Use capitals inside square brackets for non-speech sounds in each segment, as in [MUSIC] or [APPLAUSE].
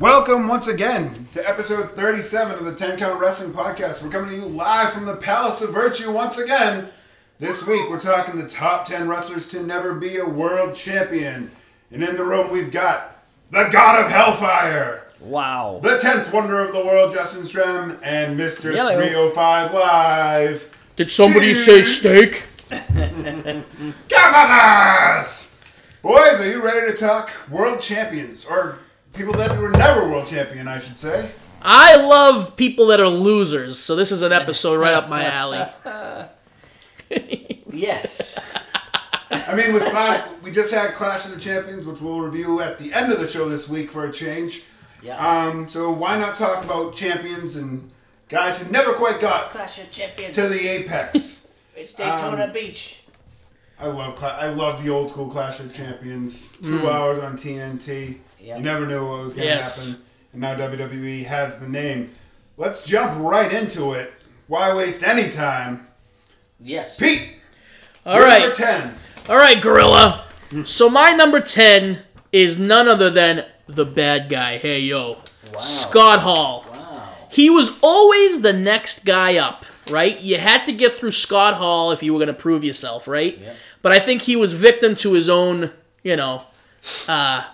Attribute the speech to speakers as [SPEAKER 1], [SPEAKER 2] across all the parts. [SPEAKER 1] Welcome once again to episode 37 of the 10 Count Wrestling Podcast. We're coming to you live from the Palace of Virtue once again. This week we're talking the top 10 wrestlers to never be a world champion. And in the room we've got the God of Hellfire,
[SPEAKER 2] Wow.
[SPEAKER 1] the 10th wonder of the world, Justin Strem, and Mr.
[SPEAKER 2] Yellow.
[SPEAKER 1] 305 Live,
[SPEAKER 3] Did somebody say steak?
[SPEAKER 1] Gavazas! Boys, are you ready to talk world champions? Or people that were never world champion, I should say.
[SPEAKER 3] I love people that are losers, so this is an episode right up my alley.
[SPEAKER 2] Yes.
[SPEAKER 1] I mean, with five, we just had Clash of the Champions, which we'll review at the end of the show this week for a change.
[SPEAKER 2] yeah.
[SPEAKER 1] Um, so why not talk about champions and guys who never quite got
[SPEAKER 2] Clash of Champions.
[SPEAKER 1] to the um, apex?
[SPEAKER 2] it's Daytona Beach.
[SPEAKER 1] I love Cla- I love the old school Clash of Champions. Two hours on TNT.
[SPEAKER 2] Yep.
[SPEAKER 1] You never knew what was going to
[SPEAKER 3] Hmm. Yes.
[SPEAKER 1] happen, and now WWE has the name. Let's jump right into it. Why waste any time,
[SPEAKER 2] Yes.
[SPEAKER 1] Pete?
[SPEAKER 3] All
[SPEAKER 1] you're
[SPEAKER 3] right,
[SPEAKER 1] number ten.
[SPEAKER 3] all right, gorilla. So my number ten is none other than the bad guy. Hey yo, Scott Hall.
[SPEAKER 2] Wow.
[SPEAKER 3] He was always the next guy up, right? You had to get through Scott Hall if you were going to prove yourself, right?
[SPEAKER 2] Yeah.
[SPEAKER 3] But I think he was victim to his own, you know, uh,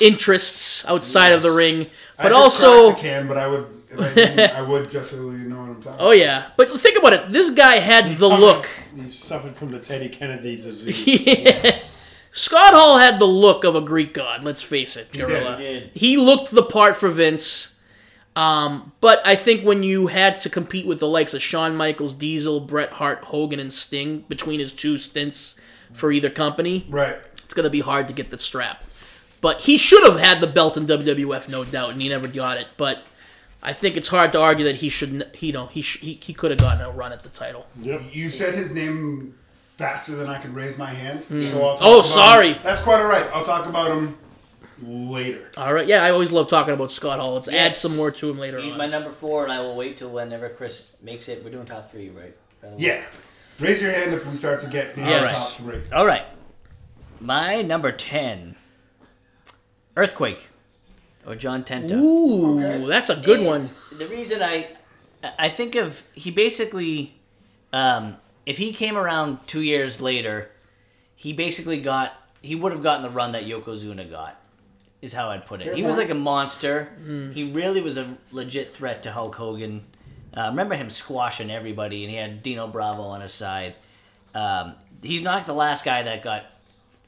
[SPEAKER 3] interests outside of the ring. But
[SPEAKER 1] I just
[SPEAKER 3] also,
[SPEAKER 1] cracked a can, but I would, if I, didn't, I would just so you know what I'm talking.
[SPEAKER 3] Oh yeah, but think about it. This guy had the look.
[SPEAKER 4] He suffered from the Teddy Kennedy disease.
[SPEAKER 3] [LAUGHS] Scott Hall had the look of a Greek god. Let's face it,
[SPEAKER 1] did.
[SPEAKER 3] Gorilla.
[SPEAKER 2] He did.
[SPEAKER 3] looked the part for Vince. Um, but I think when you had to compete with the likes of Shawn Michaels, Diesel, Bret Hart, Hogan, and Sting between his two stints for either company,
[SPEAKER 1] Right.
[SPEAKER 3] it's gonna be hard to get the strap. But he should have had the belt in WWF, no doubt, and he never got it. But I think it's hard to argue that he should, n- you know, he sh- he, he could have gotten a run at the title.
[SPEAKER 4] yep.
[SPEAKER 1] You said his name faster than I could raise my hand. So I'll talk
[SPEAKER 3] Oh,
[SPEAKER 1] about
[SPEAKER 3] sorry.
[SPEAKER 1] him. That's quite all right. I'll talk about him later.
[SPEAKER 3] All right. Yeah, I always love talking about Scott Hall. Let's add
[SPEAKER 2] Yes.
[SPEAKER 3] some more to him later
[SPEAKER 2] He's
[SPEAKER 3] on.
[SPEAKER 2] my number four, and I will wait till whenever Chris makes it. We're doing top three, right? Uh,
[SPEAKER 1] Yeah. Raise your hand if we start to get near
[SPEAKER 3] Yes.
[SPEAKER 1] the top three.
[SPEAKER 2] All right. My number ten. Earthquake, or John Tenta.
[SPEAKER 3] Ooh,
[SPEAKER 1] Okay.
[SPEAKER 3] that's a good one.
[SPEAKER 2] And The reason I I think of he basically um, if he came around two years later, he basically got he would have gotten the run that Yokozuna got. Is how I'd put it. He was like a monster.
[SPEAKER 3] Hmm.
[SPEAKER 2] He really was a legit threat to Hulk Hogan. Uh, remember him squashing everybody, and he had Dino Bravo on his side. Um, he's not the last guy that got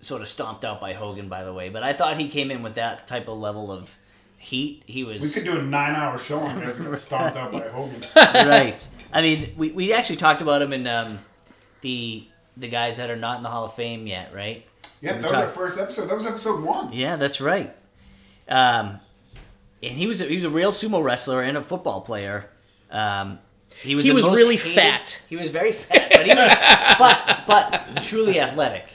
[SPEAKER 2] sort of stomped out by Hogan, by the way. But I thought he came in with that type of level of heat. He was
[SPEAKER 1] We could do a nine-hour show on this and get stomped out by
[SPEAKER 3] [LAUGHS]
[SPEAKER 1] Hogan.
[SPEAKER 2] right. I mean, we, we actually talked about him in um, the the guys that are not in the Hall of Fame yet, right?
[SPEAKER 1] Yeah, that
[SPEAKER 2] We
[SPEAKER 1] was our
[SPEAKER 2] talked-
[SPEAKER 1] first episode. That was episode one.
[SPEAKER 2] Yeah, that's right. Um, and he was a, he was a real sumo wrestler and a football player. Um, he was
[SPEAKER 3] He
[SPEAKER 2] the
[SPEAKER 3] was
[SPEAKER 2] most
[SPEAKER 3] really
[SPEAKER 2] hated-
[SPEAKER 3] fat.
[SPEAKER 2] He was very fat, but he
[SPEAKER 3] [LAUGHS]
[SPEAKER 2] was but but truly athletic.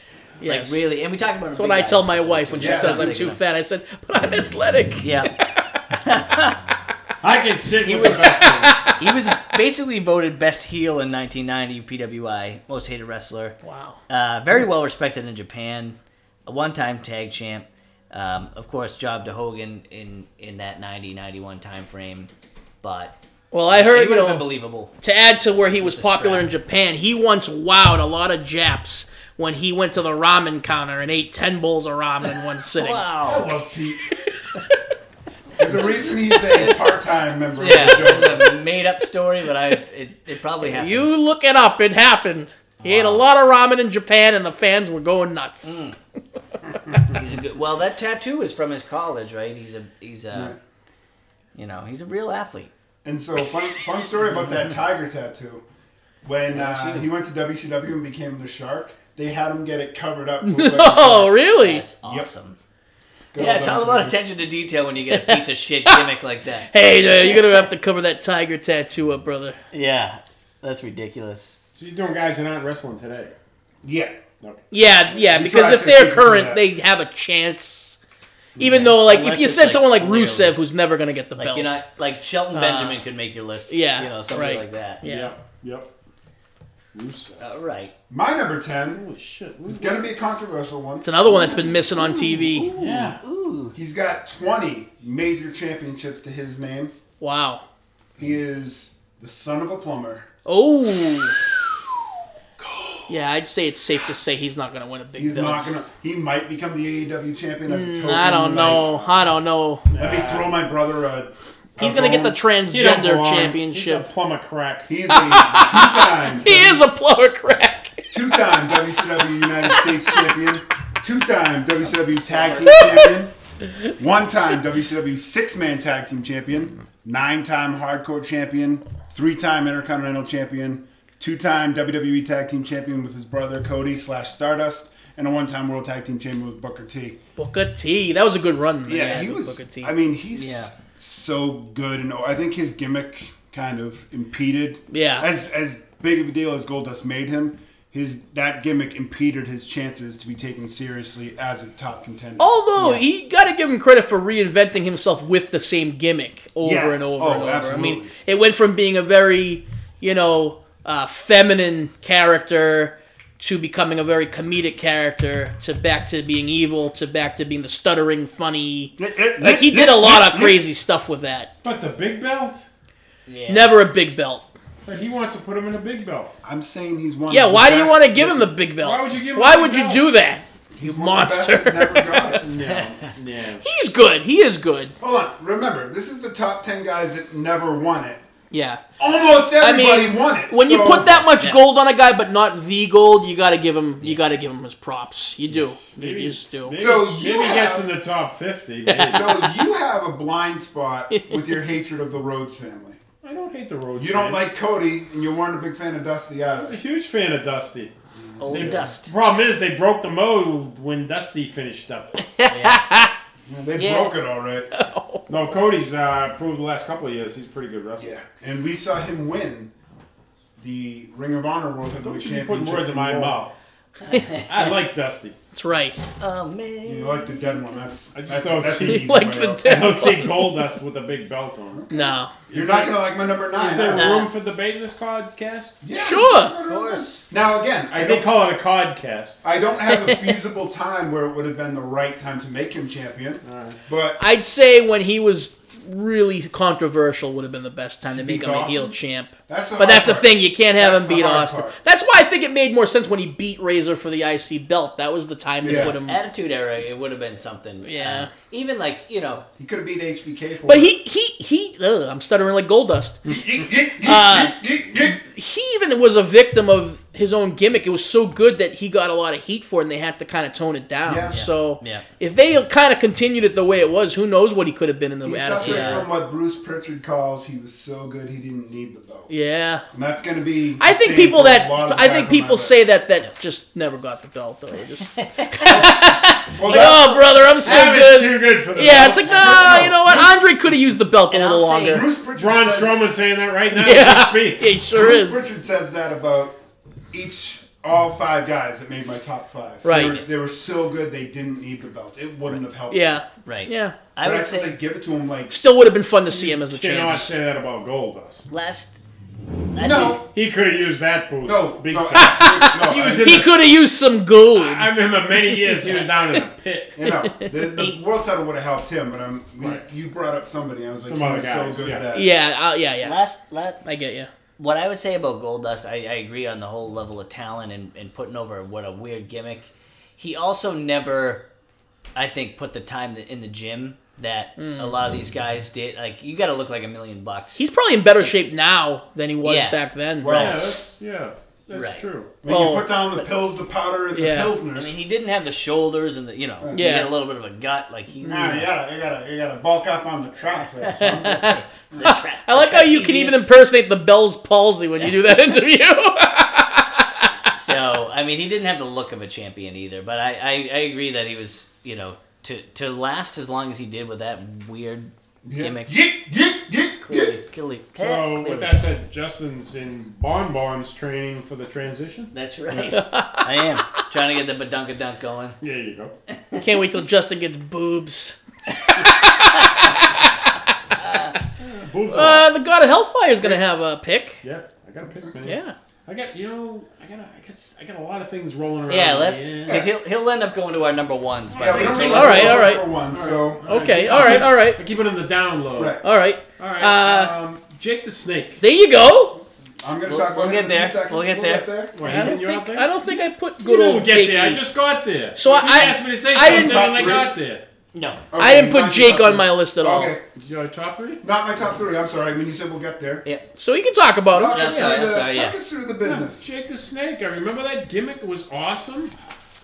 [SPEAKER 3] Yes.
[SPEAKER 2] Like really, and we talked about.
[SPEAKER 3] That's what I tell my wife when she
[SPEAKER 1] Yeah.
[SPEAKER 3] says I'm too fat. I said, but I'm athletic.
[SPEAKER 2] Yeah,
[SPEAKER 4] I can sit with the best
[SPEAKER 3] [LAUGHS]
[SPEAKER 4] of them.
[SPEAKER 2] he was basically voted best heel in 1990 PWI most hated wrestler.
[SPEAKER 3] Wow.
[SPEAKER 2] Uh, very well respected in Japan, a one-time tag champ. Um, of course, job to Hogan in in that 90-91 time frame, but
[SPEAKER 3] Well, I heard
[SPEAKER 2] it
[SPEAKER 3] you
[SPEAKER 2] would have been
[SPEAKER 3] know
[SPEAKER 2] believable.
[SPEAKER 3] to add to where he was popular
[SPEAKER 2] strap.
[SPEAKER 3] in Japan. He once wowed a lot of Japs when he went to the ramen counter and ate ten bowls of ramen in
[SPEAKER 2] [LAUGHS]
[SPEAKER 3] one sitting.
[SPEAKER 1] I
[SPEAKER 2] Wow.
[SPEAKER 1] love Pete. There's a reason he's
[SPEAKER 3] [LAUGHS]
[SPEAKER 1] a part-time member
[SPEAKER 2] Yeah,
[SPEAKER 1] of the show.
[SPEAKER 2] it was a made-up story, but I it, it probably happened.
[SPEAKER 3] You look it up. It happened. He ate a lot of ramen in Japan, and the fans were going nuts.
[SPEAKER 2] Mm. He's a good, well, that tattoo is from his college, right? He's a he's a you know he's a real athlete.
[SPEAKER 1] And so, fun, fun story about that tiger tattoo. When uh, he went to WCW and became the shark, they had him get it covered up. To
[SPEAKER 3] [LAUGHS]
[SPEAKER 1] look like a
[SPEAKER 3] [LAUGHS] Oh,
[SPEAKER 1] shark.
[SPEAKER 3] really?
[SPEAKER 2] That's awesome.
[SPEAKER 1] Good
[SPEAKER 2] Yeah,
[SPEAKER 1] old
[SPEAKER 2] it's all about
[SPEAKER 1] WCW.
[SPEAKER 2] attention to detail when you get a piece of shit gimmick like that.
[SPEAKER 3] Hey, uh, you're gonna have to cover that tiger tattoo up, brother.
[SPEAKER 2] [LAUGHS] Yeah, that's ridiculous.
[SPEAKER 4] So you're doing guys who are not wrestling today.
[SPEAKER 1] Yeah.
[SPEAKER 4] Okay.
[SPEAKER 3] Yeah, yeah,
[SPEAKER 1] You
[SPEAKER 3] because
[SPEAKER 1] try
[SPEAKER 3] if
[SPEAKER 1] to
[SPEAKER 3] they're
[SPEAKER 1] keep them
[SPEAKER 3] current,
[SPEAKER 1] that.
[SPEAKER 3] they have a chance. Even though, like, if
[SPEAKER 2] Unless
[SPEAKER 3] you
[SPEAKER 2] it's,
[SPEAKER 3] said
[SPEAKER 2] like,
[SPEAKER 3] someone like
[SPEAKER 2] clearly-
[SPEAKER 3] Rusev, who's never going to get the
[SPEAKER 2] Like
[SPEAKER 3] belt. Uh,
[SPEAKER 2] you're not like Shelton Benjamin could make your list.
[SPEAKER 3] yeah,
[SPEAKER 2] you know something
[SPEAKER 3] right.
[SPEAKER 2] like that.
[SPEAKER 3] Yeah.
[SPEAKER 4] Yep. Yep. Rusev.
[SPEAKER 2] All right.
[SPEAKER 1] My number 10
[SPEAKER 4] Holy shit.
[SPEAKER 1] is going to be a controversial one.
[SPEAKER 3] It's another one that's been missing on TV.
[SPEAKER 4] yeah.
[SPEAKER 2] Ooh.
[SPEAKER 1] He's got 20 major championships to his name.
[SPEAKER 3] Wow.
[SPEAKER 1] He is the son of a plumber.
[SPEAKER 3] Oh. Yeah, I'd say it's safe to say he's not going to win a big.
[SPEAKER 1] He's
[SPEAKER 3] belt.
[SPEAKER 1] not gonna. He might become the AEW champion as a token.
[SPEAKER 3] Mm, I
[SPEAKER 1] like,
[SPEAKER 3] don't know. I don't know.
[SPEAKER 1] Let me throw my brother a.
[SPEAKER 3] He's going to get the
[SPEAKER 4] You don't
[SPEAKER 3] transgender
[SPEAKER 4] belong.
[SPEAKER 3] championship.
[SPEAKER 4] He's a plum of crack.
[SPEAKER 1] He's a two-time.
[SPEAKER 3] [LAUGHS] He is a plumber crack.
[SPEAKER 1] Two-time WCW United States champion. Two-time WCW Tag Team champion. One-time WCW Six-Man Tag Team champion. Nine-time Hardcore champion. Three-time Intercontinental champion. Two-time WWE Tag Team champion with his brother Cody slash Stardust, and a one-time World Tag Team champion with Booker T.
[SPEAKER 3] Booker T. That was a good run. they
[SPEAKER 1] Yeah,
[SPEAKER 3] had
[SPEAKER 1] he
[SPEAKER 3] with
[SPEAKER 1] was.
[SPEAKER 3] Booker T.
[SPEAKER 1] I mean, he's
[SPEAKER 2] Yeah.
[SPEAKER 1] so good, and I think his gimmick kind of impeded.
[SPEAKER 3] Yeah.
[SPEAKER 1] As as big of a deal as Goldust made him, his that gimmick impeded his chances to be taken seriously as a top contender.
[SPEAKER 3] Although he got to give him credit for reinventing himself with the same gimmick over
[SPEAKER 1] Yeah.
[SPEAKER 3] and over
[SPEAKER 1] Oh,
[SPEAKER 3] and over. I
[SPEAKER 1] absolutely.
[SPEAKER 3] mean, it went from being a very, you know, uh, feminine character to becoming a very comedic character to back to being evil to back to being the stuttering funny.
[SPEAKER 1] It- it-
[SPEAKER 3] Like he
[SPEAKER 1] it-
[SPEAKER 3] did a
[SPEAKER 1] it-
[SPEAKER 3] lot
[SPEAKER 1] it-
[SPEAKER 3] of crazy stuff with that.
[SPEAKER 4] But the big belt?
[SPEAKER 2] Yeah.
[SPEAKER 3] Never a big belt.
[SPEAKER 4] But he wants to put him in a
[SPEAKER 3] [LAUGHS]
[SPEAKER 4] big belt.
[SPEAKER 1] I'm saying he's one.
[SPEAKER 3] Yeah,
[SPEAKER 1] of the
[SPEAKER 3] why do you
[SPEAKER 1] best
[SPEAKER 3] want to give
[SPEAKER 1] that-
[SPEAKER 3] him the big belt?
[SPEAKER 4] Why would you give him
[SPEAKER 3] Why
[SPEAKER 4] the
[SPEAKER 3] would
[SPEAKER 4] big
[SPEAKER 3] you
[SPEAKER 4] belt?
[SPEAKER 3] do that?
[SPEAKER 1] he's one of the best
[SPEAKER 3] monster?
[SPEAKER 1] that never got it.
[SPEAKER 3] [LAUGHS]
[SPEAKER 4] Yeah.
[SPEAKER 3] He's good. He is good.
[SPEAKER 1] Hold on, remember this is the top ten guys that never won it.
[SPEAKER 3] Yeah.
[SPEAKER 1] Almost
[SPEAKER 3] I
[SPEAKER 1] everybody
[SPEAKER 3] mean,
[SPEAKER 1] won it.
[SPEAKER 3] when you
[SPEAKER 1] so-
[SPEAKER 3] put that much
[SPEAKER 2] Yeah.
[SPEAKER 3] gold on a guy, but not the gold, you gotta give him. You gotta give him his props. You do. You
[SPEAKER 4] Maybe,
[SPEAKER 3] just do.
[SPEAKER 4] maybe,
[SPEAKER 1] So
[SPEAKER 4] maybe
[SPEAKER 1] you
[SPEAKER 4] he gets
[SPEAKER 1] have-
[SPEAKER 4] in the
[SPEAKER 1] [LAUGHS]
[SPEAKER 4] top 50. maybe.
[SPEAKER 1] [LAUGHS] So you have a blind spot with your hatred of the Rhodes family.
[SPEAKER 4] [LAUGHS] I don't hate the road.
[SPEAKER 1] You don't like Cody, and you weren't a big fan of Dusty
[SPEAKER 4] I was a
[SPEAKER 1] either.
[SPEAKER 4] huge fan of Dusty.
[SPEAKER 2] Old
[SPEAKER 4] They-
[SPEAKER 2] dust.
[SPEAKER 4] Problem is, they broke the mode when Dusty finished up.
[SPEAKER 1] Yeah, They
[SPEAKER 2] Yeah.
[SPEAKER 1] broke it all right.
[SPEAKER 4] No, Cody's uh, proved the last couple of years he's a pretty good wrestler.
[SPEAKER 1] Yeah, and we saw him win the Ring of Honor World Heavyweight
[SPEAKER 4] Don't you be putting
[SPEAKER 1] Championship.
[SPEAKER 4] words in my
[SPEAKER 1] Raw.
[SPEAKER 4] mouth. I like Dusty.
[SPEAKER 3] That's right.
[SPEAKER 2] Oh man.
[SPEAKER 1] You like the dead one? That's
[SPEAKER 4] I just
[SPEAKER 1] that's,
[SPEAKER 4] don't
[SPEAKER 1] that's
[SPEAKER 3] [LAUGHS]
[SPEAKER 4] see-
[SPEAKER 1] an easy
[SPEAKER 3] Like
[SPEAKER 1] way
[SPEAKER 3] the
[SPEAKER 1] out.
[SPEAKER 3] dead-
[SPEAKER 4] I don't see Goldust with a big belt on.
[SPEAKER 3] No.
[SPEAKER 1] You're not gonna like my number nine.
[SPEAKER 4] Is there
[SPEAKER 1] huh?
[SPEAKER 4] room for debate in this codcast?
[SPEAKER 1] Yeah,
[SPEAKER 3] Sure.
[SPEAKER 1] of course. Now again, I
[SPEAKER 4] They
[SPEAKER 1] don't,
[SPEAKER 4] call it a codcast.
[SPEAKER 1] I don't have a feasible time where it would have been the right time to make him champion, but
[SPEAKER 3] I'd say when he was really controversial would have been the best time to make
[SPEAKER 1] beats
[SPEAKER 3] him a
[SPEAKER 1] Austin?
[SPEAKER 3] heel champ.
[SPEAKER 1] that's the
[SPEAKER 3] But
[SPEAKER 1] hard
[SPEAKER 3] that's the
[SPEAKER 1] part.
[SPEAKER 3] thing. You can't have
[SPEAKER 1] That's
[SPEAKER 3] him
[SPEAKER 1] the
[SPEAKER 3] beat
[SPEAKER 1] hard
[SPEAKER 3] Austin.
[SPEAKER 1] part.
[SPEAKER 3] That's why I think it made more sense when he beat Razor for the IC belt. That was the time to
[SPEAKER 1] Yeah.
[SPEAKER 3] put him.
[SPEAKER 2] Attitude era, it would have been something.
[SPEAKER 3] Yeah.
[SPEAKER 2] Uh, even like you know,
[SPEAKER 1] He could have beat HBK for
[SPEAKER 3] But
[SPEAKER 1] it.
[SPEAKER 3] he he he. Ugh, I'm stuttering like Goldust.
[SPEAKER 1] Uh,
[SPEAKER 3] he even was a victim of his own gimmick. It was so good that he got a lot of heat for it, and they had to kind of tone it down.
[SPEAKER 1] Yeah. Yeah.
[SPEAKER 3] So
[SPEAKER 2] Yeah.
[SPEAKER 3] if they kind of continued it the way it was, who knows what he could have been in the
[SPEAKER 1] He
[SPEAKER 3] attitude.
[SPEAKER 1] suffers
[SPEAKER 2] Yeah.
[SPEAKER 1] from what Bruce Pritchard calls he was so good he didn't need the belt.
[SPEAKER 3] Yeah.
[SPEAKER 1] And that's going to be.
[SPEAKER 3] I
[SPEAKER 1] the
[SPEAKER 3] think
[SPEAKER 1] same
[SPEAKER 3] people
[SPEAKER 1] for a
[SPEAKER 3] that
[SPEAKER 1] lot of
[SPEAKER 3] I
[SPEAKER 1] guys
[SPEAKER 3] think
[SPEAKER 1] on
[SPEAKER 3] people
[SPEAKER 1] that
[SPEAKER 3] say that that just never got the belt though.
[SPEAKER 2] [LAUGHS]
[SPEAKER 3] They're Just like,
[SPEAKER 1] list. Well, that's-
[SPEAKER 3] oh brother, I'm so
[SPEAKER 4] That
[SPEAKER 3] good.
[SPEAKER 4] is too good for the
[SPEAKER 3] Yeah, it's
[SPEAKER 4] belt.
[SPEAKER 3] like no, you know what? Andre could have used the belt a
[SPEAKER 2] And
[SPEAKER 3] little
[SPEAKER 2] I'll say-
[SPEAKER 3] longer.
[SPEAKER 1] Bruce Pritchard.
[SPEAKER 4] Braun
[SPEAKER 1] says,
[SPEAKER 4] Strowman's saying that
[SPEAKER 3] [LAUGHS]
[SPEAKER 4] right now.
[SPEAKER 3] yeah.
[SPEAKER 4] as we
[SPEAKER 3] yeah,
[SPEAKER 4] speak.
[SPEAKER 3] he sure
[SPEAKER 1] Bruce
[SPEAKER 3] is.
[SPEAKER 1] Pritchard says that about each, all five guys that made my top five.
[SPEAKER 3] Right.
[SPEAKER 1] They were, they were so good they didn't need the belt. It wouldn't have helped.
[SPEAKER 3] Yeah,
[SPEAKER 2] right?
[SPEAKER 3] yeah.
[SPEAKER 2] I
[SPEAKER 1] But I,
[SPEAKER 2] would
[SPEAKER 1] still say
[SPEAKER 2] say
[SPEAKER 1] give it to him like.
[SPEAKER 3] Still would have been fun to see him as the
[SPEAKER 4] Cannot
[SPEAKER 3] champ.
[SPEAKER 4] say that about Goldust.
[SPEAKER 2] last. I
[SPEAKER 1] No,
[SPEAKER 4] He could have used that boost.
[SPEAKER 1] no,
[SPEAKER 4] big
[SPEAKER 1] no,
[SPEAKER 4] time.
[SPEAKER 3] [LAUGHS]
[SPEAKER 1] absolutely- no,
[SPEAKER 4] He was
[SPEAKER 1] I-
[SPEAKER 4] in
[SPEAKER 3] He
[SPEAKER 4] the-
[SPEAKER 3] could have used some gold.
[SPEAKER 4] I remember many
[SPEAKER 1] [LAUGHS]
[SPEAKER 4] years he was down in a pit.
[SPEAKER 1] You know,
[SPEAKER 3] [LAUGHS]
[SPEAKER 1] the, the world title would have helped him, but I'm. we-
[SPEAKER 4] Right.
[SPEAKER 1] You brought up somebody. I was like,
[SPEAKER 4] Some
[SPEAKER 1] he
[SPEAKER 4] other
[SPEAKER 1] was
[SPEAKER 4] guys,
[SPEAKER 1] so good
[SPEAKER 4] yeah.
[SPEAKER 1] that.
[SPEAKER 3] yeah, uh, yeah, yeah.
[SPEAKER 2] think last last
[SPEAKER 3] I get you.
[SPEAKER 2] what I would say about Goldust, I, I agree on the whole level of talent and, and putting over what a weird gimmick. He also never, I think, put the time in the gym that a lot of these guys did. Like you got to look like a million bucks.
[SPEAKER 3] Hmm. He's probably in better shape now than he was
[SPEAKER 2] Yeah.
[SPEAKER 3] back then.
[SPEAKER 1] Well,
[SPEAKER 4] Yeah, that's, yeah, that's
[SPEAKER 2] Right.
[SPEAKER 4] true.
[SPEAKER 1] When
[SPEAKER 3] Oh.
[SPEAKER 1] you put down the pills, the powder, and
[SPEAKER 3] Yeah.
[SPEAKER 1] the
[SPEAKER 2] I mean,
[SPEAKER 1] pilsners.
[SPEAKER 2] he didn't have the shoulders and the you know, he
[SPEAKER 3] Yeah.
[SPEAKER 2] had a little bit of a gut. Like he's
[SPEAKER 1] Nah, you gotta, you gotta, you gotta bulk up on the
[SPEAKER 2] [LAUGHS]
[SPEAKER 1] trap.
[SPEAKER 2] the tra-
[SPEAKER 3] [LAUGHS] I like how you can even
[SPEAKER 2] trapezius.
[SPEAKER 3] impersonate the Bell's palsy when you do
[SPEAKER 4] [LAUGHS]
[SPEAKER 3] that interview.
[SPEAKER 2] So I mean, he didn't have the look of a champion either. But I, I, I agree that he was you know to to last as long as he did with that weird gimmick.
[SPEAKER 1] Yeet, yeet, yeet, [LAUGHS]
[SPEAKER 2] Clearly,
[SPEAKER 1] yeet.
[SPEAKER 2] clearly,
[SPEAKER 3] Eh,
[SPEAKER 4] So
[SPEAKER 2] clearly.
[SPEAKER 4] with that said, Justin's in Bon Bon's training for the transition.
[SPEAKER 2] [LAUGHS] That's
[SPEAKER 3] [LAUGHS]
[SPEAKER 2] right. I am trying to get the badunka dunk going.
[SPEAKER 4] There you [LAUGHS] go.
[SPEAKER 3] Can't wait till Justin gets boobs.
[SPEAKER 4] Boobs
[SPEAKER 3] Uh, the God of Hellfire is gonna have a pick.
[SPEAKER 4] Yeah, I got a pick, man.
[SPEAKER 3] Yeah,
[SPEAKER 4] I got you know I got a, I got s- I got a lot of things rolling around.
[SPEAKER 2] Yeah, let
[SPEAKER 4] yeah.
[SPEAKER 2] because he'll he'll end up going to our number ones. By
[SPEAKER 1] Yeah,
[SPEAKER 2] the
[SPEAKER 1] we
[SPEAKER 2] way,
[SPEAKER 1] don't
[SPEAKER 2] so-
[SPEAKER 1] really
[SPEAKER 3] All right,
[SPEAKER 1] know
[SPEAKER 3] all right.
[SPEAKER 1] number One, so
[SPEAKER 3] Okay,
[SPEAKER 4] I'll
[SPEAKER 3] all right,
[SPEAKER 4] keep-
[SPEAKER 3] all right.
[SPEAKER 4] I keep it in the down low.
[SPEAKER 1] right.
[SPEAKER 3] All right.
[SPEAKER 4] All right.
[SPEAKER 3] Uh,
[SPEAKER 4] um, Jake the Snake.
[SPEAKER 3] There you go.
[SPEAKER 1] I'm gonna
[SPEAKER 2] We'll-
[SPEAKER 1] talk about
[SPEAKER 2] we'll
[SPEAKER 1] him in
[SPEAKER 2] get
[SPEAKER 1] a few
[SPEAKER 2] there.
[SPEAKER 1] seconds.
[SPEAKER 2] We'll get
[SPEAKER 4] Wait,
[SPEAKER 3] I don't,
[SPEAKER 4] you're
[SPEAKER 3] think,
[SPEAKER 4] out there.
[SPEAKER 3] I don't think I put
[SPEAKER 4] You
[SPEAKER 3] good
[SPEAKER 4] don't
[SPEAKER 3] old
[SPEAKER 4] get
[SPEAKER 3] Jakey.
[SPEAKER 4] there. I just got there.
[SPEAKER 3] So
[SPEAKER 4] you
[SPEAKER 3] I-
[SPEAKER 4] asked me to say
[SPEAKER 3] I
[SPEAKER 4] something,
[SPEAKER 3] didn't-
[SPEAKER 4] and I got there.
[SPEAKER 2] no.
[SPEAKER 1] Okay,
[SPEAKER 3] I didn't
[SPEAKER 1] not
[SPEAKER 3] put
[SPEAKER 1] your
[SPEAKER 3] Jake
[SPEAKER 1] top
[SPEAKER 3] on my list at
[SPEAKER 1] three.
[SPEAKER 3] all.
[SPEAKER 1] Okay,
[SPEAKER 4] Your top three?
[SPEAKER 1] not my top three. I'm sorry. When you said we'll get there,
[SPEAKER 2] Yeah.
[SPEAKER 3] So you can talk about
[SPEAKER 1] talk
[SPEAKER 3] him.
[SPEAKER 2] Yeah,
[SPEAKER 1] us
[SPEAKER 2] sorry,
[SPEAKER 1] through
[SPEAKER 2] I'm
[SPEAKER 1] the
[SPEAKER 2] sorry, yeah.
[SPEAKER 1] talk us through the business.
[SPEAKER 4] Jake the Snake. I remember that gimmick It was awesome.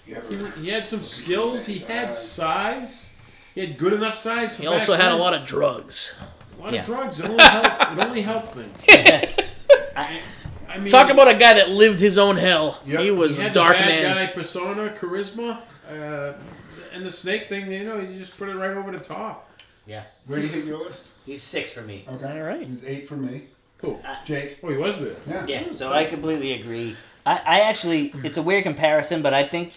[SPEAKER 1] Yeah,
[SPEAKER 4] He, he had some skills. He had size. He had good enough size. For
[SPEAKER 3] He also had a lot of drugs.
[SPEAKER 4] a lot
[SPEAKER 2] Yeah.
[SPEAKER 4] of drugs. It only helped. It only helped
[SPEAKER 3] [LAUGHS]
[SPEAKER 4] things. I, I mean,
[SPEAKER 3] Talk about a guy that lived his own hell.
[SPEAKER 1] Yep.
[SPEAKER 3] He was
[SPEAKER 4] he had
[SPEAKER 3] a dark
[SPEAKER 4] the bad
[SPEAKER 3] man.
[SPEAKER 4] guy persona, charisma, uh, and the snake thing. You know, you just put it right over the top.
[SPEAKER 2] Yeah.
[SPEAKER 1] Where do you hit your list?
[SPEAKER 2] [LAUGHS] He's six for me.
[SPEAKER 1] Okay.
[SPEAKER 3] All right.
[SPEAKER 1] He's eight for me.
[SPEAKER 4] Cool.
[SPEAKER 1] Jake.
[SPEAKER 4] Oh, he was there.
[SPEAKER 1] Uh, Yeah.
[SPEAKER 2] Yeah, so I completely agree. I, I actually, it's a weird comparison, but I think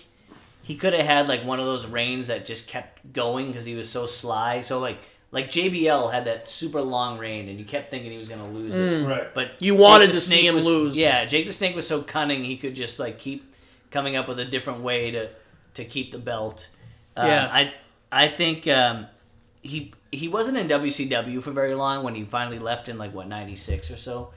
[SPEAKER 2] he could have had like one of those reigns that just kept going because he was so sly. So like, like JBL had that super long reign, and you kept thinking he was gonna lose it.
[SPEAKER 1] Right.
[SPEAKER 2] But
[SPEAKER 3] You wanted
[SPEAKER 2] the
[SPEAKER 3] to see
[SPEAKER 2] Snake
[SPEAKER 3] him
[SPEAKER 2] was-
[SPEAKER 3] lose.
[SPEAKER 2] Yeah, Jake the Snake was so cunning; he could just like keep coming up with a different way to to keep the belt. Um,
[SPEAKER 3] Yeah.
[SPEAKER 2] I I think um, he he wasn't in WCW for very long when he finally left in like what '96 or so.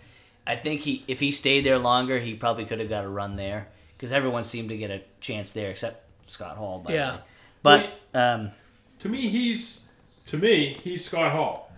[SPEAKER 2] I think he if he stayed there longer, he probably could have got a run there because everyone seemed to get a chance there except Scott Hall. By the
[SPEAKER 3] Yeah.
[SPEAKER 2] way. but um,
[SPEAKER 4] To me, he's to me he's Scott Hall.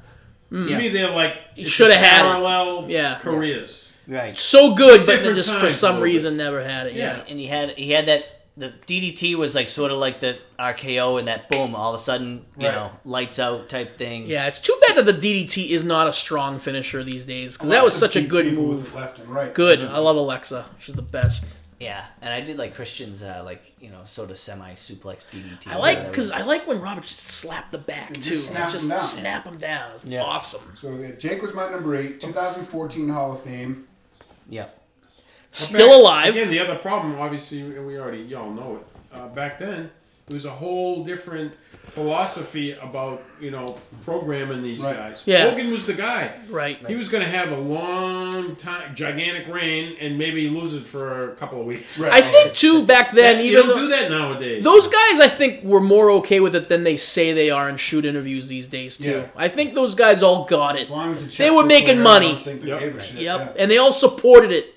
[SPEAKER 4] To
[SPEAKER 2] Yeah.
[SPEAKER 4] me, they're like it's
[SPEAKER 3] shoulda
[SPEAKER 4] a
[SPEAKER 3] Hmm. had it.
[SPEAKER 4] parallel
[SPEAKER 3] Yeah.
[SPEAKER 4] careers.
[SPEAKER 2] right,
[SPEAKER 3] So good, but then
[SPEAKER 4] Different
[SPEAKER 3] just for
[SPEAKER 4] time,
[SPEAKER 3] some
[SPEAKER 4] though.
[SPEAKER 3] reason never had it. Yeah.
[SPEAKER 4] Yeah.
[SPEAKER 2] and he had he had that the DDT was like sort of like the RKO and that boom all of a sudden you
[SPEAKER 1] Right.
[SPEAKER 2] know lights out type thing.
[SPEAKER 3] Yeah, it's too bad that the DDT is not a strong finisher these days because that was
[SPEAKER 1] Alexa
[SPEAKER 3] such a
[SPEAKER 1] beats
[SPEAKER 3] good
[SPEAKER 1] people
[SPEAKER 3] move.
[SPEAKER 1] with Left and right.
[SPEAKER 3] Good. I love Alexa. She's the best.
[SPEAKER 2] Yeah, and I did like Christian's, uh, like you know, sort of semi suplex DDT.
[SPEAKER 3] I like because I like when Robert just slapped the back too.
[SPEAKER 1] just
[SPEAKER 3] Just
[SPEAKER 1] snap
[SPEAKER 3] snap,
[SPEAKER 1] 'em down.
[SPEAKER 3] him down. It's
[SPEAKER 2] Yeah.
[SPEAKER 3] Awesome.
[SPEAKER 1] So yeah, Jake was my number eight. 2014 Hall of Fame.
[SPEAKER 2] yeah,
[SPEAKER 3] Still alive.
[SPEAKER 4] Again, the other problem, obviously, we already y'all know it. Uh, back then, it was a whole different philosophy about you know programming these
[SPEAKER 1] Right.
[SPEAKER 4] guys.
[SPEAKER 3] Yeah.
[SPEAKER 4] Hogan was the guy.
[SPEAKER 3] right.
[SPEAKER 4] He was going to have a long time, gigantic reign, and maybe lose it for a couple of weeks.
[SPEAKER 1] Right.
[SPEAKER 3] I think too back then,
[SPEAKER 4] oh, you
[SPEAKER 3] even
[SPEAKER 4] don't
[SPEAKER 3] though-
[SPEAKER 4] do that nowadays.
[SPEAKER 3] those guys, I think were more okay with it than they say they are in shoot interviews these days too.
[SPEAKER 1] Yeah.
[SPEAKER 3] I think those guys all got it.
[SPEAKER 1] As long as the
[SPEAKER 3] They
[SPEAKER 1] checks
[SPEAKER 3] were making
[SPEAKER 1] clear,
[SPEAKER 3] money.
[SPEAKER 1] I don't think they
[SPEAKER 4] Yep.
[SPEAKER 1] gave a shit.
[SPEAKER 3] Yep,
[SPEAKER 1] Yeah.
[SPEAKER 3] and they all supported it.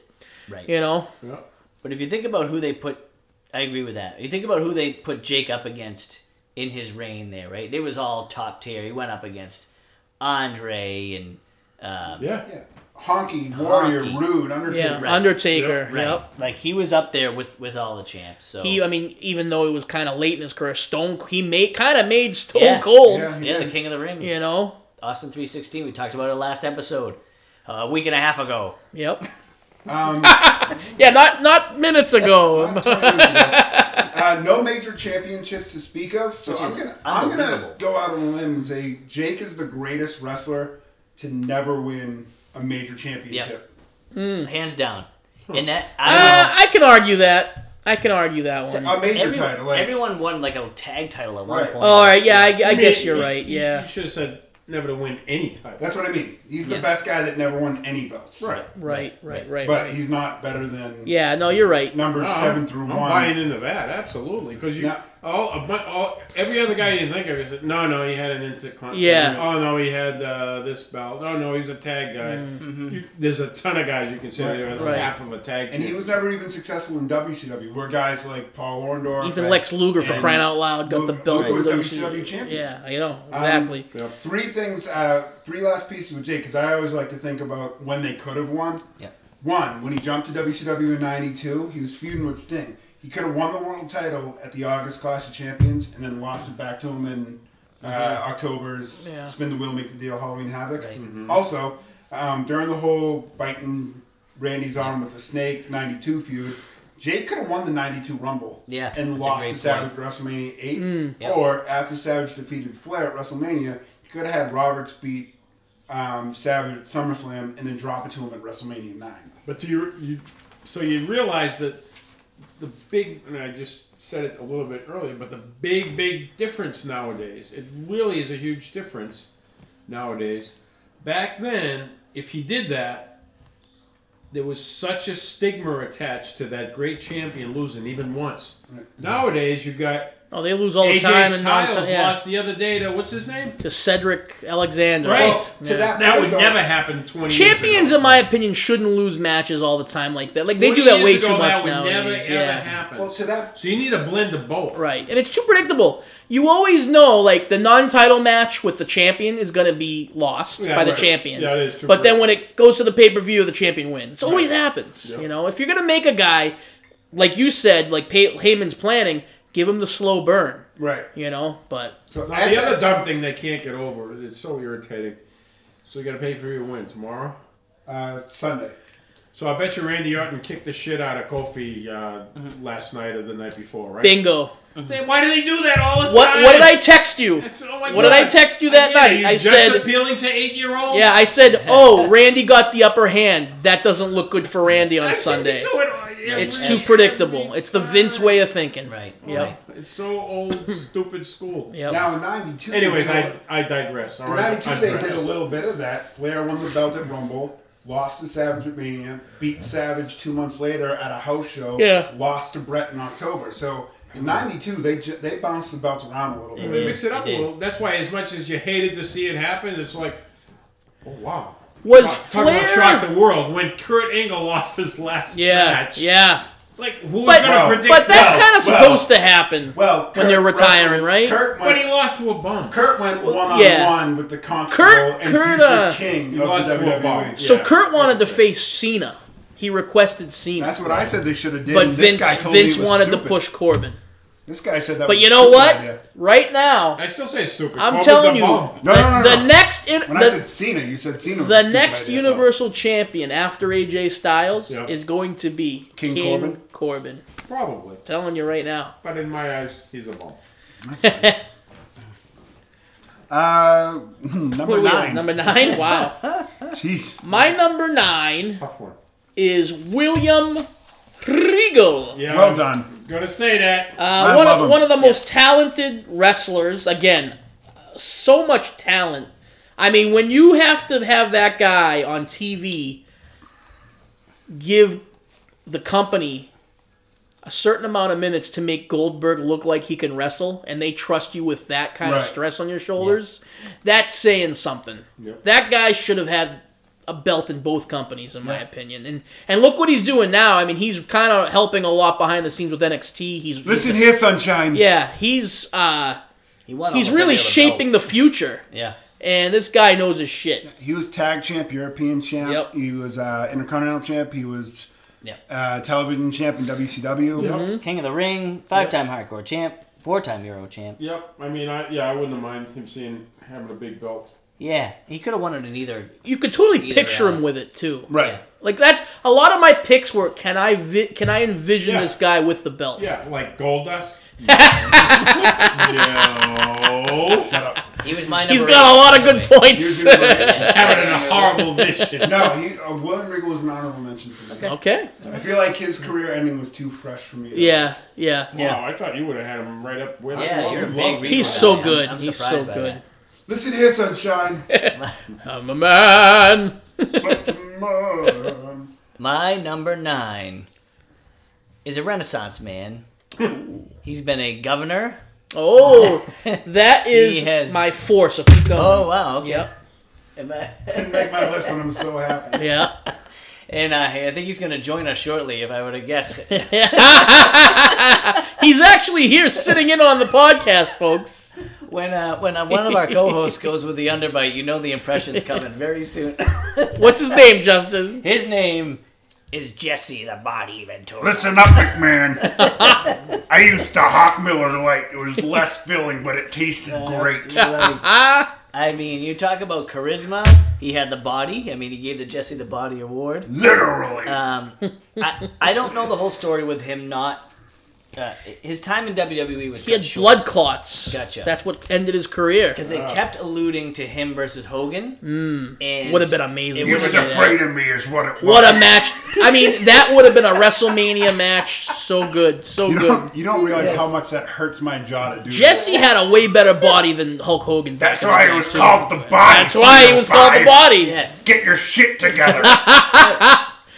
[SPEAKER 2] right.
[SPEAKER 3] You know,
[SPEAKER 4] Yeah.
[SPEAKER 2] But if you think about who they put, I agree with that. You think about who they put Jake up against in his reign there, right? It was all top tier. He went up against Andre and um,
[SPEAKER 4] yeah.
[SPEAKER 1] Yeah. Honky, Warrior,
[SPEAKER 2] Honky.
[SPEAKER 1] Rude, Undertaker. [LAUGHS]
[SPEAKER 3] yeah,
[SPEAKER 2] Right.
[SPEAKER 3] Undertaker.
[SPEAKER 4] Yep.
[SPEAKER 3] Yep.
[SPEAKER 2] like he was up there with with all the champs. So
[SPEAKER 3] He, uh, I mean, even though it was kind of late in his career, Stone he made kind of made Stone
[SPEAKER 2] Yeah.
[SPEAKER 3] Cold.
[SPEAKER 1] Yeah.
[SPEAKER 2] yeah, the king of the ring,
[SPEAKER 3] You know,
[SPEAKER 2] Austin three sixteen. We talked about it last episode, uh, a week and a half ago.
[SPEAKER 3] yep, [LAUGHS]
[SPEAKER 1] Um,
[SPEAKER 3] yeah, not not minutes ago. [LAUGHS]
[SPEAKER 1] about 20 years ago. Uh, no major championships to speak of, so
[SPEAKER 2] Which
[SPEAKER 1] I'm
[SPEAKER 2] is
[SPEAKER 1] gonna I'm gonna
[SPEAKER 2] unbelievable.
[SPEAKER 1] go out on a limb and say Jake is the greatest wrestler to never win a major championship.
[SPEAKER 3] Hmm.
[SPEAKER 2] Hands down. And that
[SPEAKER 3] Uh,
[SPEAKER 2] I
[SPEAKER 3] I can argue that. I can argue that one.
[SPEAKER 1] A major
[SPEAKER 2] don't know. everyone,
[SPEAKER 1] title, like
[SPEAKER 2] everyone won like a tag title at one
[SPEAKER 1] Right.
[SPEAKER 2] point.
[SPEAKER 3] All right, yeah, I, I guess
[SPEAKER 4] mean,
[SPEAKER 3] you're
[SPEAKER 4] you-
[SPEAKER 3] right.
[SPEAKER 4] you-
[SPEAKER 3] Yeah,
[SPEAKER 4] You should have said never to win any title.
[SPEAKER 1] that's what I mean. He's
[SPEAKER 2] Yeah.
[SPEAKER 1] the best guy that never won any belts.
[SPEAKER 4] Right.
[SPEAKER 3] right, right, right,
[SPEAKER 1] But
[SPEAKER 3] right.
[SPEAKER 1] he's not better than
[SPEAKER 3] Yeah, no, you're right.
[SPEAKER 1] numbers
[SPEAKER 4] No,
[SPEAKER 1] seven
[SPEAKER 4] I'm-
[SPEAKER 1] through
[SPEAKER 4] Uh-huh. I'm
[SPEAKER 1] one.
[SPEAKER 4] buying into that absolutely because you
[SPEAKER 1] No.
[SPEAKER 4] all, a bu- all every other guy you didn't think of you said no no he had an intercontinental
[SPEAKER 3] Yeah.
[SPEAKER 4] oh no he had uh, this belt oh no he's a tag guy you, there's a ton of guys you can say they're
[SPEAKER 3] Mm-hmm. Right.
[SPEAKER 4] half of a tag
[SPEAKER 1] And he
[SPEAKER 4] team.
[SPEAKER 1] was never even successful in WCW, where guys like Paul Orndorff,
[SPEAKER 3] Even
[SPEAKER 1] and-
[SPEAKER 3] Lex Luger for
[SPEAKER 1] and
[SPEAKER 3] crying out loud got the
[SPEAKER 1] Luger-
[SPEAKER 3] belt.
[SPEAKER 1] Luger
[SPEAKER 3] of
[SPEAKER 1] was WCW champion. Um,
[SPEAKER 3] Yeah, I know
[SPEAKER 2] Um,
[SPEAKER 3] exactly.
[SPEAKER 4] Yep.
[SPEAKER 1] Three things, uh, three last pieces with Jake, because I always like to think about when they could have won.
[SPEAKER 2] Yeah.
[SPEAKER 1] One, when he jumped to WCW in 92, he was feuding with Sting. He could have won the world title at the August Clash of Champions and then lost it back to him in uh, October's
[SPEAKER 3] Yeah. Mm-hmm.
[SPEAKER 1] Spin the Wheel, Make the Deal, Halloween Havoc.
[SPEAKER 2] Mm-hmm. Right.
[SPEAKER 1] Also, um, during the whole biting Randy's arm with the snake 92 feud, Jake could have won the 92 Rumble
[SPEAKER 2] Yeah,
[SPEAKER 1] and
[SPEAKER 2] that's a
[SPEAKER 1] lost
[SPEAKER 2] great
[SPEAKER 1] to Savage WrestleMania 8.
[SPEAKER 4] Mm.
[SPEAKER 2] Yep.
[SPEAKER 1] Or after Savage defeated Flair at WrestleMania, he could have had Roberts beat um, Savage at SummerSlam and then drop it to him at WrestleMania 9.
[SPEAKER 4] but do you, you so you realize that the big and I just said it a little bit earlier but the big big difference nowadays it really is a huge difference nowadays back then if he did that there was such a stigma attached to that great champion losing even once. Nowadays, you've got
[SPEAKER 3] Oh, they lose all the
[SPEAKER 4] AJ
[SPEAKER 3] time and non-
[SPEAKER 4] Styles
[SPEAKER 3] yeah.
[SPEAKER 4] lost the other day to what's his name?
[SPEAKER 3] to Cedric Alexander.
[SPEAKER 4] Right.
[SPEAKER 1] Well, to
[SPEAKER 3] Yeah.
[SPEAKER 1] that,
[SPEAKER 4] That
[SPEAKER 1] point,
[SPEAKER 4] would
[SPEAKER 1] though,
[SPEAKER 4] never happen 20 years
[SPEAKER 3] Champions,
[SPEAKER 4] ago.
[SPEAKER 3] in my opinion, shouldn't lose matches all the time like that. Like they
[SPEAKER 4] 20
[SPEAKER 3] do that
[SPEAKER 4] years
[SPEAKER 3] way
[SPEAKER 4] ago,
[SPEAKER 3] too much
[SPEAKER 4] that would
[SPEAKER 3] nowadays.
[SPEAKER 4] Never,
[SPEAKER 3] yeah.
[SPEAKER 4] ever happen.
[SPEAKER 1] Well, to that-
[SPEAKER 4] So you need a blend of both.
[SPEAKER 3] Right, and it's too predictable. You always know, like the non-title match with the champion is going to be lost
[SPEAKER 4] Yeah,
[SPEAKER 3] by the
[SPEAKER 4] right.
[SPEAKER 3] champion.
[SPEAKER 4] Yeah, it is too
[SPEAKER 3] But then
[SPEAKER 4] predictable.
[SPEAKER 3] when it goes to the pay-per-view, the champion wins. It always
[SPEAKER 4] Right.
[SPEAKER 3] happens.
[SPEAKER 4] Yeah.
[SPEAKER 3] You know, if you're going to make a guy, like you said, like Pey- Heyman's planning, give him the slow burn.
[SPEAKER 1] Right.
[SPEAKER 3] You know, but
[SPEAKER 1] So
[SPEAKER 4] Now,
[SPEAKER 1] at
[SPEAKER 4] the other
[SPEAKER 1] that-
[SPEAKER 4] dumb thing they can't get over. It's so irritating. So you got to pay for your win tomorrow.
[SPEAKER 1] uh, Sunday.
[SPEAKER 4] So I bet you Randy Orton kicked the shit out of Kofi uh,
[SPEAKER 3] Mm-hmm.
[SPEAKER 4] last night or the night before, right?
[SPEAKER 3] bingo.
[SPEAKER 4] They- why do they do that all the
[SPEAKER 3] What
[SPEAKER 4] time?
[SPEAKER 3] what did I text you?
[SPEAKER 4] That's- oh my
[SPEAKER 3] What did I
[SPEAKER 4] God.
[SPEAKER 3] text you that
[SPEAKER 4] Yeah,
[SPEAKER 3] night?
[SPEAKER 4] you're
[SPEAKER 3] I
[SPEAKER 4] just
[SPEAKER 3] said-
[SPEAKER 4] appealing to eight year olds.
[SPEAKER 3] Yeah,
[SPEAKER 4] [LAUGHS]
[SPEAKER 2] [LAUGHS]
[SPEAKER 3] I said, "Oh, Randy got the upper hand. That doesn't look good for Randy on Sunday. It's too predictable. It's the Vince way of thinking."
[SPEAKER 2] Right.
[SPEAKER 3] Yep.
[SPEAKER 2] Right.
[SPEAKER 4] It's so old, stupid school.
[SPEAKER 3] Yep.
[SPEAKER 1] Now in '92.
[SPEAKER 4] Anyways,
[SPEAKER 1] they did
[SPEAKER 4] I, I digress. All
[SPEAKER 1] a- in
[SPEAKER 4] right,
[SPEAKER 1] '92
[SPEAKER 4] I
[SPEAKER 1] they
[SPEAKER 4] digress.
[SPEAKER 1] did a little bit of that. Flair won the belt at Rumble, lost to Savage at Mania, beat Savage two months later at a house show.
[SPEAKER 3] Yeah.
[SPEAKER 1] Lost to Brett in October. So in '92 they ju- they bounced the belts around a little bit.
[SPEAKER 4] They mix it up a
[SPEAKER 2] They did.
[SPEAKER 4] little. That's why, as much as you hated to see it happen, it's like, oh wow.
[SPEAKER 3] Was
[SPEAKER 4] Talk- talk about
[SPEAKER 3] Flair-
[SPEAKER 4] shocked the world when Kurt Angle lost his last
[SPEAKER 3] Yeah,
[SPEAKER 4] match.
[SPEAKER 3] yeah.
[SPEAKER 4] It's like who's
[SPEAKER 3] But,
[SPEAKER 4] gonna predict
[SPEAKER 3] but that's
[SPEAKER 1] well,
[SPEAKER 3] kind of
[SPEAKER 1] well.
[SPEAKER 3] supposed to happen.
[SPEAKER 1] Well,
[SPEAKER 3] When they're retiring, right?
[SPEAKER 1] Kurt
[SPEAKER 4] But he
[SPEAKER 1] went,
[SPEAKER 4] lost to a bum.
[SPEAKER 1] Kurt went one on
[SPEAKER 3] yeah.
[SPEAKER 1] one with the Constable
[SPEAKER 3] Kurt-
[SPEAKER 1] and
[SPEAKER 3] Kurt,
[SPEAKER 1] future
[SPEAKER 3] uh,
[SPEAKER 1] king
[SPEAKER 4] He
[SPEAKER 1] of
[SPEAKER 4] lost
[SPEAKER 1] the E.
[SPEAKER 4] to a bum.
[SPEAKER 1] WWE.
[SPEAKER 3] so
[SPEAKER 4] yeah,
[SPEAKER 3] Kurt wanted to
[SPEAKER 4] that's it.
[SPEAKER 3] face Cena. He requested Cena,
[SPEAKER 1] That's what I said they should have did.
[SPEAKER 3] but
[SPEAKER 1] and this
[SPEAKER 3] Vince
[SPEAKER 1] guy told me
[SPEAKER 3] Vince
[SPEAKER 1] it was
[SPEAKER 3] wanted
[SPEAKER 1] stupid.
[SPEAKER 3] to push Corbin.
[SPEAKER 1] This guy said that.
[SPEAKER 3] But
[SPEAKER 1] was
[SPEAKER 3] you
[SPEAKER 1] a
[SPEAKER 3] know
[SPEAKER 1] stupid
[SPEAKER 3] what?
[SPEAKER 1] idea.
[SPEAKER 3] Right now,
[SPEAKER 4] I still say it's stupid.
[SPEAKER 3] I'm
[SPEAKER 4] Roman's
[SPEAKER 3] telling
[SPEAKER 4] a
[SPEAKER 3] you,
[SPEAKER 4] bum.
[SPEAKER 1] No,
[SPEAKER 3] the,
[SPEAKER 1] no, no,
[SPEAKER 3] the
[SPEAKER 1] no.
[SPEAKER 3] next in,
[SPEAKER 1] When
[SPEAKER 3] the,
[SPEAKER 1] I said Cena, you said Cena. Was a
[SPEAKER 3] the
[SPEAKER 1] stupid
[SPEAKER 3] next
[SPEAKER 1] idea.
[SPEAKER 3] Universal Champion after AJ Styles
[SPEAKER 4] Yeah.
[SPEAKER 3] is going to be
[SPEAKER 1] King Corbin?
[SPEAKER 3] Corbin.
[SPEAKER 4] Probably,
[SPEAKER 3] Telling you right now.
[SPEAKER 4] but in my eyes, he's a bum.
[SPEAKER 1] Uh, [LAUGHS] number
[SPEAKER 3] What are we at?
[SPEAKER 1] nine. [LAUGHS]
[SPEAKER 3] Number nine. Wow.
[SPEAKER 1] Jeez.
[SPEAKER 3] My number nine
[SPEAKER 4] Tough one.
[SPEAKER 3] is William Regal.
[SPEAKER 4] Yeah,
[SPEAKER 1] Well done.
[SPEAKER 4] Gonna say that.
[SPEAKER 3] Uh, one
[SPEAKER 1] love
[SPEAKER 3] of
[SPEAKER 1] him.
[SPEAKER 3] one of the most talented wrestlers. Again, so much talent. I mean, when you have to have that guy on TV give the company a certain amount of minutes to make Goldberg look like he can wrestle, and they trust you with that kind of
[SPEAKER 1] Right.
[SPEAKER 3] stress on your shoulders, that's saying something.
[SPEAKER 4] Yep.
[SPEAKER 3] That guy should have had a belt in both companies, in my opinion. And and look what he's doing now. I mean, he's kind of helping a lot behind the scenes with NXT. He's
[SPEAKER 1] Listen here, sunshine.
[SPEAKER 3] yeah, he's uh,
[SPEAKER 2] He won.
[SPEAKER 3] he's
[SPEAKER 2] almost
[SPEAKER 3] really
[SPEAKER 2] every other
[SPEAKER 3] shaping
[SPEAKER 2] belt.
[SPEAKER 3] the future,
[SPEAKER 2] Yeah.
[SPEAKER 3] and this guy knows his shit.
[SPEAKER 1] He was tag champ, European champ.
[SPEAKER 3] Yep.
[SPEAKER 1] He was uh, intercontinental champ. He was
[SPEAKER 2] Yeah.
[SPEAKER 1] uh, television champ in WCW.
[SPEAKER 2] King of the Ring, five-time hardcore champ, four-time Euro champ.
[SPEAKER 4] Yep. I mean, I yeah, I wouldn't mind him seeing having a big belt.
[SPEAKER 2] Yeah, he could have won it in either.
[SPEAKER 3] You could totally
[SPEAKER 2] Either
[SPEAKER 3] picture
[SPEAKER 2] way.
[SPEAKER 3] him with it too.
[SPEAKER 1] Right.
[SPEAKER 2] Yeah.
[SPEAKER 3] Like that's a lot of my picks were can I vi- can I envision
[SPEAKER 4] Yeah.
[SPEAKER 3] this guy with the belt?
[SPEAKER 4] Yeah, like
[SPEAKER 3] [LAUGHS]
[SPEAKER 4] Goldust. no. Shut up.
[SPEAKER 2] He was my number.
[SPEAKER 3] He's got a lot of good points.
[SPEAKER 1] You're doing great.
[SPEAKER 2] [LAUGHS]
[SPEAKER 4] Having a horrible vision.
[SPEAKER 1] No, he, uh, William Regal was an honorable mention for me.
[SPEAKER 3] okay.
[SPEAKER 1] I feel like his career ending was too fresh for me. to-
[SPEAKER 3] Yeah, yeah.
[SPEAKER 2] Yeah.
[SPEAKER 4] Wow, I thought you would have had him right up with
[SPEAKER 2] Yeah,
[SPEAKER 4] love-
[SPEAKER 2] you're a big
[SPEAKER 4] love-
[SPEAKER 2] reader.
[SPEAKER 3] He's
[SPEAKER 2] Wow.
[SPEAKER 3] so
[SPEAKER 2] I'm-
[SPEAKER 3] good.
[SPEAKER 2] I'm
[SPEAKER 3] He's
[SPEAKER 2] surprised
[SPEAKER 3] so
[SPEAKER 2] by
[SPEAKER 3] good.
[SPEAKER 1] Listen here,
[SPEAKER 3] [LAUGHS]
[SPEAKER 1] sunshine.
[SPEAKER 3] I'm a man.
[SPEAKER 1] Sunshine.
[SPEAKER 2] My number nine is a Renaissance
[SPEAKER 3] [LAUGHS]
[SPEAKER 2] man. He's been a governor. [LAUGHS]
[SPEAKER 3] Oh, that is
[SPEAKER 2] has-
[SPEAKER 3] my four. So keep going.
[SPEAKER 2] Oh wow. Okay.
[SPEAKER 3] Yep.
[SPEAKER 2] Am I- [LAUGHS]
[SPEAKER 1] Didn't make my list, but I'm so happy.
[SPEAKER 3] Yeah.
[SPEAKER 2] And uh, I think he's going to join us shortly, if I were to
[SPEAKER 3] [LAUGHS]
[SPEAKER 2] guess.
[SPEAKER 3] He's actually here sitting in on the podcast, folks.
[SPEAKER 2] When uh, when uh, one of our co-hosts
[SPEAKER 3] [LAUGHS]
[SPEAKER 2] goes with the underbite, you know the impression's coming very soon. [LAUGHS]
[SPEAKER 3] What's his name, Justin?
[SPEAKER 2] His name is Jesse the Body Ventura.
[SPEAKER 1] Listen up, McMahon. I used the hot Miller Lite. It was less filling, but it tasted great.
[SPEAKER 2] Like, I mean, you talk about charisma. He had the body. I mean, he gave the Jesse the Body award.
[SPEAKER 1] Literally.
[SPEAKER 3] Uh,
[SPEAKER 2] Um,
[SPEAKER 3] [LAUGHS]
[SPEAKER 2] I, I don't know the whole story with him not. Uh, his time in WWE was
[SPEAKER 3] He had blood clots.
[SPEAKER 2] Gotcha.
[SPEAKER 3] That's what ended his career.
[SPEAKER 2] because
[SPEAKER 1] Oh.
[SPEAKER 2] they kept alluding to him versus Hogan.
[SPEAKER 3] Hmm.
[SPEAKER 2] and
[SPEAKER 3] Would have been amazing.
[SPEAKER 2] It
[SPEAKER 1] he
[SPEAKER 2] was
[SPEAKER 1] was
[SPEAKER 2] yeah.
[SPEAKER 1] afraid of me, is what it was.
[SPEAKER 3] What a match! I mean, that would have been a WrestleMania match. So good, so
[SPEAKER 1] you
[SPEAKER 3] good.
[SPEAKER 1] don't, you don't realize how much that hurts my jaw to do.
[SPEAKER 3] Jesse had a way better body than Hulk Hogan. back
[SPEAKER 1] That's
[SPEAKER 3] in the
[SPEAKER 1] why
[SPEAKER 3] day,
[SPEAKER 1] he was
[SPEAKER 3] too.
[SPEAKER 1] called the body.
[SPEAKER 3] That's why he was called the
[SPEAKER 1] 305.
[SPEAKER 3] body.
[SPEAKER 2] Yes.
[SPEAKER 1] Get your shit together.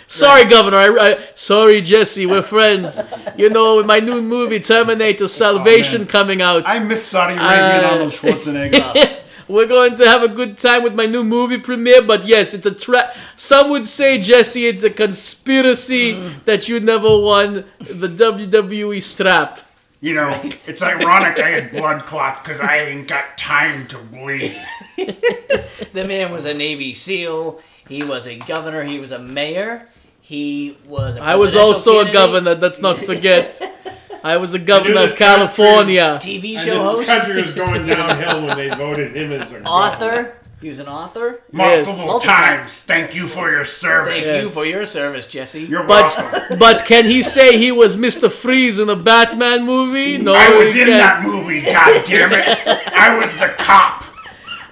[SPEAKER 2] So
[SPEAKER 3] Sorry, Governor. I, I, sorry, Jesse. We're friends. you know, with my new movie, Terminator Salvation,
[SPEAKER 1] Oh, man.
[SPEAKER 3] coming out.
[SPEAKER 1] [LAUGHS] I miss Saudi Arabia and
[SPEAKER 3] Uh,
[SPEAKER 1] Arnold Schwarzenegger.
[SPEAKER 3] We're going to have a good time with my new movie premiere, but yes, it's a trap. Some would say, Jesse, it's a conspiracy
[SPEAKER 1] Mm.
[SPEAKER 3] that you never won the WWE strap.
[SPEAKER 1] you know, it's ironic I
[SPEAKER 3] [LAUGHS]
[SPEAKER 1] had blood clot because I ain't got time to bleed.
[SPEAKER 2] The man was a Navy SEAL. He was a governor. He was a mayor. He was. I
[SPEAKER 3] I was also a governor, let's not
[SPEAKER 1] [LAUGHS]
[SPEAKER 3] forget. I was a governor
[SPEAKER 4] this
[SPEAKER 3] of California.
[SPEAKER 2] TV
[SPEAKER 4] And
[SPEAKER 2] show host,
[SPEAKER 4] this [LAUGHS] country was going downhill when they voted him as a governor.
[SPEAKER 2] author. He was an author.
[SPEAKER 1] Multiple
[SPEAKER 2] Yes.
[SPEAKER 1] times. Thank you for your
[SPEAKER 2] Thank
[SPEAKER 1] service.
[SPEAKER 2] you
[SPEAKER 3] Yes.
[SPEAKER 2] for your service, Jesse.
[SPEAKER 1] You're welcome.
[SPEAKER 3] [LAUGHS] But but can he say he was Mr. Freeze in the Batman movie? No,
[SPEAKER 1] I was
[SPEAKER 3] he
[SPEAKER 1] in
[SPEAKER 3] can't.
[SPEAKER 1] that movie, God damn
[SPEAKER 3] [LAUGHS]
[SPEAKER 1] it! I was the cop.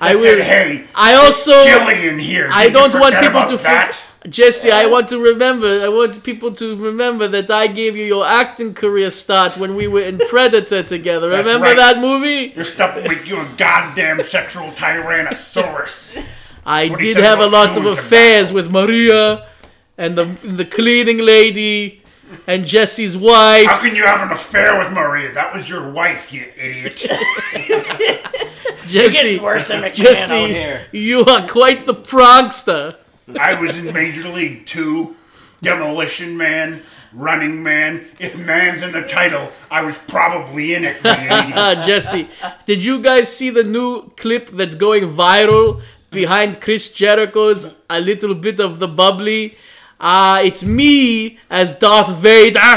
[SPEAKER 3] I
[SPEAKER 1] I said,
[SPEAKER 3] will.
[SPEAKER 1] hey,
[SPEAKER 3] I also
[SPEAKER 1] Jillian here.
[SPEAKER 3] I
[SPEAKER 1] Did you
[SPEAKER 3] don't want
[SPEAKER 1] forget
[SPEAKER 3] people
[SPEAKER 1] about
[SPEAKER 3] to
[SPEAKER 1] that.
[SPEAKER 3] forget. Jesse,
[SPEAKER 1] Uh,
[SPEAKER 3] I want to remember. I want people to remember that I gave you your acting career start when we
[SPEAKER 1] [LAUGHS]
[SPEAKER 3] were in Predator together. Remember
[SPEAKER 1] right.
[SPEAKER 3] that movie?
[SPEAKER 1] You're stuffing with you a goddamn sexual
[SPEAKER 3] [LAUGHS]
[SPEAKER 1] tyrannosaurus.
[SPEAKER 3] I
[SPEAKER 1] What he
[SPEAKER 3] did
[SPEAKER 1] said
[SPEAKER 3] have a
[SPEAKER 1] about
[SPEAKER 3] lot of
[SPEAKER 1] chewing
[SPEAKER 3] affairs with Maria and the the cleaning lady and Jesse's wife.
[SPEAKER 1] How can you have an affair with Maria? That was your wife, you idiot.
[SPEAKER 3] [LAUGHS]
[SPEAKER 2] You're
[SPEAKER 3] Jesse,
[SPEAKER 2] getting worse
[SPEAKER 3] [LAUGHS]
[SPEAKER 2] than McMahon out
[SPEAKER 3] Jesse,
[SPEAKER 2] here.
[SPEAKER 3] you are quite the prankster.
[SPEAKER 1] I was in Major League Two, Demolition Man, Running Man. If man's in the title, I was probably in it. in the 80s.
[SPEAKER 3] Ah, [LAUGHS] Jesse, did you guys see the new clip that's going viral behind Chris Jericho's "A Little Bit of the Bubbly"? Ah, it's me as Darth
[SPEAKER 2] [LAUGHS]
[SPEAKER 3] Vader,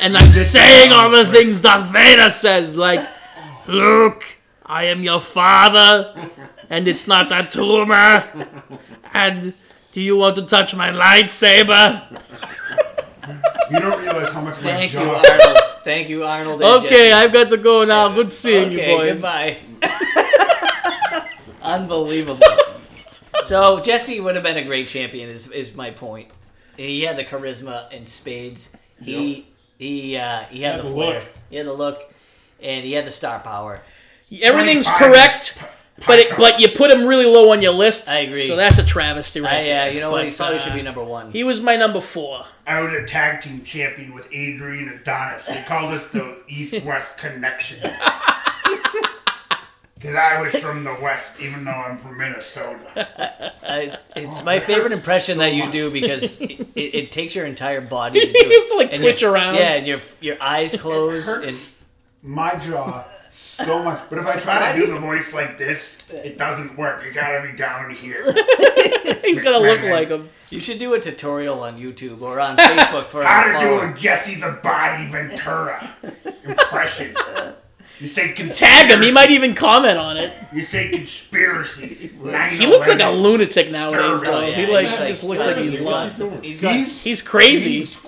[SPEAKER 3] and I'm saying all the things Darth Vader says, like, "Look, I am your father, and it's not a tumor, and." Do you want to touch my lightsaber?
[SPEAKER 1] you don't realize how much my
[SPEAKER 2] Thank you,
[SPEAKER 1] job.
[SPEAKER 2] Arnold. Thank you, Arnold. and
[SPEAKER 3] Okay,
[SPEAKER 2] Jesse.
[SPEAKER 3] I've got to go now. Good seeing
[SPEAKER 2] okay,
[SPEAKER 3] you, boys.
[SPEAKER 2] Goodbye. [LAUGHS] Unbelievable. so Jesse would have been a great champion. Is is my point? He had the charisma in spades. He he uh, he had,
[SPEAKER 4] Had
[SPEAKER 2] the,
[SPEAKER 4] the
[SPEAKER 2] flair.
[SPEAKER 4] look.
[SPEAKER 2] He had the look, and he had the star power.
[SPEAKER 3] Everything's
[SPEAKER 1] Fine.
[SPEAKER 3] correct, but it, but you put him really low on your list.
[SPEAKER 2] I agree.
[SPEAKER 3] So that's a travesty, right?
[SPEAKER 2] I, uh, you know what? He
[SPEAKER 3] But,
[SPEAKER 2] probably
[SPEAKER 3] uh,
[SPEAKER 2] should be number one.
[SPEAKER 3] He was my number four.
[SPEAKER 1] I was a tag team champion with Adrian Adonis. They called us the East West Connection.
[SPEAKER 3] [LAUGHS]
[SPEAKER 1] Because I was from the West, even though I'm from Minnesota.
[SPEAKER 2] I, it's
[SPEAKER 1] Oh,
[SPEAKER 2] my
[SPEAKER 1] that
[SPEAKER 2] favorite
[SPEAKER 1] hurts
[SPEAKER 2] impression
[SPEAKER 1] so
[SPEAKER 2] that you
[SPEAKER 1] much.
[SPEAKER 2] do because it, it, it takes your entire body to do
[SPEAKER 3] He
[SPEAKER 2] it.
[SPEAKER 3] has to, like,
[SPEAKER 2] And your-
[SPEAKER 3] twitch around.
[SPEAKER 2] Yeah, and your your eyes close.
[SPEAKER 1] hurts. My jaw so much. But if I try to do the voice like this, it doesn't work. You gotta be down [LAUGHS] here.
[SPEAKER 3] He's gonna look like him.
[SPEAKER 2] and you should do a tutorial on YouTube or on Facebook for
[SPEAKER 1] How
[SPEAKER 2] our
[SPEAKER 1] to do
[SPEAKER 2] followers.
[SPEAKER 1] a Jesse the Body Ventura impression. You say conspiracy.
[SPEAKER 3] Tag him. He might even comment on it.
[SPEAKER 1] You say conspiracy.
[SPEAKER 3] He
[SPEAKER 1] Oh,
[SPEAKER 3] looks like a lunatic nowadays,
[SPEAKER 1] Service.
[SPEAKER 3] though.
[SPEAKER 1] Yeah,
[SPEAKER 3] He like
[SPEAKER 2] he's
[SPEAKER 3] he just
[SPEAKER 2] like-
[SPEAKER 3] looks like
[SPEAKER 4] What's
[SPEAKER 3] he's
[SPEAKER 4] he
[SPEAKER 3] lost.
[SPEAKER 4] doing?
[SPEAKER 2] He's got
[SPEAKER 1] He's,
[SPEAKER 3] He's crazy.
[SPEAKER 1] he's-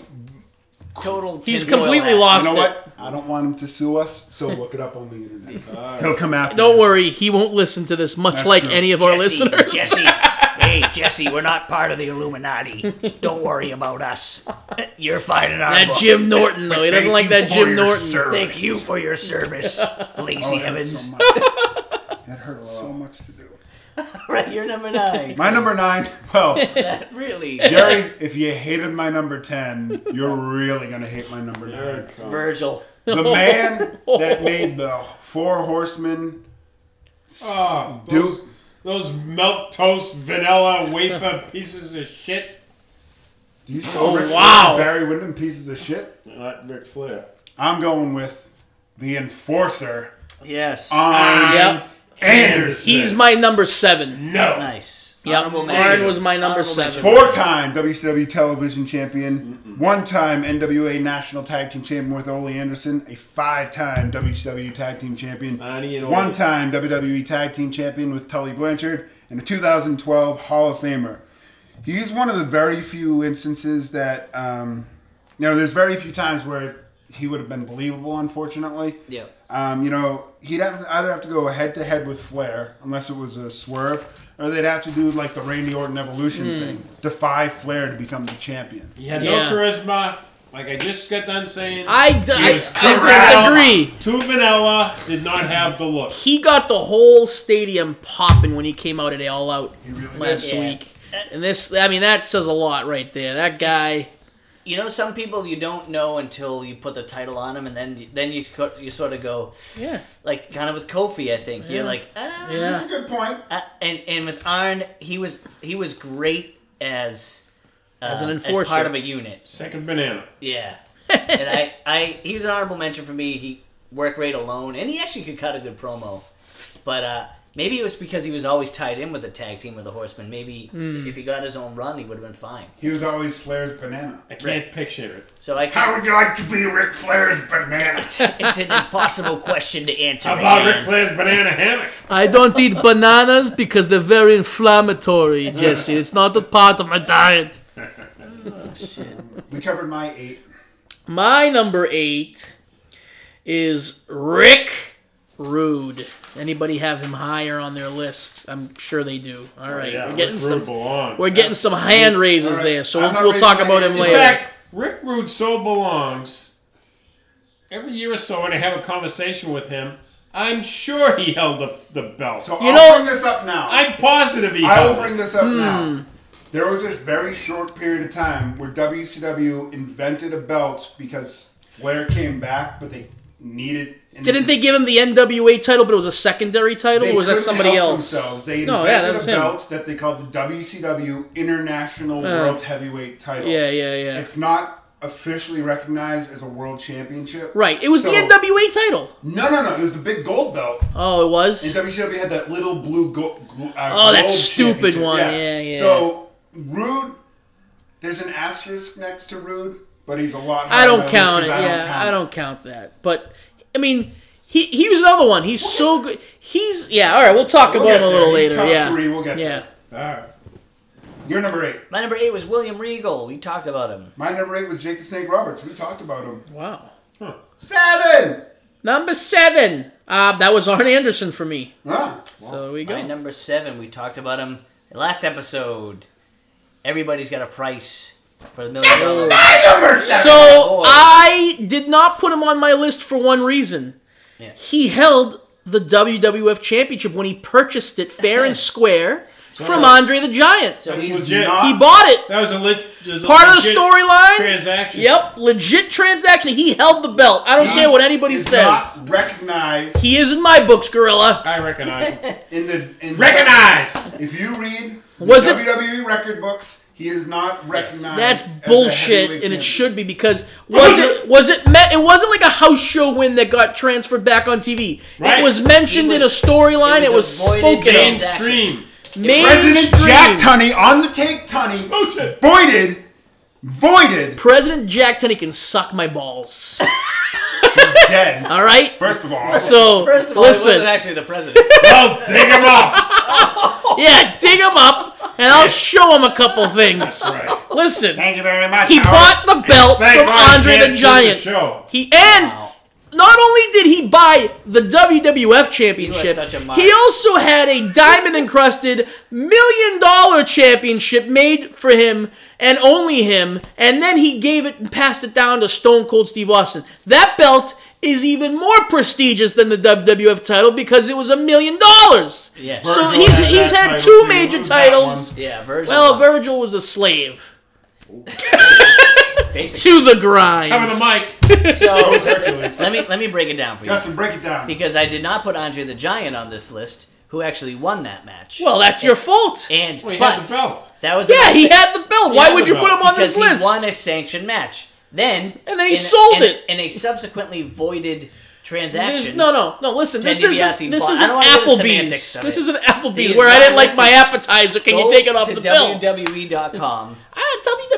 [SPEAKER 2] total.
[SPEAKER 3] He's
[SPEAKER 2] tinfoil
[SPEAKER 3] completely
[SPEAKER 2] hat.
[SPEAKER 3] lost
[SPEAKER 1] You know
[SPEAKER 3] it.
[SPEAKER 1] what? I don't want him to sue us, so look it up on the internet. He'll come after.
[SPEAKER 3] Don't
[SPEAKER 1] you.
[SPEAKER 3] worry, he won't listen to this. Much
[SPEAKER 1] That's
[SPEAKER 3] like
[SPEAKER 1] true.
[SPEAKER 3] any of our
[SPEAKER 2] Jesse,
[SPEAKER 1] [LAUGHS]
[SPEAKER 3] listeners. [LAUGHS]
[SPEAKER 2] Jesse, hey Jesse, we're not part of the Illuminati. Don't worry about us. You're fine in our
[SPEAKER 3] That
[SPEAKER 2] book.
[SPEAKER 3] Jim Norton though, he doesn't
[SPEAKER 1] Thank
[SPEAKER 3] like
[SPEAKER 1] you
[SPEAKER 3] that
[SPEAKER 1] for
[SPEAKER 3] Jim
[SPEAKER 1] your
[SPEAKER 3] Norton.
[SPEAKER 1] service.
[SPEAKER 2] Thank you for your service, Lacey
[SPEAKER 1] Oh, that hurt so
[SPEAKER 2] Evans.
[SPEAKER 1] much. That hurt so much to do.
[SPEAKER 2] right, you're number nine.
[SPEAKER 1] My number nine.
[SPEAKER 3] [LAUGHS]
[SPEAKER 1] Well,
[SPEAKER 2] really,
[SPEAKER 1] Jerry, [LAUGHS] if you hated my number ten, you're really gonna hate my number nine.
[SPEAKER 4] uh,
[SPEAKER 2] Virgil.
[SPEAKER 1] The man that made the Four Horsemen
[SPEAKER 4] Oh,
[SPEAKER 1] do.
[SPEAKER 4] those, those milk toast vanilla
[SPEAKER 3] [LAUGHS]
[SPEAKER 4] wafer pieces of shit.
[SPEAKER 1] Do you still Ric Flair
[SPEAKER 3] wow.
[SPEAKER 1] and Barry Windham pieces of shit?
[SPEAKER 4] Not Uh, Ric Flair.
[SPEAKER 1] I'm going with the Enforcer
[SPEAKER 2] Yes.
[SPEAKER 1] on
[SPEAKER 3] Yep.
[SPEAKER 1] Anderson.
[SPEAKER 3] He's my number seven.
[SPEAKER 4] No.
[SPEAKER 2] nice.
[SPEAKER 3] Yep.
[SPEAKER 2] Honorable
[SPEAKER 3] Arn
[SPEAKER 2] mention.
[SPEAKER 3] was my number
[SPEAKER 2] Honorable
[SPEAKER 3] seven.
[SPEAKER 1] Four-time WCW television champion, one-time NWA National Tag Team Champion with Ole Anderson, a five-time WCW Tag Team Champion,
[SPEAKER 4] Money and Ole.
[SPEAKER 1] one-time WWE Tag Team Champion with Tully Blanchard, and a 2012 Hall of Famer. He's one of the very few instances that, um, you know, there's very few times where he would have been believable, unfortunately.
[SPEAKER 2] Yeah.
[SPEAKER 1] Um, you know, he'd have either have to go head to head with Flair, unless it was a swerve, or they'd have to do like the Randy Orton evolution
[SPEAKER 3] Hmm.
[SPEAKER 1] thing, defy Flair to become the champion.
[SPEAKER 4] He had
[SPEAKER 3] Yeah.
[SPEAKER 4] no charisma. Like I just got done saying.
[SPEAKER 3] I, d- I,
[SPEAKER 4] He was
[SPEAKER 3] I disagree.
[SPEAKER 4] Too vanilla. Did not have the look.
[SPEAKER 3] he got the whole stadium popping when he came out at All Out
[SPEAKER 1] really
[SPEAKER 3] last
[SPEAKER 2] did. Yeah.
[SPEAKER 3] week. And this, I mean, that says a lot right there. That guy,
[SPEAKER 2] You know, some people you don't know until you put the title on them, and then then you co- you sort of go
[SPEAKER 3] yeah,
[SPEAKER 2] like kind of with Kofi. I think you're like
[SPEAKER 3] Uh,
[SPEAKER 2] ah.
[SPEAKER 1] That's a
[SPEAKER 3] yeah,
[SPEAKER 1] good point.
[SPEAKER 2] Uh, and and with Arn, he was he was great as uh,
[SPEAKER 3] As an
[SPEAKER 2] as part
[SPEAKER 3] enforcer.
[SPEAKER 2] of a unit.
[SPEAKER 4] Second banana.
[SPEAKER 2] Yeah, and I [LAUGHS] I he was an honorable mention for me. He worked rate alone, and he actually could cut a good promo, but uh, maybe it was because he was always tied in with the tag team or the Horsemen. Maybe
[SPEAKER 3] Hmm.
[SPEAKER 2] if he got his own run, he would have been fine.
[SPEAKER 1] He was always Flair's banana.
[SPEAKER 4] I can't picture it.
[SPEAKER 2] So I
[SPEAKER 1] How
[SPEAKER 2] can
[SPEAKER 1] would you like to be Ric Flair's banana?
[SPEAKER 2] it's an impossible question to answer.
[SPEAKER 4] How [LAUGHS] about
[SPEAKER 2] man.
[SPEAKER 4] Ric Flair's banana hammock?
[SPEAKER 3] I don't eat bananas because they're very inflammatory, Jesse. It's not a part of my diet.
[SPEAKER 1] We covered my eight.
[SPEAKER 3] My number eight is Rick Rude. Anybody have him higher on their list? I'm sure they do.
[SPEAKER 1] Oh,
[SPEAKER 3] All [LAUGHS] right,
[SPEAKER 4] Yeah,
[SPEAKER 3] we're getting
[SPEAKER 4] Rick Rude
[SPEAKER 3] some
[SPEAKER 4] belongs.
[SPEAKER 3] we're getting some hand raises
[SPEAKER 1] All right.
[SPEAKER 3] there, so
[SPEAKER 1] I'm not
[SPEAKER 3] we'll, we'll talk
[SPEAKER 1] raising my
[SPEAKER 3] about him
[SPEAKER 1] hand.
[SPEAKER 4] In
[SPEAKER 1] later.
[SPEAKER 4] fact, Rick Rude so belongs. Every year or so, when I have a conversation with him, I'm sure he held the, the belt.
[SPEAKER 1] So
[SPEAKER 3] You
[SPEAKER 1] I'll
[SPEAKER 3] know-
[SPEAKER 1] bring this up now.
[SPEAKER 4] I'm positive he
[SPEAKER 1] I
[SPEAKER 4] held
[SPEAKER 1] will
[SPEAKER 4] it.
[SPEAKER 1] bring this
[SPEAKER 3] Hmm.
[SPEAKER 1] up now. There was a very short period of time where WCW invented a belt because Flair came back, but they needed. and
[SPEAKER 3] Didn't they give him the NWA title, but it was a secondary title,
[SPEAKER 1] They
[SPEAKER 3] or was that
[SPEAKER 1] couldn't
[SPEAKER 3] somebody
[SPEAKER 1] help
[SPEAKER 3] else?
[SPEAKER 1] Themselves. They
[SPEAKER 3] No,
[SPEAKER 1] invented
[SPEAKER 3] yeah, that's
[SPEAKER 1] a
[SPEAKER 3] him. Oh.
[SPEAKER 1] belt that they called the WCW International World Heavyweight Title.
[SPEAKER 3] Yeah, yeah, yeah.
[SPEAKER 1] It's not officially recognized as a world championship.
[SPEAKER 3] right. It was the
[SPEAKER 1] So-
[SPEAKER 3] NWA title.
[SPEAKER 1] No, no, no. It was the big gold belt.
[SPEAKER 3] Oh, it
[SPEAKER 1] And
[SPEAKER 3] was.
[SPEAKER 1] WCW had that little blue go- gl- uh,
[SPEAKER 3] Oh, that
[SPEAKER 1] globe
[SPEAKER 3] stupid
[SPEAKER 1] championship.
[SPEAKER 3] one. Yeah, yeah.
[SPEAKER 1] So Rude, there's an asterisk next to Rude, but he's a lot. higher
[SPEAKER 3] I
[SPEAKER 1] on
[SPEAKER 3] don't
[SPEAKER 1] the list
[SPEAKER 3] count it.
[SPEAKER 1] 'cause
[SPEAKER 3] Yeah,
[SPEAKER 1] count
[SPEAKER 3] I
[SPEAKER 1] it.
[SPEAKER 3] don't count that. But I mean, he he was another one. He's so good. He's yeah. All right, we'll talk
[SPEAKER 1] We'll
[SPEAKER 3] about
[SPEAKER 1] get
[SPEAKER 3] him a
[SPEAKER 1] there.
[SPEAKER 3] little
[SPEAKER 1] He's
[SPEAKER 3] later.
[SPEAKER 1] top
[SPEAKER 3] yeah,
[SPEAKER 1] three. We'll get
[SPEAKER 3] yeah.
[SPEAKER 1] there.
[SPEAKER 4] All right.
[SPEAKER 1] You're number eight.
[SPEAKER 2] My number eight was William Regal. We talked about him.
[SPEAKER 1] My number eight was Jake the Snake Roberts. We talked about him.
[SPEAKER 3] Wow.
[SPEAKER 1] Seven.
[SPEAKER 3] Number seven. Uh, that was Arn Anderson for me.
[SPEAKER 1] Ah,
[SPEAKER 3] So there we
[SPEAKER 2] My
[SPEAKER 3] go.
[SPEAKER 2] number seven. We talked about him last episode. Everybody's got a price for the million dollars.
[SPEAKER 3] So I did not put him on my list for one reason.
[SPEAKER 2] Yeah.
[SPEAKER 3] He held the WWF Championship when he purchased it fair and square from Andre the Giant.
[SPEAKER 2] So
[SPEAKER 1] he's
[SPEAKER 2] he's-
[SPEAKER 4] legit.
[SPEAKER 1] not.
[SPEAKER 3] He bought it.
[SPEAKER 4] That was a lit. just a
[SPEAKER 3] Part of the
[SPEAKER 4] legit
[SPEAKER 3] storyline?
[SPEAKER 4] Transaction.
[SPEAKER 3] Yep, legit transaction. He held the belt. I don't
[SPEAKER 1] He
[SPEAKER 3] care what anybody
[SPEAKER 1] is
[SPEAKER 3] says.
[SPEAKER 1] Not recognized
[SPEAKER 3] He is in my books, Gorilla.
[SPEAKER 4] I
[SPEAKER 3] [LAUGHS]
[SPEAKER 4] recognize him.
[SPEAKER 1] in the in
[SPEAKER 4] recognize!
[SPEAKER 1] If you read the
[SPEAKER 3] Was it-
[SPEAKER 1] WWE record books, he is not recognized.
[SPEAKER 3] That's
[SPEAKER 1] as a
[SPEAKER 3] bullshit,
[SPEAKER 1] heavyweight
[SPEAKER 3] and
[SPEAKER 1] champion.
[SPEAKER 3] it should be because was it was it me- it wasn't like a house show win that got transferred back on TV. It
[SPEAKER 4] Right.
[SPEAKER 3] was mentioned
[SPEAKER 2] He
[SPEAKER 3] in a
[SPEAKER 2] was-
[SPEAKER 3] storyline.
[SPEAKER 2] it
[SPEAKER 3] It was,
[SPEAKER 2] was avoided
[SPEAKER 3] spoken
[SPEAKER 2] James-
[SPEAKER 3] of.
[SPEAKER 4] Mainstream.
[SPEAKER 1] President
[SPEAKER 3] Mainstream.
[SPEAKER 1] Jack Tunney on the take Tunney
[SPEAKER 4] Bullshit.
[SPEAKER 1] voided voided
[SPEAKER 3] [LAUGHS] President Jack Tunney can suck my balls.
[SPEAKER 1] dead.
[SPEAKER 3] All right.
[SPEAKER 1] First of all,
[SPEAKER 2] [LAUGHS]
[SPEAKER 3] So
[SPEAKER 2] First of all, he wasn't
[SPEAKER 3] listen,
[SPEAKER 2] actually the president.
[SPEAKER 3] [LAUGHS]
[SPEAKER 4] Well, dig him up.
[SPEAKER 3] yeah, dig him up,
[SPEAKER 2] [LAUGHS]
[SPEAKER 3] and I'll show him a couple things.
[SPEAKER 4] Right.
[SPEAKER 3] Listen,
[SPEAKER 1] thank you very much.
[SPEAKER 3] he bought
[SPEAKER 1] Howard.
[SPEAKER 3] the belt
[SPEAKER 4] Thank
[SPEAKER 3] from
[SPEAKER 4] God
[SPEAKER 3] Andre
[SPEAKER 4] he
[SPEAKER 3] the
[SPEAKER 4] can't see
[SPEAKER 3] Giant.
[SPEAKER 4] show.
[SPEAKER 3] He and not only did he buy the WWF championship,
[SPEAKER 2] such a mark.
[SPEAKER 3] he also had a diamond encrusted million dollar championship made for him and only him, and then he gave it and passed it down to Stone Cold Steve Austin. That belt is even more prestigious than the WWF title because it was a million dollars.
[SPEAKER 2] Yes.
[SPEAKER 3] So
[SPEAKER 1] Virgil
[SPEAKER 3] he's
[SPEAKER 1] had
[SPEAKER 3] he's
[SPEAKER 1] that
[SPEAKER 3] had
[SPEAKER 1] title,
[SPEAKER 3] two
[SPEAKER 1] too.
[SPEAKER 3] major
[SPEAKER 1] Who's that
[SPEAKER 3] titles.
[SPEAKER 2] Yeah, Virgil.
[SPEAKER 3] Well, Virgil was a slave
[SPEAKER 2] basically.
[SPEAKER 3] to the grind.
[SPEAKER 4] Cover the mic.
[SPEAKER 2] So,
[SPEAKER 1] Those Hercules.
[SPEAKER 2] let me let me break it down
[SPEAKER 3] [LAUGHS]
[SPEAKER 2] for you
[SPEAKER 1] Justin, break it down.
[SPEAKER 2] because I did not put Andre the Giant on this list, who actually won that match.
[SPEAKER 3] Well, that's your fault.
[SPEAKER 2] and
[SPEAKER 4] Well, he had
[SPEAKER 2] but
[SPEAKER 4] the belt.
[SPEAKER 2] that was
[SPEAKER 3] Yeah,
[SPEAKER 2] another
[SPEAKER 3] he
[SPEAKER 2] thing.
[SPEAKER 3] had the belt. Why
[SPEAKER 4] had
[SPEAKER 3] would
[SPEAKER 4] the
[SPEAKER 3] you put
[SPEAKER 4] belt.
[SPEAKER 3] him on
[SPEAKER 2] because
[SPEAKER 3] this list?
[SPEAKER 2] he won a sanctioned match. Then
[SPEAKER 3] And then he
[SPEAKER 2] in a-
[SPEAKER 3] sold
[SPEAKER 2] in a-
[SPEAKER 3] it.
[SPEAKER 2] in a subsequently voided
[SPEAKER 3] This-
[SPEAKER 2] transaction.
[SPEAKER 3] no, no, no. Listen,
[SPEAKER 2] Ted
[SPEAKER 3] this isn't
[SPEAKER 2] DiBiase
[SPEAKER 3] this
[SPEAKER 2] bought- I
[SPEAKER 3] isn't
[SPEAKER 2] don't wanna hear the
[SPEAKER 3] Applebee's.
[SPEAKER 2] semantics of
[SPEAKER 3] This
[SPEAKER 2] it.
[SPEAKER 3] isn't Applebee's
[SPEAKER 2] These
[SPEAKER 3] where I
[SPEAKER 2] not
[SPEAKER 3] didn't like my
[SPEAKER 2] listed.
[SPEAKER 3] appetizer. Can
[SPEAKER 2] Go
[SPEAKER 3] you take it off
[SPEAKER 2] to E
[SPEAKER 3] the bill? [LAUGHS]
[SPEAKER 2] WWE.com.
[SPEAKER 3] Ah,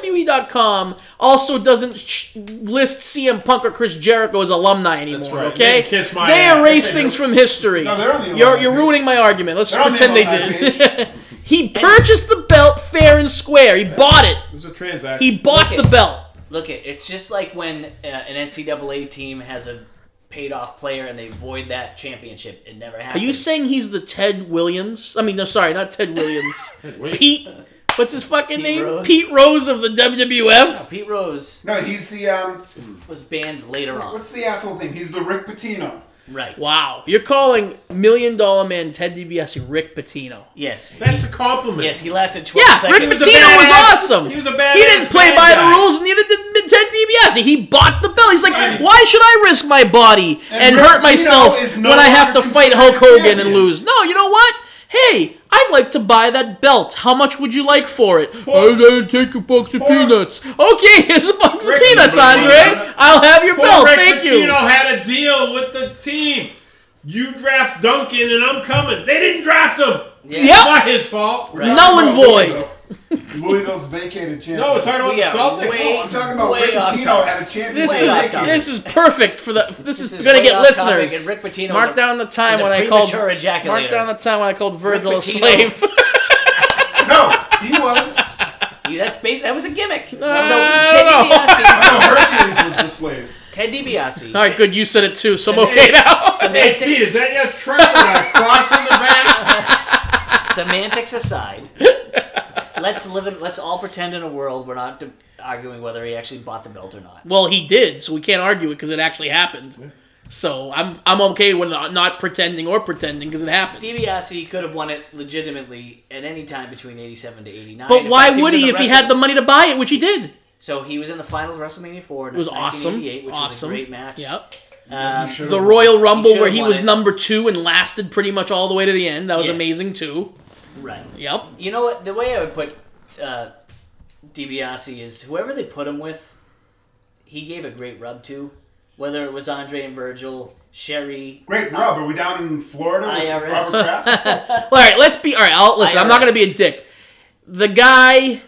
[SPEAKER 3] WWE.com also doesn't sh- list CM Punk or Chris Jericho as alumni anymore.
[SPEAKER 4] right.
[SPEAKER 3] Okay,
[SPEAKER 4] They can kiss my
[SPEAKER 3] They
[SPEAKER 4] ass.
[SPEAKER 3] erase
[SPEAKER 1] Yes, they
[SPEAKER 3] things
[SPEAKER 1] do.
[SPEAKER 3] from history.
[SPEAKER 1] No, they're on the
[SPEAKER 3] you're
[SPEAKER 1] alumni
[SPEAKER 3] you're
[SPEAKER 1] page.
[SPEAKER 3] ruining my argument. Let's
[SPEAKER 1] They're on the
[SPEAKER 3] pretend they
[SPEAKER 1] alumni
[SPEAKER 3] did. [LAUGHS] he purchased the belt fair and square. He bought it.
[SPEAKER 4] It was a transaction.
[SPEAKER 3] He bought
[SPEAKER 2] Okay.
[SPEAKER 3] the belt.
[SPEAKER 2] Look, it it's just like when uh, an NCAA team has a paid-off player and they void that championship. It never
[SPEAKER 3] Are
[SPEAKER 2] happens.
[SPEAKER 3] you saying he's the Ted Williams? I mean, no, sorry, not Ted Williams.
[SPEAKER 4] Wait.
[SPEAKER 3] [LAUGHS] Pete. What's his fucking name?
[SPEAKER 2] Rose?
[SPEAKER 3] Pete Rose of the WWF.
[SPEAKER 2] Pete Rose
[SPEAKER 1] No, he's the um.
[SPEAKER 2] was banned later on.
[SPEAKER 1] What's the asshole's name? He's the Rick Pitino.
[SPEAKER 2] Right.
[SPEAKER 3] Wow, you're calling Million Dollar Man Ted DiBiase Rick Pitino.
[SPEAKER 2] Yes.
[SPEAKER 4] That's a compliment.
[SPEAKER 2] Yes, he lasted 12
[SPEAKER 3] Yeah,
[SPEAKER 2] seconds.
[SPEAKER 3] Rick
[SPEAKER 4] was a
[SPEAKER 3] Pitino was
[SPEAKER 4] badass-
[SPEAKER 3] awesome.
[SPEAKER 4] he was a badass
[SPEAKER 3] He didn't play
[SPEAKER 4] bad
[SPEAKER 3] by
[SPEAKER 4] guy.
[SPEAKER 3] the rules, neither did Ted DiBiase. He bought the belt. He's like,
[SPEAKER 4] Right.
[SPEAKER 3] why should I risk my body and,
[SPEAKER 1] And Rick
[SPEAKER 3] hurt
[SPEAKER 1] Pitino
[SPEAKER 3] myself
[SPEAKER 1] is no
[SPEAKER 3] when I have to
[SPEAKER 1] longer
[SPEAKER 3] fight
[SPEAKER 1] considered
[SPEAKER 3] Hulk
[SPEAKER 1] a
[SPEAKER 3] Hogan and
[SPEAKER 1] champion."
[SPEAKER 3] lose? No, you know what? Hey, I'd like to buy that belt. How much would you like for it?
[SPEAKER 4] Or-
[SPEAKER 3] I'd like to take a box of
[SPEAKER 4] or-
[SPEAKER 3] peanuts. Okay, [LAUGHS] here's a box
[SPEAKER 4] Rick
[SPEAKER 3] of peanuts,
[SPEAKER 4] Pitino.
[SPEAKER 3] Andre. I'll have your
[SPEAKER 4] Poor
[SPEAKER 3] belt.
[SPEAKER 4] Rick
[SPEAKER 3] Thank
[SPEAKER 4] Pitino
[SPEAKER 3] you.
[SPEAKER 4] had a deal with the team. You draft Duncan, and I'm coming. They didn't draft him.
[SPEAKER 2] Yeah.
[SPEAKER 3] Yep.
[SPEAKER 4] It's not his fault.
[SPEAKER 1] We're talking
[SPEAKER 3] Null and
[SPEAKER 1] about
[SPEAKER 3] void.
[SPEAKER 1] Louisville. Louisville's vacated champion.
[SPEAKER 4] No, we're talking about
[SPEAKER 2] We are
[SPEAKER 4] the Celtics.
[SPEAKER 2] way-
[SPEAKER 1] Oh, I'm talking about
[SPEAKER 2] Way
[SPEAKER 1] Rick
[SPEAKER 2] off
[SPEAKER 1] Pitino
[SPEAKER 2] topic.
[SPEAKER 1] had a champion.
[SPEAKER 3] This
[SPEAKER 2] Way
[SPEAKER 3] is
[SPEAKER 2] off topic.
[SPEAKER 3] this is perfect for the. This, is,
[SPEAKER 2] is
[SPEAKER 3] gonna
[SPEAKER 2] way
[SPEAKER 3] get
[SPEAKER 2] off topic,
[SPEAKER 3] listeners.
[SPEAKER 2] and Rick Pitino is
[SPEAKER 3] mark
[SPEAKER 2] a-
[SPEAKER 3] down the time
[SPEAKER 2] is a
[SPEAKER 3] when I called.
[SPEAKER 2] premature
[SPEAKER 3] Mark
[SPEAKER 2] ejaculator.
[SPEAKER 3] down the time when I called Virgil a
[SPEAKER 2] Pitino.
[SPEAKER 3] slave.
[SPEAKER 2] [LAUGHS]
[SPEAKER 3] [LAUGHS]
[SPEAKER 1] No, he was.
[SPEAKER 2] He- that's ba- that was a gimmick. so
[SPEAKER 3] Uh, I
[SPEAKER 2] Ted
[SPEAKER 3] don't
[SPEAKER 2] DiBiase,
[SPEAKER 1] [LAUGHS] No, Hercules was the slave.
[SPEAKER 2] Ted DiBiase,
[SPEAKER 3] All right, good. You said it too, so I'm okay now.
[SPEAKER 4] Hey, Pete,
[SPEAKER 2] [LAUGHS]
[SPEAKER 4] is
[SPEAKER 2] semantics,
[SPEAKER 4] that your
[SPEAKER 3] [LAUGHS]
[SPEAKER 4] truck with a cross in the
[SPEAKER 2] [LAUGHS]
[SPEAKER 4] back?
[SPEAKER 2] semantics aside, let's live in. Let's all pretend in a world we're not de- arguing whether he actually bought the belt or not.
[SPEAKER 3] Well, he did, so we can't argue it because it actually happened. So I'm I'm okay with not, not pretending or pretending because it happened.
[SPEAKER 2] DiBiase E could have won it legitimately at any time between '87 to '89.
[SPEAKER 3] but why would he if he had the money to buy it, which he did?
[SPEAKER 2] So he was in the finals of WrestleMania four. In
[SPEAKER 3] It was awesome.
[SPEAKER 2] Which
[SPEAKER 3] awesome.
[SPEAKER 2] was a great match.
[SPEAKER 3] Yep.
[SPEAKER 2] Um,
[SPEAKER 1] He should've
[SPEAKER 3] The
[SPEAKER 1] won.
[SPEAKER 3] Royal Rumble
[SPEAKER 2] should've
[SPEAKER 3] where he
[SPEAKER 2] won
[SPEAKER 3] was
[SPEAKER 2] it.
[SPEAKER 3] number two and lasted pretty much all the way to the end. That was
[SPEAKER 2] Yes.
[SPEAKER 3] amazing too.
[SPEAKER 2] right.
[SPEAKER 3] Yep.
[SPEAKER 2] You know what? The way I would put uh, DiBiase E is whoever they put him with, he gave a great rub to. Whether it was Andre and Virgil, Sherry,
[SPEAKER 1] Great rub. Are we down in Florida with
[SPEAKER 2] IRS.
[SPEAKER 1] Robert Kraft?
[SPEAKER 3] All right, let's be all right. I'll, listen, I'm not going to be a
[SPEAKER 2] IRS.
[SPEAKER 3] dick. The guy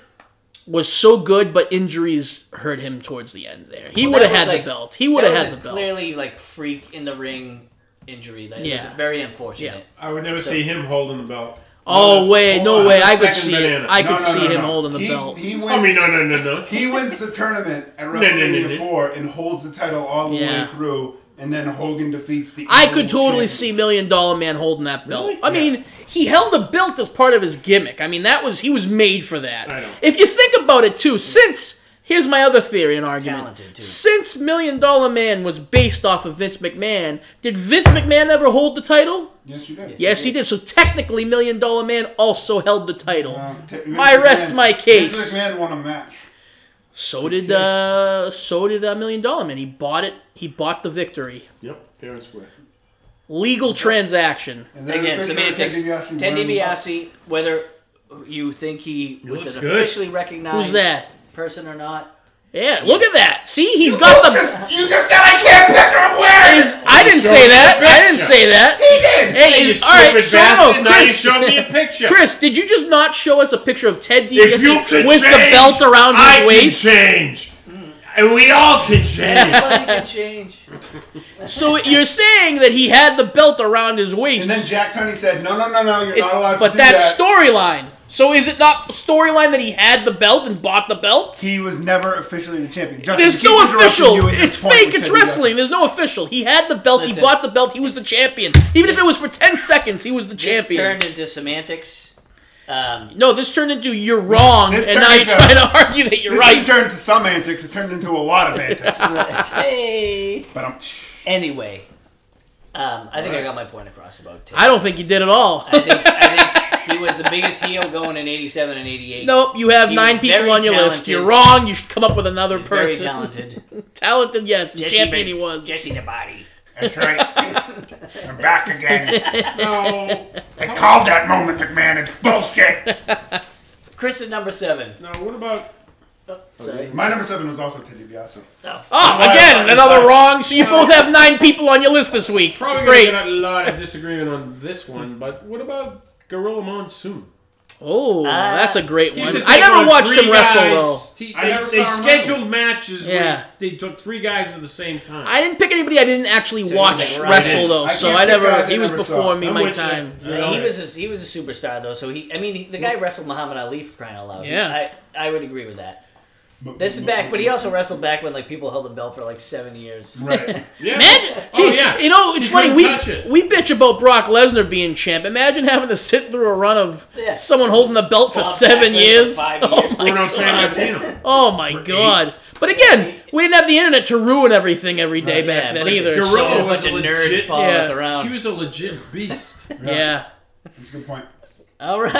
[SPEAKER 3] was so good, but injuries hurt him towards the end. There, he
[SPEAKER 2] Well,
[SPEAKER 3] would have
[SPEAKER 2] that was
[SPEAKER 3] had
[SPEAKER 2] like-
[SPEAKER 3] the belt. He would have
[SPEAKER 2] that
[SPEAKER 3] had
[SPEAKER 2] was
[SPEAKER 3] the
[SPEAKER 2] a
[SPEAKER 3] belt.
[SPEAKER 2] Clearly, like freak in the ring injury. That
[SPEAKER 3] Yeah.
[SPEAKER 2] was very unfortunate.
[SPEAKER 4] I would never see him holding the belt.
[SPEAKER 3] oh wait,
[SPEAKER 4] Hold
[SPEAKER 3] no
[SPEAKER 4] on,
[SPEAKER 3] way.
[SPEAKER 4] the
[SPEAKER 3] I could
[SPEAKER 4] second
[SPEAKER 3] see
[SPEAKER 4] banana.
[SPEAKER 3] it. [LAUGHS] I
[SPEAKER 1] No,
[SPEAKER 3] could
[SPEAKER 1] no, no,
[SPEAKER 3] see him
[SPEAKER 1] no.
[SPEAKER 3] holding the
[SPEAKER 1] He-
[SPEAKER 3] belt.
[SPEAKER 1] He
[SPEAKER 4] I mean,
[SPEAKER 1] wins.
[SPEAKER 4] no, no, no, no.
[SPEAKER 1] He wins the tournament at
[SPEAKER 4] no, no, no.
[SPEAKER 1] WrestleMania four and holds the title all the
[SPEAKER 3] Yeah.
[SPEAKER 1] way through, and then Hogan defeats the.
[SPEAKER 3] I
[SPEAKER 1] evil
[SPEAKER 3] could totally
[SPEAKER 1] champion.
[SPEAKER 3] see Million Dollar Man holding that belt.
[SPEAKER 4] Really?
[SPEAKER 3] I mean, he held the belt as part of his gimmick. I mean, that was he was made for that.
[SPEAKER 4] I know.
[SPEAKER 3] If you think about it too, since here's my other theory and argument.
[SPEAKER 2] Talented, too.
[SPEAKER 3] Since Million Dollar Man was based off of Vince McMahon, did Vince McMahon ever hold the title?
[SPEAKER 1] Yes, you did.
[SPEAKER 3] Yes, he did. So technically, Million Dollar Man also held the title.
[SPEAKER 1] Um, t- Vince
[SPEAKER 3] I rest
[SPEAKER 1] McMahon-
[SPEAKER 3] my case.
[SPEAKER 1] Vince McMahon won a match.
[SPEAKER 3] so did uh, so did uh, Million Dollar Man. He bought it. He bought the victory.
[SPEAKER 4] Yep, fair and square.
[SPEAKER 3] Legal transaction.
[SPEAKER 1] And then
[SPEAKER 2] Again,
[SPEAKER 1] officially
[SPEAKER 2] semantics.
[SPEAKER 1] DiBiase
[SPEAKER 2] Ted
[SPEAKER 1] won the belt.
[SPEAKER 2] DiBiase, whether you think he was
[SPEAKER 4] looks
[SPEAKER 2] an
[SPEAKER 4] good.
[SPEAKER 2] officially recognized
[SPEAKER 3] Who's that?
[SPEAKER 2] person or
[SPEAKER 3] [LAUGHS]
[SPEAKER 2] not,
[SPEAKER 3] Yeah, look at that. See, he's got the.
[SPEAKER 1] Just- you just said I can't picture him wearing.
[SPEAKER 3] Is- I didn't say that. I didn't say that.
[SPEAKER 1] He did.
[SPEAKER 3] Hey,
[SPEAKER 4] You
[SPEAKER 3] is- all right,
[SPEAKER 4] stupid
[SPEAKER 3] so
[SPEAKER 4] bastard,
[SPEAKER 3] no,
[SPEAKER 4] now you
[SPEAKER 3] Chris,
[SPEAKER 4] showed me a picture.
[SPEAKER 3] Chris, did you just not show us a picture of Ted
[SPEAKER 4] if you
[SPEAKER 3] DiBiase
[SPEAKER 4] could
[SPEAKER 3] with the
[SPEAKER 4] change,
[SPEAKER 3] belt around his
[SPEAKER 4] I
[SPEAKER 3] waist?
[SPEAKER 4] can change. And we all can
[SPEAKER 2] [LAUGHS]
[SPEAKER 4] change.
[SPEAKER 2] well, he can change.
[SPEAKER 3] So you're saying that he had the belt around his waist,
[SPEAKER 1] And then Jack Tunney said, "No, no, no, no. You're not allowed to
[SPEAKER 3] but
[SPEAKER 1] do
[SPEAKER 3] that's
[SPEAKER 1] that."
[SPEAKER 3] storyline. So is it not storyline that he had the belt and bought the belt?
[SPEAKER 1] he was never officially the champion. Justin,
[SPEAKER 3] There's
[SPEAKER 1] keep
[SPEAKER 3] no
[SPEAKER 1] interrupting
[SPEAKER 3] official.
[SPEAKER 1] you at your
[SPEAKER 3] It's
[SPEAKER 1] point
[SPEAKER 3] fake.
[SPEAKER 1] with
[SPEAKER 3] It's
[SPEAKER 1] Ted DiBiase.
[SPEAKER 3] wrestling. There's no official. He had the belt. He
[SPEAKER 2] Listen.
[SPEAKER 3] bought the belt. He was the champion. Even if it was for ten seconds, he was the
[SPEAKER 2] This
[SPEAKER 3] champion.
[SPEAKER 2] turned into semantics.
[SPEAKER 3] [LAUGHS]
[SPEAKER 2] Um,
[SPEAKER 3] No, this turned into you're wrong,
[SPEAKER 1] this
[SPEAKER 3] and
[SPEAKER 1] turned
[SPEAKER 3] now you're
[SPEAKER 1] into-
[SPEAKER 3] trying to argue that you're
[SPEAKER 1] This
[SPEAKER 3] right.
[SPEAKER 1] didn't turn into some antics. It turned into a lot of
[SPEAKER 3] [LAUGHS]
[SPEAKER 1] antics.
[SPEAKER 2] hey.
[SPEAKER 1] but I'm.
[SPEAKER 2] Anyway, um, I think I got my point across about Tate.
[SPEAKER 3] I don't think you did at all.
[SPEAKER 2] I think, I think he was the biggest heel going in '87 and '88.
[SPEAKER 3] nope, you have
[SPEAKER 2] He
[SPEAKER 3] nine
[SPEAKER 2] was
[SPEAKER 3] people
[SPEAKER 2] very
[SPEAKER 3] on your list.
[SPEAKER 2] talented.
[SPEAKER 3] You're wrong. You should come up with another
[SPEAKER 2] very
[SPEAKER 3] person.
[SPEAKER 2] talented.
[SPEAKER 3] [LAUGHS] Talented, yes. The
[SPEAKER 2] Jesse
[SPEAKER 3] champion
[SPEAKER 2] Ba-
[SPEAKER 3] he was.
[SPEAKER 2] Jesse the Body.
[SPEAKER 1] That's right. I'm back
[SPEAKER 3] [LAUGHS]
[SPEAKER 1] again.
[SPEAKER 4] no.
[SPEAKER 1] I called that moment, McMahon. It's
[SPEAKER 2] [LAUGHS]
[SPEAKER 1] bullshit.
[SPEAKER 2] Chris is number seven.
[SPEAKER 4] Now, what about
[SPEAKER 2] Oh, sorry.
[SPEAKER 1] My number seven was also Ted DiBiase.
[SPEAKER 3] Oh,
[SPEAKER 1] why I
[SPEAKER 3] again,
[SPEAKER 1] thought you
[SPEAKER 3] another
[SPEAKER 1] said-
[SPEAKER 3] wrong. So you both have nine people on your list this week.
[SPEAKER 4] Probably gonna
[SPEAKER 3] Great.
[SPEAKER 4] get a lot of disagreement on this one, but what about Gorilla Monsoon?
[SPEAKER 3] Oh, that's a great one.
[SPEAKER 4] Used to
[SPEAKER 3] I
[SPEAKER 4] take
[SPEAKER 3] never
[SPEAKER 4] on
[SPEAKER 3] watched
[SPEAKER 4] three
[SPEAKER 3] him wrestle,
[SPEAKER 4] guys.
[SPEAKER 3] though.
[SPEAKER 4] He-
[SPEAKER 1] I
[SPEAKER 4] they
[SPEAKER 1] never saw
[SPEAKER 4] they
[SPEAKER 1] him
[SPEAKER 4] scheduled
[SPEAKER 1] wrestle.
[SPEAKER 4] matches
[SPEAKER 3] Yeah.
[SPEAKER 4] where they took three guys at the same time.
[SPEAKER 3] I didn't pick anybody I didn't actually
[SPEAKER 2] So he was,
[SPEAKER 3] watch
[SPEAKER 2] like, right
[SPEAKER 3] wrestle,
[SPEAKER 2] in.
[SPEAKER 3] though.
[SPEAKER 1] I
[SPEAKER 3] So
[SPEAKER 1] can't
[SPEAKER 3] I
[SPEAKER 1] pick
[SPEAKER 3] never,
[SPEAKER 1] guys I
[SPEAKER 3] he was
[SPEAKER 1] never
[SPEAKER 3] before
[SPEAKER 1] saw.
[SPEAKER 3] me
[SPEAKER 4] I'm
[SPEAKER 3] my
[SPEAKER 4] with you.
[SPEAKER 3] time.
[SPEAKER 4] You're
[SPEAKER 2] he
[SPEAKER 4] right.
[SPEAKER 2] was a, he was a superstar though. So he, I mean, he, the guy wrestled Muhammad Ali for crying out loud.
[SPEAKER 3] Yeah.
[SPEAKER 2] I, I would agree with that.
[SPEAKER 1] But-
[SPEAKER 2] This is back, but he also wrestled back when like people held the belt for like seven years.
[SPEAKER 1] Right.
[SPEAKER 2] [LAUGHS]
[SPEAKER 4] Yeah.
[SPEAKER 3] Imagine,
[SPEAKER 4] oh
[SPEAKER 3] gee,
[SPEAKER 4] yeah.
[SPEAKER 3] You know, it's
[SPEAKER 4] You
[SPEAKER 3] funny.
[SPEAKER 4] couldn't
[SPEAKER 3] We,
[SPEAKER 4] touch it.
[SPEAKER 3] we bitch about Brock Lesnar being champ. Imagine having to sit through a run of
[SPEAKER 2] Yeah.
[SPEAKER 3] someone holding the belt for
[SPEAKER 2] Bob Backlund
[SPEAKER 3] seven
[SPEAKER 2] for
[SPEAKER 3] years.
[SPEAKER 2] five
[SPEAKER 3] [LAUGHS] Oh
[SPEAKER 2] years.
[SPEAKER 3] my,
[SPEAKER 4] Bruno San Martino.
[SPEAKER 3] oh my god! But again, we didn't have the internet to ruin everything every day
[SPEAKER 2] Right,
[SPEAKER 3] back
[SPEAKER 2] yeah,
[SPEAKER 3] then
[SPEAKER 2] but it's
[SPEAKER 3] either.
[SPEAKER 2] a
[SPEAKER 4] Gorilla
[SPEAKER 3] so-
[SPEAKER 2] A bunch
[SPEAKER 4] was
[SPEAKER 2] of
[SPEAKER 4] a
[SPEAKER 2] nerds
[SPEAKER 4] legit-
[SPEAKER 2] follow us
[SPEAKER 3] [LAUGHS] yeah.
[SPEAKER 2] around.
[SPEAKER 4] He was a legit beast.
[SPEAKER 3] yeah.
[SPEAKER 1] That's a good point.
[SPEAKER 2] All right.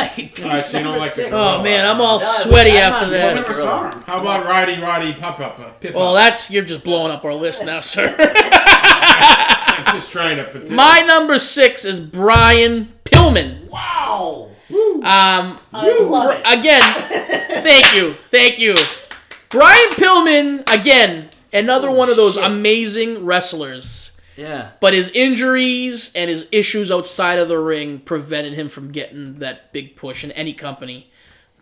[SPEAKER 4] All right, so you don't
[SPEAKER 2] Number
[SPEAKER 4] like the
[SPEAKER 2] six.
[SPEAKER 4] girl.
[SPEAKER 3] Oh man, I'm all
[SPEAKER 2] No, I-
[SPEAKER 3] sweaty
[SPEAKER 2] I'm
[SPEAKER 3] after
[SPEAKER 2] on
[SPEAKER 1] I
[SPEAKER 2] board.
[SPEAKER 3] that.
[SPEAKER 1] never saw him.
[SPEAKER 4] How about Roddy Roddy Pop Up uh, Pip?
[SPEAKER 3] Well,
[SPEAKER 4] Up?
[SPEAKER 3] that's you're just blowing up our list now, sir.
[SPEAKER 2] [LAUGHS]
[SPEAKER 3] [LAUGHS]
[SPEAKER 4] I'm just trying to petition.
[SPEAKER 3] My number six is Brian Pillman.
[SPEAKER 2] Wow.
[SPEAKER 3] Um,
[SPEAKER 2] I love it. [LAUGHS]
[SPEAKER 3] again, thank you, thank you. Brian Pillman, again, another one of those
[SPEAKER 2] shit.
[SPEAKER 3] amazing wrestlers.
[SPEAKER 2] yeah.
[SPEAKER 3] But his injuries and his issues outside of the ring prevented him from getting that big push in any company.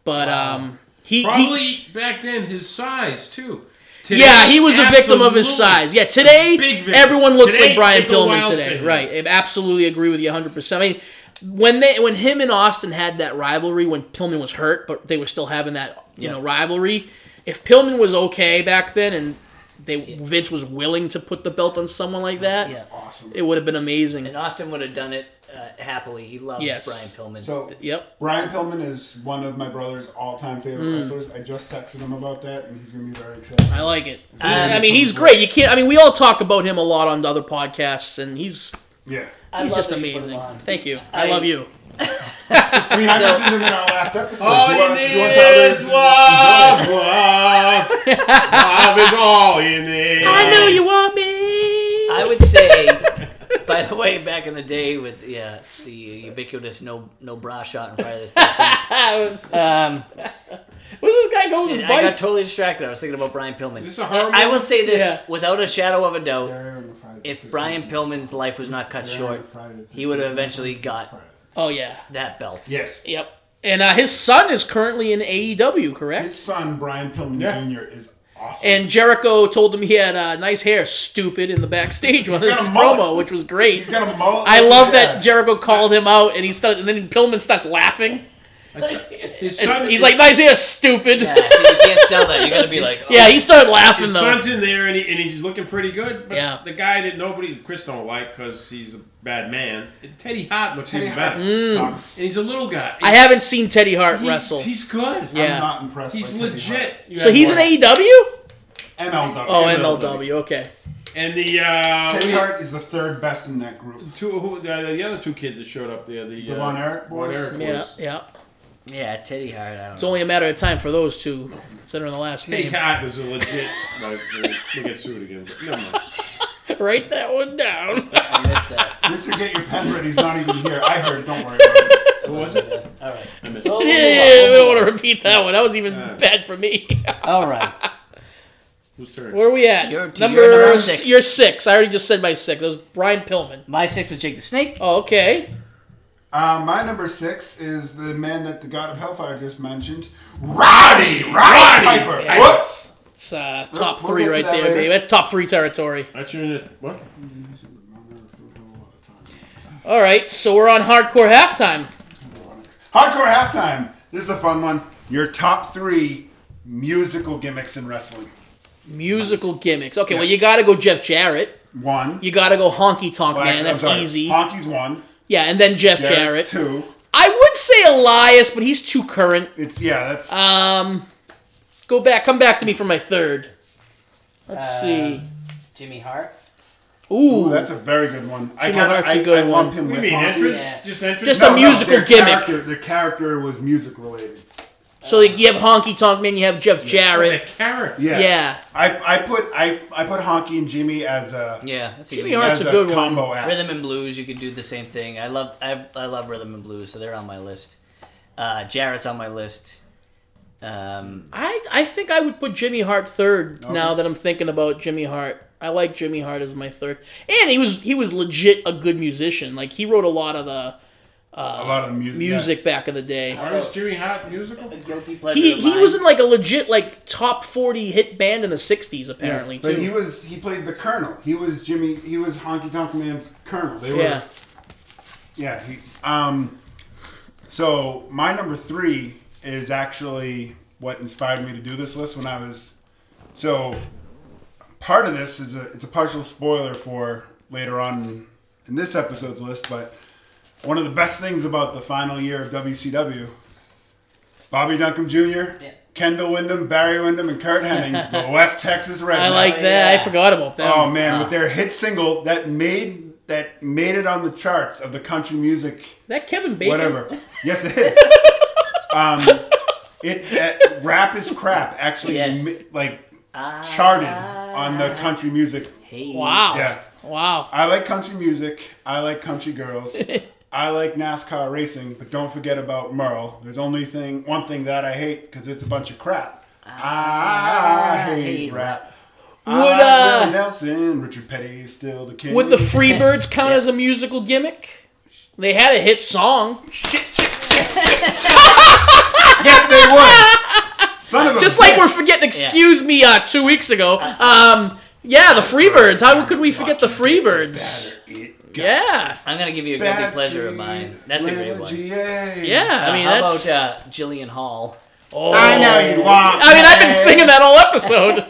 [SPEAKER 3] But um, he, he-
[SPEAKER 4] Probably back then his size too. Today,
[SPEAKER 3] yeah, he was a victim of his
[SPEAKER 4] absolutely.
[SPEAKER 3] size. Yeah, today
[SPEAKER 4] Big victim.
[SPEAKER 3] everyone looks
[SPEAKER 4] Today,
[SPEAKER 3] like Brian
[SPEAKER 4] take a
[SPEAKER 3] Pillman
[SPEAKER 4] wild
[SPEAKER 3] today,
[SPEAKER 4] figure.
[SPEAKER 3] right? I absolutely agree with you 100. percent I mean, when they when him and Austin had that rivalry when Pillman was hurt, but they were still having that you
[SPEAKER 2] Yeah.
[SPEAKER 3] know rivalry. If Pillman was okay back then, and they Vince was willing to put the belt on someone like that,
[SPEAKER 2] Yeah.
[SPEAKER 1] Awesome.
[SPEAKER 3] it would have been amazing.
[SPEAKER 2] And Austin would have done it uh, happily. He loves
[SPEAKER 3] Yes.
[SPEAKER 2] Brian Pillman.
[SPEAKER 1] So
[SPEAKER 3] Yep.
[SPEAKER 1] Brian Pillman is one of my brother's all-time favorite
[SPEAKER 2] Mm.
[SPEAKER 1] wrestlers. I just texted him about that, and he's gonna be very excited.
[SPEAKER 3] I like it.
[SPEAKER 2] Um,
[SPEAKER 3] I mean, he's great. You can't. I mean, we all talk about him a lot on the other podcasts, and he's
[SPEAKER 2] [LAUGHS]
[SPEAKER 1] Yeah,
[SPEAKER 2] I
[SPEAKER 3] he's
[SPEAKER 2] love
[SPEAKER 3] just
[SPEAKER 2] that you put him
[SPEAKER 3] amazing.
[SPEAKER 2] on.
[SPEAKER 3] Thank you. I,
[SPEAKER 2] I-
[SPEAKER 3] love you.
[SPEAKER 1] I mean, I mentioned him in our last episode.
[SPEAKER 4] All
[SPEAKER 2] Oh,
[SPEAKER 4] you,
[SPEAKER 1] wanna-
[SPEAKER 4] need
[SPEAKER 1] wanna tell others
[SPEAKER 4] is
[SPEAKER 1] to
[SPEAKER 4] love,
[SPEAKER 1] enjoy it?
[SPEAKER 4] love. love is all you need.
[SPEAKER 3] I know you want me.
[SPEAKER 2] I would [LAUGHS] say, by the way, back in the day with the, uh, the ubiculous no no bra shot in Friday the Thirteenth.
[SPEAKER 3] [LAUGHS] I
[SPEAKER 2] [LAUGHS]
[SPEAKER 3] was,
[SPEAKER 2] Um,
[SPEAKER 3] where's this guy going with
[SPEAKER 2] I
[SPEAKER 3] his bike?
[SPEAKER 2] got totally distracted. I was thinking about Brian Pillman.
[SPEAKER 4] This is a horrible-
[SPEAKER 2] I will say this
[SPEAKER 3] Yeah.
[SPEAKER 2] without a shadow of a doubt:
[SPEAKER 1] They're on Friday the
[SPEAKER 2] if
[SPEAKER 1] 13th.
[SPEAKER 2] Brian Pillman's life was not cut
[SPEAKER 1] They're on
[SPEAKER 2] short,
[SPEAKER 1] Friday the
[SPEAKER 2] he would have
[SPEAKER 1] 13th.
[SPEAKER 2] eventually got
[SPEAKER 3] oh yeah.
[SPEAKER 2] that belt.
[SPEAKER 1] Yes,
[SPEAKER 3] Yep. And uh, his son is currently in AEW, correct?
[SPEAKER 1] his son Brian Pillman
[SPEAKER 4] Yeah.
[SPEAKER 1] Jr. is awesome.
[SPEAKER 3] and Jericho told him he had uh, nice hair, stupid, in the backstage with his
[SPEAKER 1] got a mullet.
[SPEAKER 3] promo, which was great.
[SPEAKER 1] he's got a mullet.
[SPEAKER 3] I
[SPEAKER 1] like
[SPEAKER 3] love
[SPEAKER 1] his
[SPEAKER 3] that
[SPEAKER 1] dad.
[SPEAKER 3] Jericho called him out, and he started, and then Pillman starts laughing.
[SPEAKER 4] His
[SPEAKER 3] It's-
[SPEAKER 4] son,
[SPEAKER 3] he's like, "Nice hair, stupid."
[SPEAKER 2] Yeah,
[SPEAKER 3] Yeah, [LAUGHS]
[SPEAKER 2] so you can't sell that. You're gonna be like, oh,
[SPEAKER 3] he started laughing
[SPEAKER 4] his
[SPEAKER 3] though.
[SPEAKER 4] son's in there and, he, and he's looking pretty good. But
[SPEAKER 3] Yeah.
[SPEAKER 4] the guy that nobody, Chris don't like because he's a bad man. Teddy Hart looks
[SPEAKER 1] Teddy
[SPEAKER 4] even
[SPEAKER 1] Hart
[SPEAKER 4] better.
[SPEAKER 2] Mm.
[SPEAKER 1] sucks.
[SPEAKER 4] And he's a little guy.
[SPEAKER 3] I haven't seen Teddy Hart
[SPEAKER 4] he's,
[SPEAKER 3] wrestle,
[SPEAKER 4] He's good.
[SPEAKER 3] Yeah.
[SPEAKER 1] I'm not impressed.
[SPEAKER 4] He's
[SPEAKER 1] by Teddy
[SPEAKER 4] legit. You
[SPEAKER 3] so
[SPEAKER 4] have
[SPEAKER 3] he's
[SPEAKER 4] one.
[SPEAKER 3] in AEW.
[SPEAKER 1] Hart. MLW.
[SPEAKER 3] Oh,
[SPEAKER 4] MLW.
[SPEAKER 3] MLW. Okay.
[SPEAKER 4] And the uh,
[SPEAKER 1] Teddy Hart is the third best in that group.
[SPEAKER 4] two, who, the, the other two kids that showed up there, the,
[SPEAKER 1] The
[SPEAKER 4] uh,
[SPEAKER 1] Von Erich boys?
[SPEAKER 4] Von Erich
[SPEAKER 3] Yeah,
[SPEAKER 4] boys.
[SPEAKER 3] yeah.
[SPEAKER 2] yeah, Teddy Hart. I don't
[SPEAKER 3] It's
[SPEAKER 2] know.
[SPEAKER 3] only a matter of time for those two, considering the last
[SPEAKER 4] Teddy
[SPEAKER 3] name.
[SPEAKER 4] Hart was a legit. [LAUGHS] no, we- we get sued again. but Never
[SPEAKER 3] [LAUGHS]
[SPEAKER 4] mind.
[SPEAKER 3] Write that one down.
[SPEAKER 2] I missed
[SPEAKER 1] [LAUGHS]
[SPEAKER 2] that.
[SPEAKER 1] Mr. Get Your Pen Ready is not even here. I heard it. Don't worry about it.
[SPEAKER 4] What was it?
[SPEAKER 2] All right.
[SPEAKER 4] I missed.
[SPEAKER 2] So
[SPEAKER 4] it.
[SPEAKER 2] we'll move on,
[SPEAKER 3] [LAUGHS] yeah, yeah, yeah, we
[SPEAKER 2] we'll
[SPEAKER 3] don't
[SPEAKER 2] move
[SPEAKER 3] want to repeat that one. That was even
[SPEAKER 4] oh, Yeah.
[SPEAKER 3] bad for me. [LAUGHS]
[SPEAKER 2] on. All right.
[SPEAKER 4] Whose turn?
[SPEAKER 3] Where are we at?
[SPEAKER 2] You're- you're
[SPEAKER 3] number
[SPEAKER 2] number
[SPEAKER 3] s-
[SPEAKER 2] six.
[SPEAKER 3] You're six. I already just said my six. That was Brian Pillman.
[SPEAKER 2] My six was Jake the Snake.
[SPEAKER 3] Oh, okay.
[SPEAKER 1] Uh, my number six is the man that the God of Hellfire just mentioned, Rowdy Roddy Piper. Whoops.
[SPEAKER 3] It's uh, top
[SPEAKER 1] we'll
[SPEAKER 3] three
[SPEAKER 1] get to
[SPEAKER 3] right
[SPEAKER 1] that
[SPEAKER 3] there,
[SPEAKER 1] later.
[SPEAKER 3] baby. That's top three territory.
[SPEAKER 4] That's your what?
[SPEAKER 3] All right, so we're on hardcore halftime.
[SPEAKER 1] Hardcore halftime. This is a fun one. Your top three musical gimmicks in wrestling.
[SPEAKER 3] Musical gimmicks. Okay, well
[SPEAKER 1] Yes.
[SPEAKER 3] you gotta go Jeff Jarrett.
[SPEAKER 1] One.
[SPEAKER 3] You gotta go Honky Tonk
[SPEAKER 1] Well,
[SPEAKER 3] Man.
[SPEAKER 1] actually, I'm
[SPEAKER 3] That's
[SPEAKER 1] sorry.
[SPEAKER 3] easy.
[SPEAKER 1] Honky's one.
[SPEAKER 3] yeah, and then Jeff
[SPEAKER 1] Jarrett's
[SPEAKER 3] Jarrett.
[SPEAKER 1] two.
[SPEAKER 3] I would say Elias, but he's too current.
[SPEAKER 1] It's yeah. That's
[SPEAKER 3] Um, go back. Come back to me for my third. Let's see.
[SPEAKER 2] Jimmy Hart.
[SPEAKER 3] Ooh,
[SPEAKER 1] ooh, that's a very good one. I
[SPEAKER 3] Jimmy
[SPEAKER 1] kind of
[SPEAKER 3] Hart's a
[SPEAKER 1] I,
[SPEAKER 3] good
[SPEAKER 1] I lump
[SPEAKER 3] one.
[SPEAKER 1] him
[SPEAKER 4] What do
[SPEAKER 1] with
[SPEAKER 4] you mean
[SPEAKER 1] Honky.
[SPEAKER 4] entrance?
[SPEAKER 2] Yeah.
[SPEAKER 4] Just entrance.
[SPEAKER 3] Just
[SPEAKER 1] No,
[SPEAKER 3] a
[SPEAKER 1] no,
[SPEAKER 3] musical
[SPEAKER 1] their
[SPEAKER 3] gimmick.
[SPEAKER 1] Character, their character was music related.
[SPEAKER 3] so like, you have Honky Tonk Man, you have Jeff
[SPEAKER 4] The
[SPEAKER 3] Jarrett.
[SPEAKER 4] character.
[SPEAKER 1] Yeah.
[SPEAKER 3] Yeah.
[SPEAKER 1] I, I put I, I put Honky and Jimmy as a
[SPEAKER 2] Yeah, that's a
[SPEAKER 3] Jimmy
[SPEAKER 2] good
[SPEAKER 3] Hart-
[SPEAKER 1] as
[SPEAKER 3] That's a
[SPEAKER 1] a,
[SPEAKER 3] good one.
[SPEAKER 1] combo act.
[SPEAKER 2] Rhythm and blues, you could do the same thing. I love I, I love rhythm and blues, so they're on my list. Uh, Jarrett's on my list. Um,
[SPEAKER 3] I I think I would put Jimmy Hart third now that I'm thinking about Jimmy Hart. I like Jimmy Hart as my third, and he was he was legit a good musician. Like he wrote a lot of the
[SPEAKER 1] a lot of the music.
[SPEAKER 3] music back in the day.
[SPEAKER 4] Why was Jimmy Hot musical?
[SPEAKER 2] a guilty pleasure.
[SPEAKER 3] He
[SPEAKER 2] of
[SPEAKER 3] he
[SPEAKER 2] mine.
[SPEAKER 3] was in like a legit like top forty hit band in the '60s apparently
[SPEAKER 1] But
[SPEAKER 3] too.
[SPEAKER 1] he was he played the Colonel. He was Jimmy. He was Honky Tonk Man's Colonel. They were
[SPEAKER 3] yeah,
[SPEAKER 1] yeah. He, um, so my number three is actually what inspired me to do this list when I was so part of this is a it's a partial spoiler for later on in this episode's list, but one of the best things about the final year of WCW, Bobby Duncombe Jr., Kendall Windham, Barry Windham, and Kurt
[SPEAKER 3] [LAUGHS]
[SPEAKER 1] Hennig, the West Texas Rednecks.
[SPEAKER 3] I like that.
[SPEAKER 2] yeah.
[SPEAKER 3] I forgot about that.
[SPEAKER 1] Oh man, with their hit single that made that made it on the charts of the country music
[SPEAKER 3] that Kevin Bacon.
[SPEAKER 1] whatever. Yes, it
[SPEAKER 3] [LAUGHS]
[SPEAKER 1] is. um, it that rap is crap actually
[SPEAKER 2] Yes.
[SPEAKER 1] mi- like charted on the country music.
[SPEAKER 2] Hey.
[SPEAKER 3] Ah. Wow.
[SPEAKER 1] Yeah,
[SPEAKER 3] Wow.
[SPEAKER 1] I like country music. I like country
[SPEAKER 3] [LAUGHS]
[SPEAKER 1] girls. I like NASCAR racing, but don't forget about Merle. There's only thing one thing that I hate because it's a bunch of crap.
[SPEAKER 3] Ah.
[SPEAKER 1] I, hate,
[SPEAKER 2] hate
[SPEAKER 1] rap.
[SPEAKER 3] Would
[SPEAKER 1] I like
[SPEAKER 3] uh,
[SPEAKER 1] Willie Nelson, Richard Petty is still the king.
[SPEAKER 3] would
[SPEAKER 1] [LAUGHS]
[SPEAKER 3] the Freebirds count as a musical gimmick? They had a hit song,
[SPEAKER 1] yes, they would.
[SPEAKER 3] [LAUGHS]
[SPEAKER 1] Son of a
[SPEAKER 3] just like
[SPEAKER 1] bitch.
[SPEAKER 3] we're forgetting. Excuse me, uh, two weeks ago. Um, yeah, the Freebirds. How could we forget the Freebirds?
[SPEAKER 1] It got
[SPEAKER 3] Yeah,
[SPEAKER 2] I'm gonna give you a guilty pleasure of mine. That's a great one. Uh,
[SPEAKER 3] yeah. I mean,
[SPEAKER 2] How
[SPEAKER 3] that's.
[SPEAKER 2] about uh, Jillian Hall?
[SPEAKER 3] oh.
[SPEAKER 1] I know you want.
[SPEAKER 3] I mean, I've been singing that all
[SPEAKER 1] [LAUGHS]
[SPEAKER 3] episode.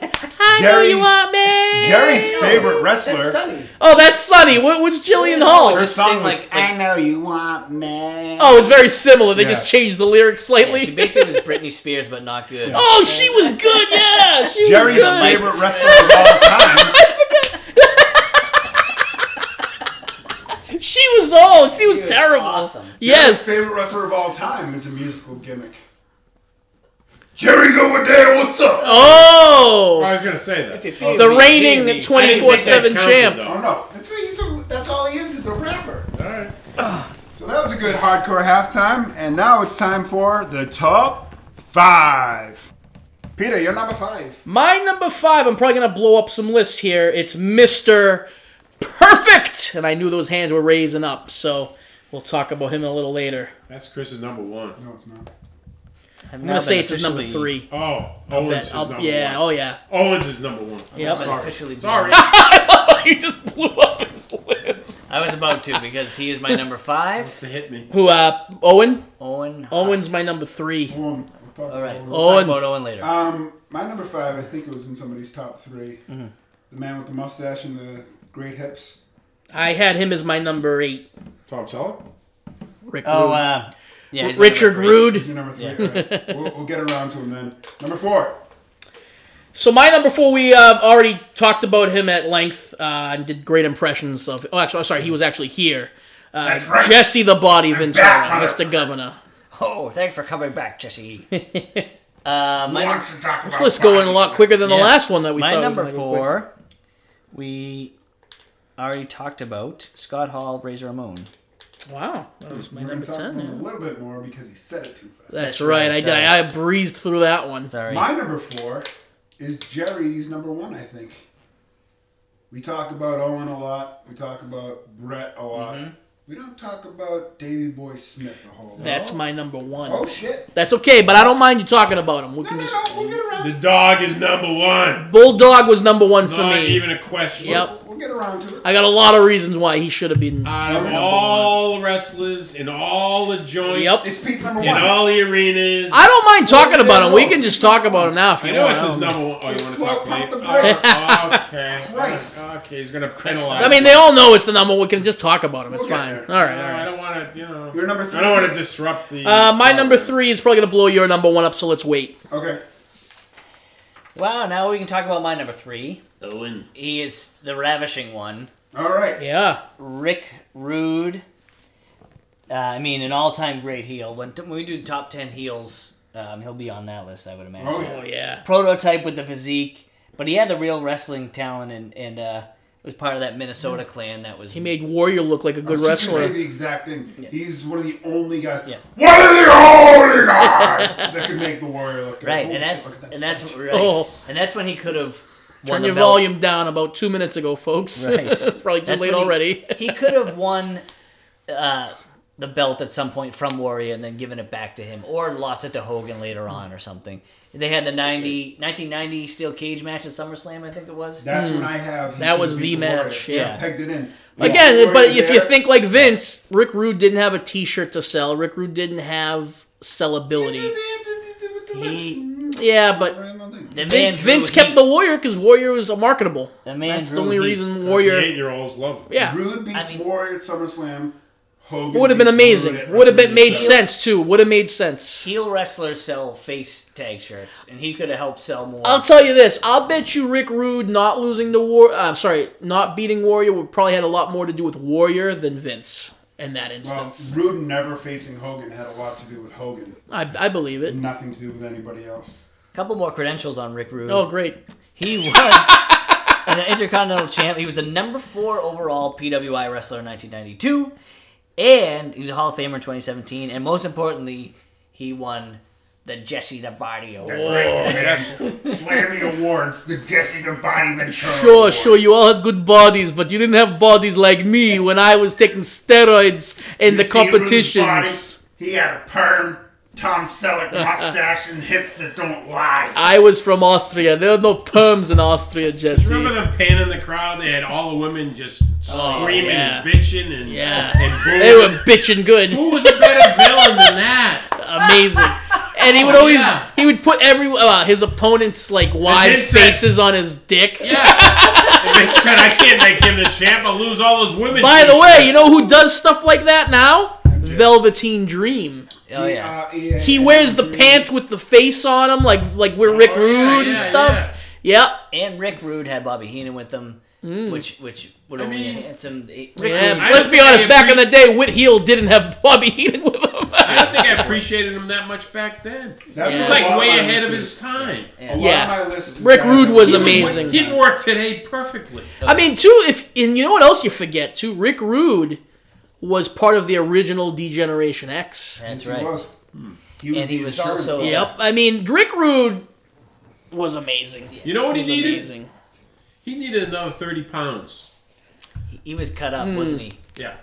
[SPEAKER 3] I know
[SPEAKER 1] Jerry's-
[SPEAKER 3] you want me.
[SPEAKER 1] Jerry's favorite wrestler.
[SPEAKER 2] Sunny.
[SPEAKER 3] Oh, that's Sunny. What, what's Jillian Hall?
[SPEAKER 2] Or
[SPEAKER 1] Her
[SPEAKER 2] just
[SPEAKER 1] song
[SPEAKER 2] sing
[SPEAKER 1] was
[SPEAKER 2] like,
[SPEAKER 1] "I
[SPEAKER 2] like
[SPEAKER 1] know you want me."
[SPEAKER 3] Oh, it's very similar. They
[SPEAKER 1] Yeah.
[SPEAKER 3] just changed the lyrics
[SPEAKER 2] yeah,
[SPEAKER 3] slightly.
[SPEAKER 2] she basically was Britney Spears, but not good.
[SPEAKER 1] Yeah.
[SPEAKER 3] [LAUGHS] oh, she was good.
[SPEAKER 2] [LAUGHS]
[SPEAKER 3] Yeah, she
[SPEAKER 1] Jerry's
[SPEAKER 3] was good.
[SPEAKER 1] favorite wrestler of
[SPEAKER 3] [LAUGHS]
[SPEAKER 1] all time.
[SPEAKER 3] She was oh, she was
[SPEAKER 2] was
[SPEAKER 3] terrible.
[SPEAKER 2] awesome.
[SPEAKER 3] Yes.
[SPEAKER 1] favorite wrestler of all time is a musical gimmick. Jerry's over there. What's up?
[SPEAKER 4] I
[SPEAKER 3] Oh,
[SPEAKER 4] was gonna say that.
[SPEAKER 2] Oh,
[SPEAKER 3] the reigning twenty four seven
[SPEAKER 4] I didn't
[SPEAKER 3] champ.
[SPEAKER 4] think that
[SPEAKER 1] Oh no, that's, he's a, that's all he is. Is a rapper.
[SPEAKER 4] All right.
[SPEAKER 1] So that was a good hardcore halftime, and now it's time for the top five. Peter, you're number five.
[SPEAKER 3] My number five. I'm probably gonna blow up some lists here. It's Mister Perfect, and I knew those hands were raising up. So we'll talk about him a little later.
[SPEAKER 4] That's Chris's number one.
[SPEAKER 1] No, it's not.
[SPEAKER 3] I'm gonna say it's his number three.
[SPEAKER 4] Oh, Owens
[SPEAKER 3] That-
[SPEAKER 4] is
[SPEAKER 3] I'll-
[SPEAKER 4] number
[SPEAKER 3] yeah.
[SPEAKER 4] one.
[SPEAKER 3] Oh yeah.
[SPEAKER 4] Owens is number one.
[SPEAKER 3] Yep. [LAUGHS]
[SPEAKER 4] Sorry.
[SPEAKER 2] Officially
[SPEAKER 4] Sorry.
[SPEAKER 3] you just blew up his
[SPEAKER 4] [LAUGHS]
[SPEAKER 3] list.
[SPEAKER 2] I was about to because he is my number five.
[SPEAKER 3] [LAUGHS]
[SPEAKER 4] It's to hit me.
[SPEAKER 3] Who? Uh, Owen.
[SPEAKER 2] Owen.
[SPEAKER 3] Owen's my number three.
[SPEAKER 1] Boom. We'll talk
[SPEAKER 2] All right.
[SPEAKER 1] about
[SPEAKER 2] We'll Owen.
[SPEAKER 3] Owen.
[SPEAKER 2] Talk about Owen later.
[SPEAKER 1] Um, my number five, I think it was in somebody's top 3
[SPEAKER 3] Mm-hmm.
[SPEAKER 1] The man with the mustache and the great hips.
[SPEAKER 3] I had him as my number eight.
[SPEAKER 4] Tom Selleck.
[SPEAKER 3] Rick
[SPEAKER 2] oh,
[SPEAKER 3] Rude.
[SPEAKER 2] uh, yeah. he's my
[SPEAKER 3] Richard
[SPEAKER 2] number three.
[SPEAKER 3] Rude.
[SPEAKER 1] He's your number three. all right. we'll, we'll get around to him then. Number four.
[SPEAKER 3] So my number four, we uh, already talked about him at length uh, and did great impressions of. Oh, actually, I'm sorry, he was actually here. Uh,
[SPEAKER 1] That's right.
[SPEAKER 3] Jesse the Body Ventura,
[SPEAKER 1] back, motherfucker.
[SPEAKER 3] Mr. Governor.
[SPEAKER 2] Oh, thanks for coming back,
[SPEAKER 3] [LAUGHS]
[SPEAKER 2] Jesse. uh, my num-
[SPEAKER 1] This
[SPEAKER 3] This list going a lot quicker than the
[SPEAKER 2] Yeah.
[SPEAKER 3] last one that we
[SPEAKER 2] my
[SPEAKER 3] thought.
[SPEAKER 2] number
[SPEAKER 3] was gonna go quick.
[SPEAKER 2] four. We already talked about Scott Hall, Razor Ramon.
[SPEAKER 3] Wow, that was my
[SPEAKER 1] We're going
[SPEAKER 3] number
[SPEAKER 1] to talk
[SPEAKER 3] ten.
[SPEAKER 1] about him a
[SPEAKER 3] yeah.
[SPEAKER 1] little bit more because he said it too fast.
[SPEAKER 3] That's
[SPEAKER 2] That's
[SPEAKER 3] right.
[SPEAKER 2] right,
[SPEAKER 3] I did.
[SPEAKER 2] sorry.
[SPEAKER 3] I, I breezed through that one.
[SPEAKER 2] Sorry.
[SPEAKER 1] My number four is Jerry's number one, I think. We talk about Owen a lot. We talk about Brett a lot.
[SPEAKER 2] Mm-hmm.
[SPEAKER 1] We don't talk about Davy Boy Smith a whole lot.
[SPEAKER 3] That's my number one.
[SPEAKER 1] oh, shit.
[SPEAKER 3] That's okay, but I don't mind you talking about him. We
[SPEAKER 1] No,
[SPEAKER 3] can
[SPEAKER 1] no,
[SPEAKER 3] just...
[SPEAKER 1] no. We'll get around
[SPEAKER 4] The dog is number one.
[SPEAKER 3] Bulldog was number one for
[SPEAKER 4] Not
[SPEAKER 3] me.
[SPEAKER 4] even a question.
[SPEAKER 3] Yep.
[SPEAKER 1] We'll get around to it.
[SPEAKER 3] I got a lot of reasons why he should have been.
[SPEAKER 4] Out
[SPEAKER 1] You're
[SPEAKER 4] of
[SPEAKER 1] number
[SPEAKER 4] all the wrestlers in all the joints,
[SPEAKER 1] It's Pete's number
[SPEAKER 4] in
[SPEAKER 1] one.
[SPEAKER 4] all the arenas,
[SPEAKER 3] I don't mind
[SPEAKER 1] Slow
[SPEAKER 3] talking about
[SPEAKER 1] down.
[SPEAKER 3] him. We can just talk about him now if you
[SPEAKER 4] I know
[SPEAKER 3] want.
[SPEAKER 4] it's
[SPEAKER 3] I
[SPEAKER 4] his
[SPEAKER 3] don't-
[SPEAKER 4] number one. Oh, you
[SPEAKER 1] Just
[SPEAKER 4] want to
[SPEAKER 1] slow-
[SPEAKER 4] talk
[SPEAKER 1] pump the
[SPEAKER 4] later?
[SPEAKER 1] brakes.
[SPEAKER 4] Oh, okay.
[SPEAKER 1] [LAUGHS] Christ.
[SPEAKER 4] Okay, he's gonna penalize.
[SPEAKER 3] I mean, they all know it's the number. We can just talk about him. It's
[SPEAKER 1] We'll get
[SPEAKER 3] fine.
[SPEAKER 1] there.
[SPEAKER 3] All right.
[SPEAKER 4] No,
[SPEAKER 3] All
[SPEAKER 4] I
[SPEAKER 3] right.
[SPEAKER 4] don't want to. You know,
[SPEAKER 1] You're number three.
[SPEAKER 4] I don't want to disrupt the.
[SPEAKER 3] Uh, my number three is probably gonna blow your number one up, so let's wait.
[SPEAKER 1] Okay.
[SPEAKER 2] Wow, now we can talk about my number three.
[SPEAKER 4] Owen.
[SPEAKER 2] He is the ravishing one.
[SPEAKER 1] All right.
[SPEAKER 3] Yeah.
[SPEAKER 2] Rick Rude. Uh, I mean, an all-time great heel. When, when we do top ten heels, um, he'll be on that list, I would imagine.
[SPEAKER 1] Oh, yeah.
[SPEAKER 3] Oh yeah.
[SPEAKER 2] Prototype with the physique, but he had the real wrestling talent, and and uh, was part of that Minnesota clan that was.
[SPEAKER 3] Mm. He made Warrior look like a good
[SPEAKER 1] I was [LAUGHS] just gonna say
[SPEAKER 3] wrestler.
[SPEAKER 1] the exact thing. He's one of the only guys.
[SPEAKER 2] Yeah.
[SPEAKER 1] One of the only guys that could make the Warrior look good.
[SPEAKER 2] right,
[SPEAKER 1] Holy
[SPEAKER 2] and
[SPEAKER 1] shit,
[SPEAKER 2] that's
[SPEAKER 1] look at that
[SPEAKER 2] and that's
[SPEAKER 1] speech.
[SPEAKER 2] right,
[SPEAKER 3] Oh.
[SPEAKER 2] and that's when he could have. won
[SPEAKER 3] Turn
[SPEAKER 2] the
[SPEAKER 3] your
[SPEAKER 2] belt.
[SPEAKER 3] volume down about two minutes ago, folks.
[SPEAKER 2] Right.
[SPEAKER 3] [LAUGHS] it's probably too
[SPEAKER 2] That's
[SPEAKER 3] late
[SPEAKER 2] when he-
[SPEAKER 3] already.
[SPEAKER 2] [LAUGHS] He, could have won uh, the belt at some point from Warrior and then given it back to him, or lost it to Hogan later
[SPEAKER 3] Hmm.
[SPEAKER 2] on or something. They had the 90, 1990 steel cage match at SummerSlam, I think it was.
[SPEAKER 1] That's when I have. he
[SPEAKER 3] Hmm. That was
[SPEAKER 1] should've
[SPEAKER 3] the
[SPEAKER 1] beat
[SPEAKER 3] match,
[SPEAKER 1] Warrior.
[SPEAKER 3] yeah.
[SPEAKER 1] Pegged it in.
[SPEAKER 3] Again,
[SPEAKER 1] Warrior
[SPEAKER 3] but if you
[SPEAKER 1] there. [LAUGHS]
[SPEAKER 3] think like Vince, Rick Rude didn't have a T-shirt to sell. Rick Rude didn't have sellability.
[SPEAKER 1] That's
[SPEAKER 2] He-
[SPEAKER 3] Yeah, but
[SPEAKER 1] Right, nothing.
[SPEAKER 2] The man
[SPEAKER 3] Vince,
[SPEAKER 2] drew
[SPEAKER 3] Vince
[SPEAKER 2] heat.
[SPEAKER 3] kept the Warrior because Warrior was marketable.
[SPEAKER 2] The man
[SPEAKER 3] That's the
[SPEAKER 2] drew
[SPEAKER 3] only
[SPEAKER 2] heat.
[SPEAKER 3] reason Warrior.
[SPEAKER 4] Eight-year-olds love it.
[SPEAKER 3] Yeah,
[SPEAKER 1] Rude beats
[SPEAKER 2] I mean-
[SPEAKER 1] Warrior at SummerSlam. Hogan
[SPEAKER 3] would have been
[SPEAKER 1] beats
[SPEAKER 3] amazing.
[SPEAKER 1] Rude at
[SPEAKER 3] Would have been made
[SPEAKER 1] WrestleMania.
[SPEAKER 3] sense too. Would have made sense.
[SPEAKER 2] heel wrestlers sell face tag shirts, and he could have helped sell more.
[SPEAKER 3] I'll tell you this. I'll bet you Rick Rude not losing the war. uh, I'm sorry, not beating Warrior would probably had a lot more to do with Warrior than Vince in that
[SPEAKER 1] Well,
[SPEAKER 3] instance.
[SPEAKER 1] Rude never facing Hogan had a lot to do with Hogan,
[SPEAKER 3] I, I believe it.
[SPEAKER 1] nothing to do with anybody else.
[SPEAKER 2] couple more credentials on Rick Rude.
[SPEAKER 3] Oh, great.
[SPEAKER 2] He was [LAUGHS] an Intercontinental Champ. He was the number four overall PWI wrestler in 1992, and he was a Hall of Famer in 2017. And most importantly, he won the Jesse the Body Award.
[SPEAKER 1] Slammy Awards, the Jesse the Body Ventura.
[SPEAKER 3] Sure,
[SPEAKER 1] Award.
[SPEAKER 3] sure, you all had good bodies, but you didn't have bodies like me when I was taking steroids in the
[SPEAKER 1] You see Rude's
[SPEAKER 3] competitions.
[SPEAKER 1] body? He had a perm, Tom Selleck mustache, and hips that don't lie.
[SPEAKER 3] I was from Austria. There are no perms in Austria,
[SPEAKER 4] Remember
[SPEAKER 3] Jesse.
[SPEAKER 4] the pan in the crowd? They had all the women just screaming
[SPEAKER 3] Oh, yeah.
[SPEAKER 4] and bitching and,
[SPEAKER 3] Yeah.
[SPEAKER 4] and booing.
[SPEAKER 3] They were bitching good.
[SPEAKER 4] Who was a better villain
[SPEAKER 3] [LAUGHS]
[SPEAKER 4] than that?
[SPEAKER 3] Amazing. And he would always
[SPEAKER 4] yeah.
[SPEAKER 3] he would put every uh, his opponents like wives
[SPEAKER 4] said-
[SPEAKER 3] faces on his dick.
[SPEAKER 4] Yeah. And they said, I can't make him the champ. I'll lose all those women.
[SPEAKER 3] By the way, you know who does stuff like that now? Velveteen Dream.
[SPEAKER 2] Oh yeah.
[SPEAKER 1] uh,
[SPEAKER 3] He wears the pants with the face on him, like like we're Rick
[SPEAKER 4] yeah,
[SPEAKER 3] Rude and
[SPEAKER 4] yeah,
[SPEAKER 3] stuff. Yep.
[SPEAKER 2] And Rick Rude had Bobby Heenan with him,
[SPEAKER 3] Mm.
[SPEAKER 2] which which would only
[SPEAKER 4] mean-
[SPEAKER 2] enhance him. Rick
[SPEAKER 3] Yeah,
[SPEAKER 2] Rude-
[SPEAKER 4] I
[SPEAKER 3] let's
[SPEAKER 4] don't
[SPEAKER 3] be
[SPEAKER 4] think
[SPEAKER 3] honest.
[SPEAKER 4] I
[SPEAKER 3] Back in
[SPEAKER 4] agree-
[SPEAKER 3] the day, Whit Heel didn't have Bobby [LAUGHS] Heenan with him.
[SPEAKER 4] I don't think I appreciated him that much back then.
[SPEAKER 1] That's
[SPEAKER 4] He was
[SPEAKER 1] what a
[SPEAKER 4] like
[SPEAKER 1] lot
[SPEAKER 4] way
[SPEAKER 1] my
[SPEAKER 4] ahead of
[SPEAKER 1] list
[SPEAKER 4] his
[SPEAKER 1] is.
[SPEAKER 4] time.
[SPEAKER 1] A lot
[SPEAKER 3] Yeah.
[SPEAKER 1] of my list is
[SPEAKER 3] Rick
[SPEAKER 1] guys
[SPEAKER 3] Rude
[SPEAKER 1] that
[SPEAKER 3] was
[SPEAKER 1] were-
[SPEAKER 3] amazing.
[SPEAKER 4] He'd work today perfectly.
[SPEAKER 3] I mean, too. If and you know what else you forget too, Rick Rude was part of the original Degeneration X.
[SPEAKER 2] That's
[SPEAKER 1] Yes,
[SPEAKER 2] right.
[SPEAKER 1] He was. He was
[SPEAKER 2] And he
[SPEAKER 1] the
[SPEAKER 2] was
[SPEAKER 1] insurance
[SPEAKER 2] also-
[SPEAKER 1] guy.
[SPEAKER 3] Yep. I mean, Rick Rude was amazing.
[SPEAKER 4] You know what he
[SPEAKER 3] was
[SPEAKER 4] needed?
[SPEAKER 3] Amazing.
[SPEAKER 4] He needed another 30 pounds.
[SPEAKER 2] He was cut
[SPEAKER 3] Mm.
[SPEAKER 2] up, wasn't he?
[SPEAKER 4] Yeah.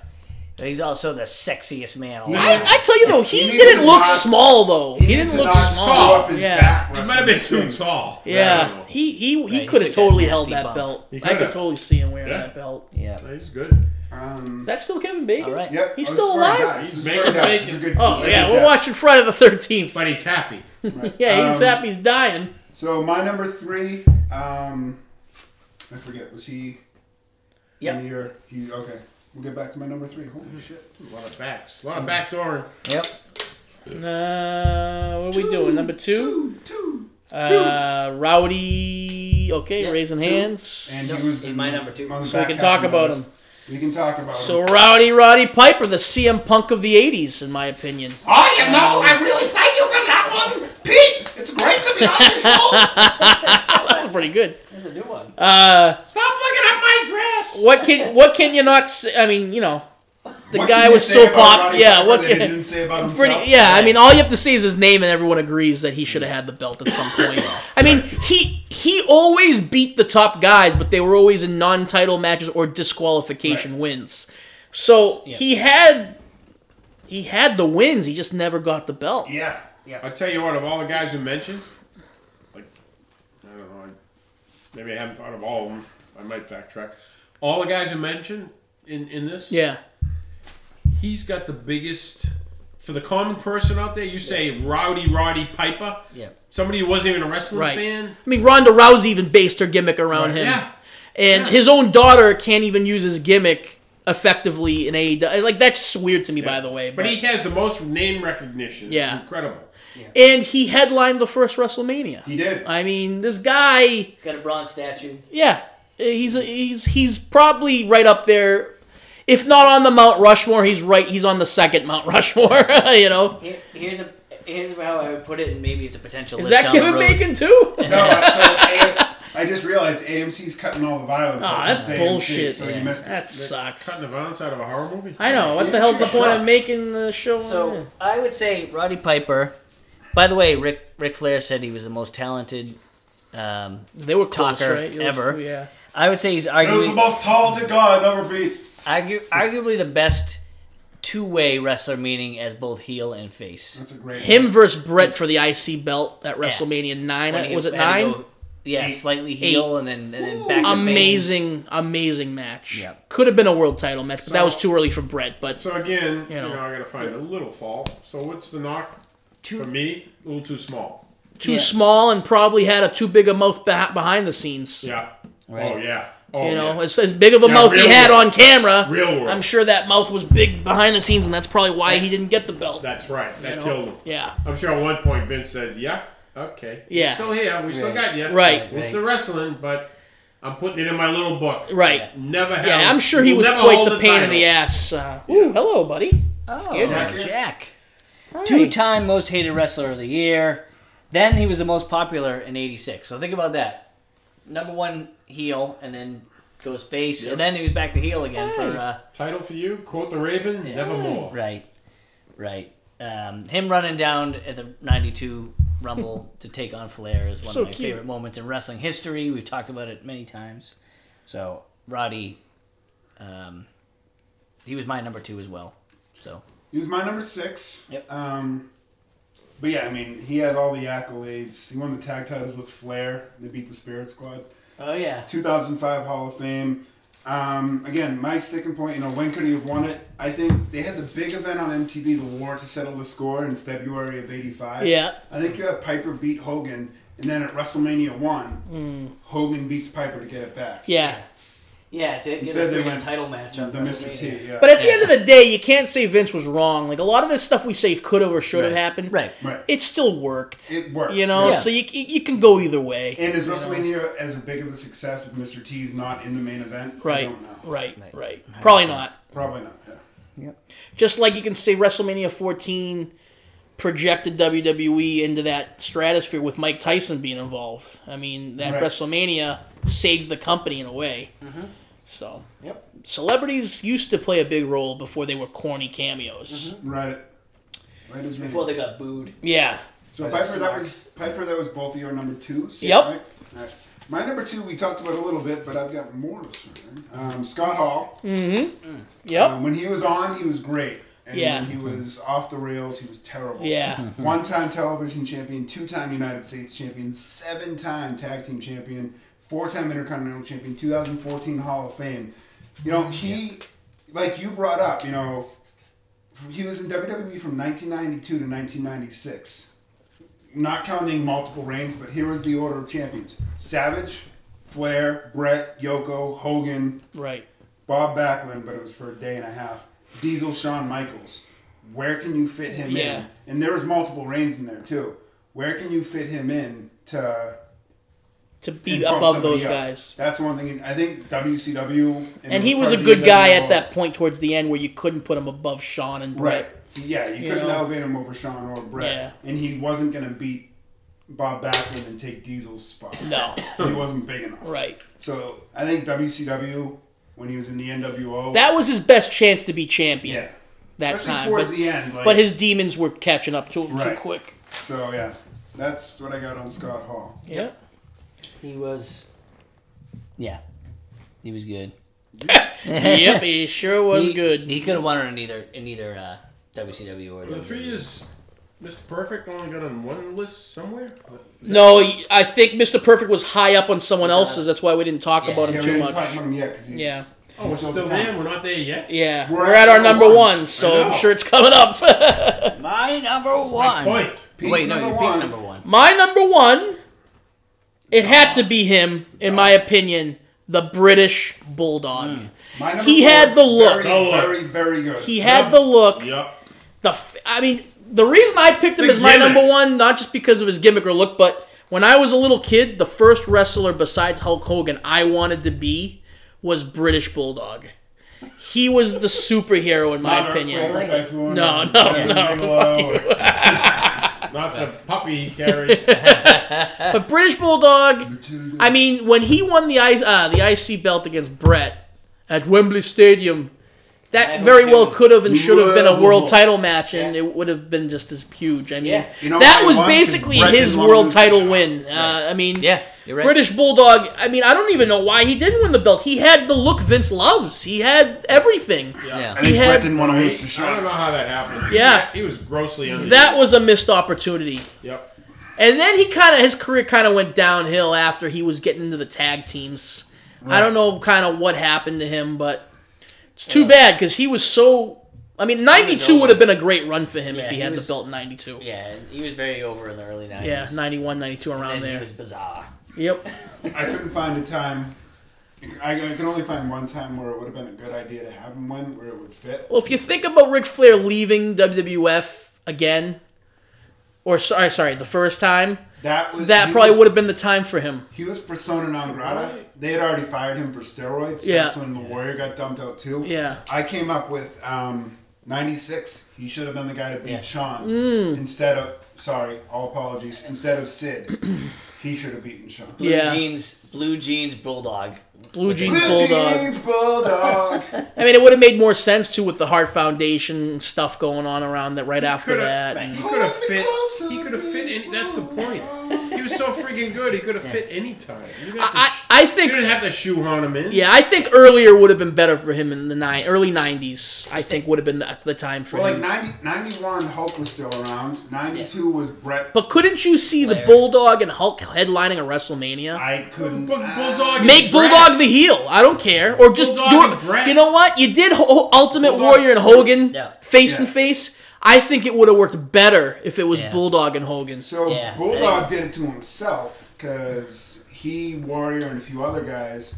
[SPEAKER 2] But he's also the sexiest man alive.
[SPEAKER 3] I, I tell you though, he,
[SPEAKER 1] He
[SPEAKER 3] didn't
[SPEAKER 1] did
[SPEAKER 3] look
[SPEAKER 1] not-
[SPEAKER 3] small though. He,
[SPEAKER 1] needed
[SPEAKER 3] didn't
[SPEAKER 1] to
[SPEAKER 3] look
[SPEAKER 1] not
[SPEAKER 3] small.
[SPEAKER 1] sew up his
[SPEAKER 3] Yeah.
[SPEAKER 1] back
[SPEAKER 4] He might
[SPEAKER 1] wrestling
[SPEAKER 4] have been too
[SPEAKER 1] thing.
[SPEAKER 4] tall. I don't
[SPEAKER 3] Yeah,
[SPEAKER 4] know.
[SPEAKER 3] he he, he
[SPEAKER 2] he
[SPEAKER 3] could
[SPEAKER 2] took
[SPEAKER 3] have
[SPEAKER 2] that
[SPEAKER 3] totally
[SPEAKER 2] nasty
[SPEAKER 3] held that
[SPEAKER 2] bump.
[SPEAKER 3] belt.
[SPEAKER 4] He
[SPEAKER 3] I could
[SPEAKER 4] could've.
[SPEAKER 3] totally see him wearing
[SPEAKER 4] Yeah.
[SPEAKER 3] that belt.
[SPEAKER 2] Yeah.
[SPEAKER 4] He's good.
[SPEAKER 1] Um,
[SPEAKER 3] That's still Kevin Bacon.
[SPEAKER 2] All right.
[SPEAKER 1] yep,
[SPEAKER 3] He's
[SPEAKER 1] I was
[SPEAKER 3] still
[SPEAKER 1] swearing
[SPEAKER 3] alive?
[SPEAKER 1] to God,
[SPEAKER 4] He's
[SPEAKER 1] I was
[SPEAKER 4] making
[SPEAKER 1] swearing to God, this
[SPEAKER 4] bacon.
[SPEAKER 1] is a good- this
[SPEAKER 3] Oh
[SPEAKER 1] is a
[SPEAKER 3] yeah,
[SPEAKER 1] good
[SPEAKER 3] we're
[SPEAKER 1] guy.
[SPEAKER 3] watching Friday the Thirteenth.
[SPEAKER 4] But he's happy.
[SPEAKER 3] Yeah,
[SPEAKER 1] Um,
[SPEAKER 3] he's happy. He's dying.
[SPEAKER 1] So my number three, um, I forget. Was he?
[SPEAKER 2] Yep.
[SPEAKER 1] In the year he okay. We'll get back to my number three. Holy shit!
[SPEAKER 4] A lot of backs. A lot of backdooring.
[SPEAKER 2] Yep.
[SPEAKER 3] Uh, what are we doing? Number two.
[SPEAKER 1] Two, two.
[SPEAKER 3] Uh, Rowdy. Okay,
[SPEAKER 2] Yeah,
[SPEAKER 3] raising
[SPEAKER 2] two.
[SPEAKER 3] hands.
[SPEAKER 1] And
[SPEAKER 2] No,
[SPEAKER 1] he was
[SPEAKER 2] in my
[SPEAKER 1] the-
[SPEAKER 2] number two.
[SPEAKER 1] on the
[SPEAKER 3] so we
[SPEAKER 1] back
[SPEAKER 3] can
[SPEAKER 1] half
[SPEAKER 3] talk
[SPEAKER 1] of my
[SPEAKER 3] about
[SPEAKER 1] list.
[SPEAKER 3] him.
[SPEAKER 1] We can talk about
[SPEAKER 3] So
[SPEAKER 1] him.
[SPEAKER 3] Rowdy Roddy Piper, the CM Punk of the '80s, in my opinion. [LAUGHS]
[SPEAKER 1] Oh, you know, I really thank you for that one, Pete. It's great to be on the show.
[SPEAKER 3] That was pretty good.
[SPEAKER 2] That's a new one.
[SPEAKER 3] Uh,
[SPEAKER 4] Stop looking at my dress!
[SPEAKER 3] what can what can you not say? I mean, you know, [LAUGHS] the
[SPEAKER 1] What
[SPEAKER 3] guy
[SPEAKER 1] can you
[SPEAKER 3] was
[SPEAKER 1] say
[SPEAKER 3] so
[SPEAKER 1] about
[SPEAKER 3] pop.
[SPEAKER 1] Roddy
[SPEAKER 3] Yeah,
[SPEAKER 1] Piper
[SPEAKER 3] what
[SPEAKER 1] that he
[SPEAKER 3] can?
[SPEAKER 1] didn't say about himself?
[SPEAKER 3] Pretty, yeah, I mean, all you have to say is his name, and everyone agrees that he should have had the belt at some
[SPEAKER 1] [LAUGHS]
[SPEAKER 3] point. I mean, he he always beat the top guys, but they were always in non-title matches or disqualification wins. So he had he had the wins. He just never got the belt.
[SPEAKER 1] Yeah.
[SPEAKER 4] I tell you what, of all the guys you mentioned, like, I don't know, I, maybe I haven't thought of all of them. I might backtrack. All the guys you mentioned in, in this,
[SPEAKER 3] Yeah.
[SPEAKER 4] he's got the biggest. For the common person out there, you say Rowdy Roddy Piper.
[SPEAKER 2] Yeah.
[SPEAKER 4] Somebody who wasn't even a wrestling
[SPEAKER 3] Right.
[SPEAKER 4] fan.
[SPEAKER 3] I mean, Ronda Rousey even based her gimmick around
[SPEAKER 1] Right.
[SPEAKER 3] him,
[SPEAKER 4] Yeah.
[SPEAKER 3] and
[SPEAKER 4] yeah.
[SPEAKER 3] his own daughter can't even use his gimmick effectively in AEW. Like that's just weird to me, by the way.
[SPEAKER 4] But he has the most name recognition. It's
[SPEAKER 3] Yeah.
[SPEAKER 4] incredible.
[SPEAKER 3] and he headlined the first WrestleMania.
[SPEAKER 1] He did.
[SPEAKER 3] I mean, this guy.
[SPEAKER 2] He's got a bronze statue.
[SPEAKER 3] Yeah, he's he's he's probably right up there. If not on the Mount Rushmore, he's right. He's on the second Mount [LAUGHS] Rushmore. you know,
[SPEAKER 2] Here, here's a here's how I would put it, and maybe it's a potential.
[SPEAKER 3] is
[SPEAKER 2] list down
[SPEAKER 3] that
[SPEAKER 2] the
[SPEAKER 3] Kevin
[SPEAKER 2] road.
[SPEAKER 3] Bacon too?
[SPEAKER 1] No, so A- I just realized AMC's cutting all the violence.
[SPEAKER 3] Aw,
[SPEAKER 1] out
[SPEAKER 3] that's
[SPEAKER 1] of AMC,
[SPEAKER 3] bullshit.
[SPEAKER 1] So you missed it.
[SPEAKER 3] [LAUGHS] that
[SPEAKER 4] Cutting
[SPEAKER 3] sucks.
[SPEAKER 4] the violence out of a horror movie?
[SPEAKER 3] I know. What the hell's the point of making the show?
[SPEAKER 2] So I would say Roddy Piper. By the way, Rick Rick Flair said he was the most talented. Um,
[SPEAKER 3] they were close,
[SPEAKER 2] Talker
[SPEAKER 3] right? It was-
[SPEAKER 2] ever.
[SPEAKER 3] Yeah.
[SPEAKER 2] I would say he's
[SPEAKER 1] It was the
[SPEAKER 2] arguably
[SPEAKER 1] most talented guy I've ever beat.
[SPEAKER 2] argu- arguably the best two way wrestler, meaning as both heel and face.
[SPEAKER 1] That's a great
[SPEAKER 3] Him versus Brett for the IC belt at WrestleMania nine.
[SPEAKER 2] When he
[SPEAKER 3] was it
[SPEAKER 2] had to
[SPEAKER 3] nine?
[SPEAKER 2] go- yeah,
[SPEAKER 1] Eight.
[SPEAKER 2] slightly heel and then and then back to face.
[SPEAKER 3] Amazing, amazing match.
[SPEAKER 2] Yeah.
[SPEAKER 3] Could have been a world title match, but that
[SPEAKER 4] So-
[SPEAKER 3] was too early for Brett. But
[SPEAKER 4] So again, you
[SPEAKER 3] You
[SPEAKER 4] know,
[SPEAKER 3] know.
[SPEAKER 4] I gotta find a little fault. So what's the knock
[SPEAKER 2] Two-
[SPEAKER 4] for me? A little too small.
[SPEAKER 3] too
[SPEAKER 2] Yeah.
[SPEAKER 3] small and probably had a too big a mouth beh- behind the scenes.
[SPEAKER 4] Yeah.
[SPEAKER 2] Right.
[SPEAKER 4] Oh yeah. Oh,
[SPEAKER 3] You know,
[SPEAKER 4] yeah.
[SPEAKER 3] as, as big of a
[SPEAKER 4] Yeah,
[SPEAKER 3] mouth he
[SPEAKER 4] real
[SPEAKER 3] had
[SPEAKER 4] world.
[SPEAKER 3] on camera,
[SPEAKER 4] Real world.
[SPEAKER 3] I'm sure that mouth was big behind the scenes, and that's probably why he didn't get the belt.
[SPEAKER 4] that's right. That
[SPEAKER 3] you know?
[SPEAKER 4] killed him.
[SPEAKER 3] Yeah,
[SPEAKER 4] I'm sure at one point Vince said, "Yeah, okay, You're
[SPEAKER 3] Yeah.
[SPEAKER 4] still here. We still
[SPEAKER 2] Right.
[SPEAKER 4] got you.
[SPEAKER 3] Right.
[SPEAKER 4] We're still wrestling, but I'm putting it in my little book.
[SPEAKER 3] right.
[SPEAKER 4] Never. held-
[SPEAKER 3] Yeah, I'm sure he
[SPEAKER 4] will
[SPEAKER 3] was
[SPEAKER 4] never
[SPEAKER 3] quite
[SPEAKER 4] hold
[SPEAKER 3] the pain in the
[SPEAKER 4] title.
[SPEAKER 3] ass. Uh, ooh, hello, buddy.
[SPEAKER 2] Oh,
[SPEAKER 3] Scared
[SPEAKER 1] me.
[SPEAKER 2] Jack.
[SPEAKER 3] Hi.
[SPEAKER 2] Two-time most hated wrestler of the year. Then he was the most popular in '86. So think about that. Number one heel, and then goes face, and then he was back to heel again for uh,
[SPEAKER 4] Title for you. Quote the Raven. Nevermore.
[SPEAKER 2] right, right. Um, him running down at the '92 Rumble to take on Flair is one
[SPEAKER 3] So
[SPEAKER 2] of my
[SPEAKER 3] cute.
[SPEAKER 2] favorite moments in wrestling history. We've talked about it many times. So Roddy, um, he was my number two as well. So
[SPEAKER 1] He was my number six.
[SPEAKER 2] Yep.
[SPEAKER 1] Um, but yeah, I mean, he had all the accolades. He won the tag titles with Flair. They beat the Spirit Squad.
[SPEAKER 2] oh yeah,
[SPEAKER 1] 2005 Hall of Fame. Um, again, my sticking point, you know, when could he have won it? I think they had the big event on MTV, The War to Settle the Score, in February of 85.
[SPEAKER 3] Yeah.
[SPEAKER 1] I think you have Piper beat Hogan, and then at WrestleMania 1, Hogan beats Piper to get it back.
[SPEAKER 3] Mm. Yeah.
[SPEAKER 2] yeah. To get
[SPEAKER 1] said
[SPEAKER 2] a
[SPEAKER 1] they
[SPEAKER 2] freaking
[SPEAKER 1] went
[SPEAKER 2] title match
[SPEAKER 1] The
[SPEAKER 2] on
[SPEAKER 1] Mr.
[SPEAKER 2] WrestleMania.
[SPEAKER 1] T, yeah.
[SPEAKER 3] But at the
[SPEAKER 2] Yeah.
[SPEAKER 3] end of the day, you can't say Vince was wrong. Like a lot of this stuff we say could have or should have
[SPEAKER 2] Right.
[SPEAKER 3] happened.
[SPEAKER 2] Right.
[SPEAKER 1] right.
[SPEAKER 3] It still worked.
[SPEAKER 1] It worked.
[SPEAKER 3] You know,
[SPEAKER 2] Yeah.
[SPEAKER 3] so you, you you can go either way.
[SPEAKER 1] And is WrestleMania as big of a success if Mr. T's not in the main event? I
[SPEAKER 3] Right,
[SPEAKER 1] don't know.
[SPEAKER 3] right,
[SPEAKER 2] Right.
[SPEAKER 3] right. Probably not.
[SPEAKER 1] Probably not. Yeah.
[SPEAKER 3] Just like you can say WrestleMania 14 projected WWE into that stratosphere with Mike Tyson being involved. I mean, that
[SPEAKER 1] Right. Mm-hmm.
[SPEAKER 3] WrestleMania saved the company in a way. So,
[SPEAKER 2] Yep.
[SPEAKER 3] celebrities used to play a big role before they were corny cameos.
[SPEAKER 1] Right. Right as
[SPEAKER 2] Before they got booed.
[SPEAKER 3] Yeah.
[SPEAKER 1] So Piper, that was Piper. That was both of your number twos.
[SPEAKER 3] Yep.
[SPEAKER 1] Right? All right. My number two, we talked about a little bit, but I've got more to say. Um, Scott Hall.
[SPEAKER 3] Yep.
[SPEAKER 1] Um, when he was on, he was great. And
[SPEAKER 3] Yeah.
[SPEAKER 1] when he was off the rails, he was terrible. [LAUGHS]
[SPEAKER 3] yeah.
[SPEAKER 1] One time television champion, two time United States champion, seven time tag team champion, four time Intercontinental champion, 2014 Hall of Fame. You know, he, like you brought up, you know, he was in WWE from 1992 to 1996. Not counting multiple reigns, but here was the order of champions Savage, Flair, Brett, Yoko, Hogan,
[SPEAKER 3] Right.
[SPEAKER 1] Bob Backlund, but it was for a day and a half. Diesel Shawn Michaels. Where can you fit him
[SPEAKER 3] Yeah.
[SPEAKER 1] in? And there was multiple reigns in there too. Where can you fit him in to
[SPEAKER 3] To be
[SPEAKER 1] and bump
[SPEAKER 3] above those
[SPEAKER 1] somebody up?
[SPEAKER 3] guys.
[SPEAKER 1] That's one thing. I think WCW. And,
[SPEAKER 3] And
[SPEAKER 1] it
[SPEAKER 3] he was a
[SPEAKER 1] part of
[SPEAKER 3] good
[SPEAKER 1] the
[SPEAKER 3] guy
[SPEAKER 1] NWO.
[SPEAKER 3] at that point towards the end where you couldn't put him above Sean and Brett.
[SPEAKER 1] Right. Yeah, you, couldn't
[SPEAKER 3] know?
[SPEAKER 1] elevate him over Shawn or Brett,
[SPEAKER 3] Yeah.
[SPEAKER 1] and he wasn't going to beat Bob Backlund and take Diesel's spot.
[SPEAKER 3] No.
[SPEAKER 1] he wasn't big enough.
[SPEAKER 3] Right.
[SPEAKER 1] So I think WCW when he was in the NWO.
[SPEAKER 3] That was his best chance to be champion.
[SPEAKER 1] yeah.
[SPEAKER 3] that
[SPEAKER 1] Especially
[SPEAKER 3] time.
[SPEAKER 1] towards
[SPEAKER 3] but,
[SPEAKER 1] the end, like-
[SPEAKER 3] but his demons were catching up to him
[SPEAKER 1] Right.
[SPEAKER 3] too quick.
[SPEAKER 1] So yeah, that's what I got on Scott Hall.
[SPEAKER 3] Yeah.
[SPEAKER 2] He was. Yeah. He was good.
[SPEAKER 3] yep, [LAUGHS] he sure was
[SPEAKER 2] he,
[SPEAKER 3] good.
[SPEAKER 2] He could have won it in either in either uh, WCW or E.
[SPEAKER 4] The
[SPEAKER 2] WWE.
[SPEAKER 4] three is Mr. Perfect only got on one list somewhere.
[SPEAKER 3] no, he- I think Mr. Perfect was high up on someone else's. That's why we didn't talk
[SPEAKER 2] Yeah.
[SPEAKER 3] about him
[SPEAKER 1] Yeah, we
[SPEAKER 3] too
[SPEAKER 1] didn't
[SPEAKER 3] much.
[SPEAKER 1] talk about him yet 'cause he's
[SPEAKER 3] Yeah.
[SPEAKER 4] Oh, we're
[SPEAKER 1] still
[SPEAKER 4] still
[SPEAKER 1] down.
[SPEAKER 4] there. We're not there yet.
[SPEAKER 3] Yeah,
[SPEAKER 1] We're
[SPEAKER 3] we're,
[SPEAKER 1] at
[SPEAKER 3] at our
[SPEAKER 1] number
[SPEAKER 3] number
[SPEAKER 1] ones.
[SPEAKER 3] one,
[SPEAKER 4] I
[SPEAKER 3] so I'm
[SPEAKER 4] know.
[SPEAKER 3] sure it's coming up. [LAUGHS]
[SPEAKER 2] My number
[SPEAKER 4] My
[SPEAKER 2] one.
[SPEAKER 4] point.
[SPEAKER 1] Pete's
[SPEAKER 2] Wait, no,
[SPEAKER 1] number
[SPEAKER 2] your
[SPEAKER 1] one.
[SPEAKER 2] piece number one.
[SPEAKER 3] my number one, it had to be him, in my opinion, the British Bulldog.
[SPEAKER 4] Hmm.
[SPEAKER 1] My number
[SPEAKER 3] He
[SPEAKER 1] four,
[SPEAKER 3] had the look.
[SPEAKER 1] Very,
[SPEAKER 4] The look.
[SPEAKER 1] very, very good.
[SPEAKER 3] He had the look.
[SPEAKER 4] Yep.
[SPEAKER 3] the f- I mean, the reason I picked him
[SPEAKER 4] The
[SPEAKER 3] as my
[SPEAKER 4] gimmick.
[SPEAKER 3] number one, not just because of his gimmick or look, but when I was a little kid, the first wrestler besides Hulk Hogan I wanted to be was British Bulldog. He was the superhero in my
[SPEAKER 4] Not Earth
[SPEAKER 3] opinion.
[SPEAKER 1] Eric Typhoon [LAUGHS]
[SPEAKER 3] No,
[SPEAKER 1] and
[SPEAKER 3] no,
[SPEAKER 1] Evan
[SPEAKER 3] no,
[SPEAKER 1] Bigelow or
[SPEAKER 4] Not the puppy
[SPEAKER 3] [LAUGHS]
[SPEAKER 4] he carried.
[SPEAKER 3] But British
[SPEAKER 1] [LAUGHS]
[SPEAKER 3] Bulldog,
[SPEAKER 1] Two.
[SPEAKER 3] I mean, when he won the I, uh, the IC belt against Brett at Wembley Stadium,
[SPEAKER 2] I
[SPEAKER 3] that
[SPEAKER 2] hope
[SPEAKER 3] very
[SPEAKER 2] so.
[SPEAKER 3] well could have and should have been a world
[SPEAKER 1] Unbelievable.
[SPEAKER 3] title match, and
[SPEAKER 2] Yeah.
[SPEAKER 3] it would have been just as huge. I mean,
[SPEAKER 2] Yeah.
[SPEAKER 1] You know
[SPEAKER 3] that
[SPEAKER 1] why
[SPEAKER 3] was
[SPEAKER 1] he won? 'Cause
[SPEAKER 3] basically
[SPEAKER 1] Brett
[SPEAKER 3] his
[SPEAKER 1] didn't want to
[SPEAKER 3] world
[SPEAKER 1] lose his
[SPEAKER 3] title
[SPEAKER 1] shot.
[SPEAKER 3] win. Uh, I mean,
[SPEAKER 2] Yeah, you're right.
[SPEAKER 3] British Bulldog. I mean, I don't even know why he didn't win the belt. He had the look Vince loves. He had everything.
[SPEAKER 2] Yeah.
[SPEAKER 1] I think
[SPEAKER 3] he
[SPEAKER 1] Brett
[SPEAKER 3] had-
[SPEAKER 1] didn't want to
[SPEAKER 4] I
[SPEAKER 1] lose the
[SPEAKER 4] don't know
[SPEAKER 1] shot.
[SPEAKER 4] how that happened.
[SPEAKER 3] Yeah.
[SPEAKER 4] He was grossly under.
[SPEAKER 3] That was a missed opportunity.
[SPEAKER 4] Yep.
[SPEAKER 3] And then he kind of his career kind of went downhill after he was getting into the tag teams. I don't know kind of what happened to him, but it's too bad because he was so I mean, 92
[SPEAKER 2] over.
[SPEAKER 3] would have been a great run for him
[SPEAKER 2] Yeah,
[SPEAKER 3] if he,
[SPEAKER 2] he
[SPEAKER 3] had
[SPEAKER 2] was-
[SPEAKER 3] the belt in 92. Yeah,
[SPEAKER 2] Yeah, and he was very over in the early 90s.
[SPEAKER 3] 91, 92, around
[SPEAKER 2] And he
[SPEAKER 3] there.
[SPEAKER 2] was bizarre.
[SPEAKER 3] Yep.
[SPEAKER 1] I couldn't find a time. I, I can only find one time where it would have been a good idea to have him win, where it would fit.
[SPEAKER 3] Well, if you think about Ric Flair leaving WWF again, or sorry, sorry, the first time,
[SPEAKER 1] That was
[SPEAKER 3] that
[SPEAKER 1] he
[SPEAKER 3] probably
[SPEAKER 1] was-
[SPEAKER 3] would have been the time for him.
[SPEAKER 1] He was persona non grata. They had already fired him for steroids.
[SPEAKER 3] Yeah.
[SPEAKER 1] That's when the Warrior got dumped out too.
[SPEAKER 3] Yeah.
[SPEAKER 1] I came up with um, '96. He should have been the guy to beat
[SPEAKER 2] Yeah.
[SPEAKER 1] Sean instead of. Sorry, all apologies. Instead of Sid, he should have beaten Sean.
[SPEAKER 2] Blue
[SPEAKER 3] Yeah.
[SPEAKER 2] jeans, blue jeans, bulldog.
[SPEAKER 3] Blue
[SPEAKER 1] Blue
[SPEAKER 3] jeans bulldog.
[SPEAKER 1] jeans, bulldog.
[SPEAKER 3] I mean, it would have made more sense too with the Heart Foundation stuff going on around that right after
[SPEAKER 4] Coulda-
[SPEAKER 3] that.
[SPEAKER 2] right.
[SPEAKER 4] He could have
[SPEAKER 1] Hold me
[SPEAKER 4] fit.
[SPEAKER 1] closer,
[SPEAKER 4] He could have fit. In, that's the point. He was so freaking good. He could have fit any time. You didn't have to,
[SPEAKER 3] I,
[SPEAKER 4] sh-
[SPEAKER 3] I
[SPEAKER 4] you
[SPEAKER 3] think
[SPEAKER 4] didn't have to shoehorn him in.
[SPEAKER 3] yeah, I think earlier would have been better for him in the nine early '90s. I think would have been the, the time for
[SPEAKER 1] well, like
[SPEAKER 3] him.
[SPEAKER 1] 90, 91, Hulk was still around. 92 was Brett.
[SPEAKER 3] but couldn't you see the
[SPEAKER 2] Flair.
[SPEAKER 3] Bulldog and Hulk headlining a WrestleMania?
[SPEAKER 1] I couldn't.
[SPEAKER 4] But Bulldog
[SPEAKER 3] Make
[SPEAKER 4] Brett.
[SPEAKER 3] Bulldog the heel. I don't care. Or just
[SPEAKER 4] Bulldog
[SPEAKER 3] do
[SPEAKER 4] and
[SPEAKER 3] it.
[SPEAKER 4] Brett.
[SPEAKER 3] You know what? You did Ho- Ultimate
[SPEAKER 1] Bulldog's-
[SPEAKER 3] Warrior and Hogan
[SPEAKER 2] Yeah.
[SPEAKER 3] face
[SPEAKER 1] Yeah.
[SPEAKER 3] and face. I think it would have worked better if it was
[SPEAKER 2] Yeah.
[SPEAKER 3] Bulldog and Hogan.
[SPEAKER 1] So
[SPEAKER 2] Yeah.
[SPEAKER 1] Bulldog did it to himself because he, Warrior, and a few other guys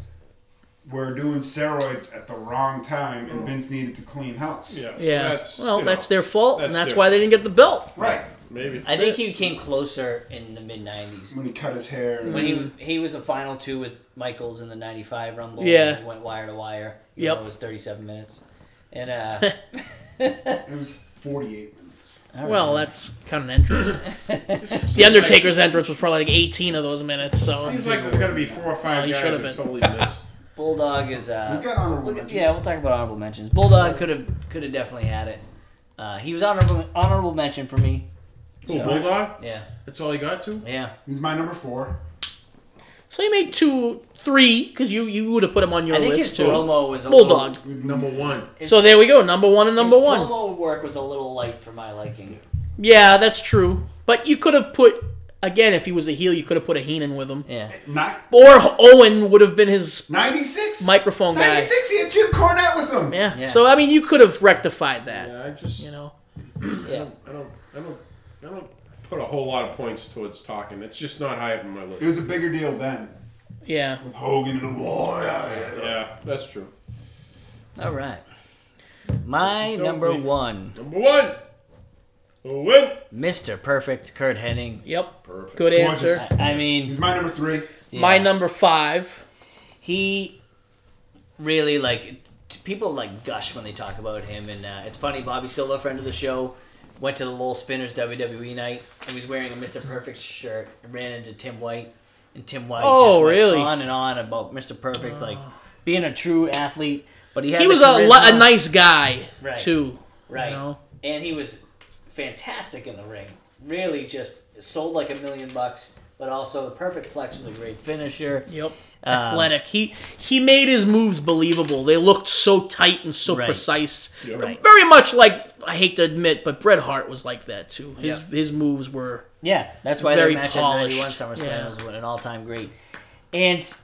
[SPEAKER 1] were doing steroids at the wrong time, and Vince needed to clean house.
[SPEAKER 4] Oh. Yeah. so
[SPEAKER 3] Yeah.
[SPEAKER 4] that's,
[SPEAKER 3] well,
[SPEAKER 4] you know,
[SPEAKER 3] that's their fault, and
[SPEAKER 4] that's
[SPEAKER 3] that's
[SPEAKER 4] their-
[SPEAKER 3] why they didn't get the belt.
[SPEAKER 1] Right.
[SPEAKER 4] Maybe.
[SPEAKER 2] I think he came closer in the mid 90s.
[SPEAKER 1] When he cut his hair. and-
[SPEAKER 2] When
[SPEAKER 3] Mm-hmm.
[SPEAKER 2] he he was the final two with Michaels in the 95 Rumble.
[SPEAKER 3] Yeah.
[SPEAKER 2] and it went wire to wire. even
[SPEAKER 3] Yep.
[SPEAKER 2] though It was 37 minutes. And, uh, [LAUGHS]
[SPEAKER 1] It was 48 minutes.
[SPEAKER 3] [LAUGHS] Well, that's kind of an
[SPEAKER 2] [LAUGHS]
[SPEAKER 3] entrance.
[SPEAKER 4] Just-
[SPEAKER 3] the Undertaker's entrance was probably like 18 of those minutes. So
[SPEAKER 4] Seems like there's got to be four or five
[SPEAKER 3] he
[SPEAKER 4] guys
[SPEAKER 3] should
[SPEAKER 4] that
[SPEAKER 3] have been.
[SPEAKER 4] totally
[SPEAKER 3] [LAUGHS]
[SPEAKER 4] missed.
[SPEAKER 2] Bulldog is, uh,
[SPEAKER 1] We've got honorable
[SPEAKER 2] Look at-
[SPEAKER 1] mentions.
[SPEAKER 2] Yeah, we'll talk about honorable mentions. Bulldog could have could have definitely had it. Uh, he was honorable honorable mention for me.
[SPEAKER 4] Cool,
[SPEAKER 2] So-
[SPEAKER 4] Bulldog.
[SPEAKER 2] Yeah,
[SPEAKER 4] That's all he got to.
[SPEAKER 2] yeah.
[SPEAKER 1] He's my number four.
[SPEAKER 3] so you made two, three, because you you would have put him on your
[SPEAKER 2] I think his
[SPEAKER 3] list too.
[SPEAKER 2] promo was a
[SPEAKER 3] Bulldog.
[SPEAKER 2] Little,
[SPEAKER 4] Number one.
[SPEAKER 3] So there we go, number one and number
[SPEAKER 2] his
[SPEAKER 3] one.
[SPEAKER 2] Promo work was a little light for my liking.
[SPEAKER 3] Yeah, that's true. But you could have put again if he was a heel, you could have put a Heenan with him,
[SPEAKER 2] Yeah,
[SPEAKER 1] Ni-
[SPEAKER 3] or Owen would have been his
[SPEAKER 1] 96?
[SPEAKER 3] microphone guy.
[SPEAKER 1] 96, he had Jim Cornette with him.
[SPEAKER 3] Yeah.
[SPEAKER 2] Yeah.
[SPEAKER 3] So I mean, you could have rectified that.
[SPEAKER 4] Yeah, I just
[SPEAKER 3] You know.
[SPEAKER 2] yeah.
[SPEAKER 4] I don't, I don't, I don't, I don't put a whole lot of points towards talking. It's just not high up on my
[SPEAKER 1] It
[SPEAKER 4] list.
[SPEAKER 1] was a bigger deal then.
[SPEAKER 3] Yeah.
[SPEAKER 1] With Hogan and the Warrior.
[SPEAKER 4] Yeah, that's true.
[SPEAKER 2] All right. My
[SPEAKER 4] Don't
[SPEAKER 2] number
[SPEAKER 4] leave.
[SPEAKER 2] one,
[SPEAKER 4] Number one. Win.
[SPEAKER 2] Mr. Perfect, Kurt Hennig.
[SPEAKER 3] Yep.
[SPEAKER 4] Perfect.
[SPEAKER 3] Good answer.
[SPEAKER 1] Gorgeous.
[SPEAKER 2] I I mean,
[SPEAKER 1] He's my number three.
[SPEAKER 2] yeah.
[SPEAKER 3] My number five.
[SPEAKER 2] he really like t- people like gush when they talk about him and uh, it's funny bobby silva friend of the show went to the lowell spinners wwe night and he was wearing a mr perfect shirt and ran into tim white and tim white
[SPEAKER 3] Oh,
[SPEAKER 2] just went
[SPEAKER 3] really?
[SPEAKER 2] on and on about mr perfect like being a true athlete but he had
[SPEAKER 3] He
[SPEAKER 2] the
[SPEAKER 3] was a, lo- a
[SPEAKER 2] charisma.
[SPEAKER 3] nice guy
[SPEAKER 2] Right.
[SPEAKER 3] too.
[SPEAKER 2] right
[SPEAKER 3] You know.
[SPEAKER 2] and he was fantastic in the ring really just sold like a million bucks but also the perfect flex was a great finisher
[SPEAKER 3] Yep.
[SPEAKER 2] Um,
[SPEAKER 3] Athletic. He he made his moves believable. They looked so tight and so
[SPEAKER 2] Right.
[SPEAKER 3] precise.
[SPEAKER 4] Yeah.
[SPEAKER 2] Right.
[SPEAKER 3] Very much like I hate to admit, but Bret Hart was like that too. His
[SPEAKER 2] Yeah.
[SPEAKER 3] his moves were
[SPEAKER 2] Yeah, that's why
[SPEAKER 3] Very
[SPEAKER 2] their match
[SPEAKER 3] polished.
[SPEAKER 2] at 91 SummerSlam
[SPEAKER 3] Yeah.
[SPEAKER 2] was an all-time great. And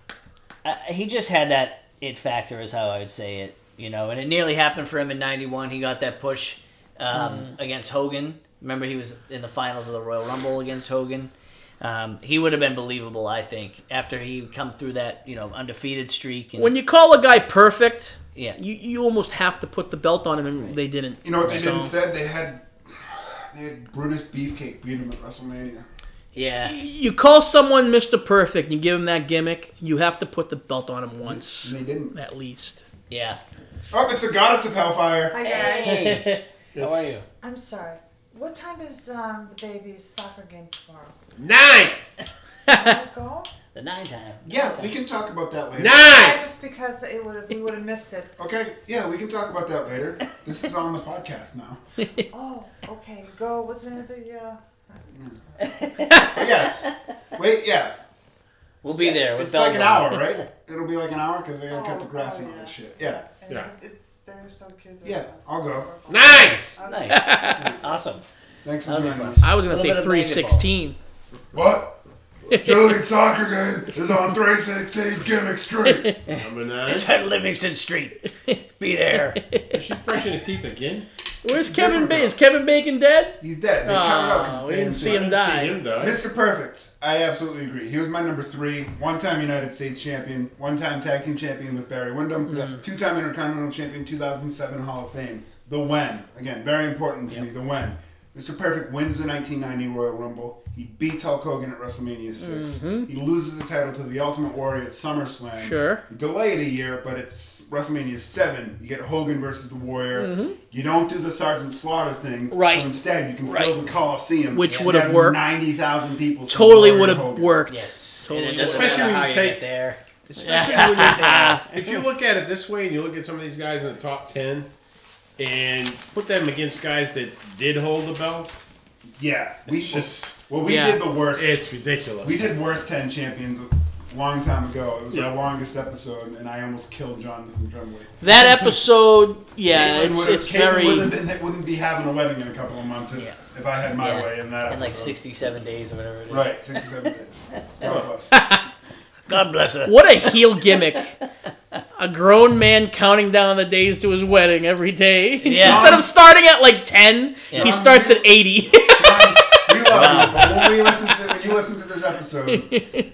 [SPEAKER 2] uh, he just had that it factor is how I would say it, you know, and it nearly happened for him in 91. He got that push um, against Hogan. Remember he was in the finals of the Royal Rumble against Hogan. Um, he would have been believable, I think, after he come through that, you know, undefeated streak and
[SPEAKER 3] when you call a guy perfect,
[SPEAKER 2] yeah.
[SPEAKER 3] you, you almost have to put the belt on him and they didn't.
[SPEAKER 1] You know what they did
[SPEAKER 3] So-
[SPEAKER 1] instead? They had they had Brutus Beefcake beat him at WrestleMania.
[SPEAKER 2] Yeah.
[SPEAKER 3] You call someone Mr. Perfect and you give him that gimmick, you have to put the belt on him once
[SPEAKER 1] And they didn't.
[SPEAKER 3] at least.
[SPEAKER 2] Yeah.
[SPEAKER 1] Oh, it's the goddess of hellfire.
[SPEAKER 5] Hi guys.
[SPEAKER 2] Hey. How are you?
[SPEAKER 4] It's
[SPEAKER 5] I'm sorry. What time is um, the baby's soccer game
[SPEAKER 4] [LAUGHS]
[SPEAKER 5] tomorrow?
[SPEAKER 4] Nine.
[SPEAKER 5] Can I go?
[SPEAKER 2] The nine time.
[SPEAKER 1] Yeah, we can talk about that later.
[SPEAKER 5] Yeah,
[SPEAKER 4] Nine.
[SPEAKER 5] just because it would we would have missed it.
[SPEAKER 1] Okay, yeah, we can talk about that later. This is on the podcast now.
[SPEAKER 5] Oh, okay. Go. What's the name of the? Uh,
[SPEAKER 1] But yes. Wait, yeah.
[SPEAKER 2] We'll be there with
[SPEAKER 1] It's like
[SPEAKER 2] bells
[SPEAKER 1] an
[SPEAKER 2] on.
[SPEAKER 1] hour, right? It'll be like an hour because we gotta cut the grass and all that shit. Yeah.
[SPEAKER 5] oh, and
[SPEAKER 4] Yeah.
[SPEAKER 5] It's, it's, they're so cute. They're
[SPEAKER 1] Yeah,
[SPEAKER 5] so
[SPEAKER 1] I'll go.
[SPEAKER 5] adorable.
[SPEAKER 4] Nice.
[SPEAKER 1] [LAUGHS]
[SPEAKER 2] Nice. awesome.
[SPEAKER 1] Thanks for
[SPEAKER 2] That'll be
[SPEAKER 1] joining
[SPEAKER 2] fun.
[SPEAKER 1] us.
[SPEAKER 3] I was going
[SPEAKER 2] A
[SPEAKER 3] to
[SPEAKER 2] little bit
[SPEAKER 3] say
[SPEAKER 2] of
[SPEAKER 3] 316.
[SPEAKER 1] What? Julie Soccer Game is on 316 Gimmick Street.
[SPEAKER 4] Number nine.
[SPEAKER 2] It's at Livingston Street. Be [LAUGHS] there.
[SPEAKER 4] Is she brushing her teeth again?
[SPEAKER 3] Where's Kevin Bacon? Is Kevin Bacon dead?
[SPEAKER 1] He's dead. They cut it out 'cause it's
[SPEAKER 3] Oh, we didn't
[SPEAKER 1] Dan
[SPEAKER 3] see him
[SPEAKER 4] I didn't
[SPEAKER 3] die.
[SPEAKER 4] See him die.
[SPEAKER 1] Mr. Perfect, I absolutely agree. He was my number three, one-time United States champion, one-time tag team champion with Barry Windham, two-time Intercontinental champion, 2007 Hall of Fame. The when, again, very important to me. The when. Mr. Perfect wins the 1990 Royal Rumble. He beats Hulk Hogan at WrestleMania 6 He loses the title to the Ultimate Warrior at SummerSlam.
[SPEAKER 3] Mm-hmm. Sure.
[SPEAKER 1] You delay it a year, but it's WrestleMania seven. You get Hogan versus the Warrior. You don't do the Sergeant Slaughter thing.
[SPEAKER 3] Mm-hmm. Right.
[SPEAKER 1] So instead, you can
[SPEAKER 3] Right.
[SPEAKER 1] fill the Coliseum,
[SPEAKER 3] Which
[SPEAKER 1] and
[SPEAKER 3] would have
[SPEAKER 1] have
[SPEAKER 3] worked.
[SPEAKER 1] Ninety thousand people. see
[SPEAKER 3] Totally
[SPEAKER 1] Warrior
[SPEAKER 3] would have
[SPEAKER 1] Hogan.
[SPEAKER 3] worked.
[SPEAKER 2] Yes.
[SPEAKER 3] Totally
[SPEAKER 2] and it doesn't matter
[SPEAKER 4] Especially when
[SPEAKER 2] how
[SPEAKER 4] you
[SPEAKER 2] you
[SPEAKER 4] take-
[SPEAKER 2] get there.
[SPEAKER 4] Especially
[SPEAKER 3] [LAUGHS]
[SPEAKER 4] when you- if you look at it this way and you look at some of these guys in the top 10 and put them against guys that did hold the belt,
[SPEAKER 1] Yeah. We
[SPEAKER 4] it's just,
[SPEAKER 1] well, we
[SPEAKER 3] Yeah.
[SPEAKER 1] did the worst.
[SPEAKER 4] it's ridiculous.
[SPEAKER 1] we did worst ten champions a long time ago. It was our
[SPEAKER 4] Yeah.
[SPEAKER 1] longest episode, and I almost killed Jonathan Tremblay.
[SPEAKER 3] That episode, yeah,
[SPEAKER 1] Caitlyn
[SPEAKER 3] it's
[SPEAKER 1] would've-
[SPEAKER 3] it's
[SPEAKER 1] Caitlyn
[SPEAKER 3] very.
[SPEAKER 1] wouldn't, have been, wouldn't be having a wedding in a couple of months if, if I had my
[SPEAKER 2] Yeah.
[SPEAKER 1] way in that
[SPEAKER 2] In like
[SPEAKER 1] episode.
[SPEAKER 2] 67 days or whatever it is.
[SPEAKER 1] Right, sixty-seven
[SPEAKER 3] [LAUGHS]
[SPEAKER 1] days. God bless.
[SPEAKER 2] God bless her.
[SPEAKER 3] What a heel gimmick. A grown man counting down the days to his wedding every day. [LAUGHS]
[SPEAKER 2] Yeah.
[SPEAKER 3] Instead of starting at like 10, he
[SPEAKER 2] Yeah.
[SPEAKER 3] starts at 80.
[SPEAKER 1] Johnny, we love you, but when we listen to when you listen to this
[SPEAKER 3] [LAUGHS]
[SPEAKER 1] episode,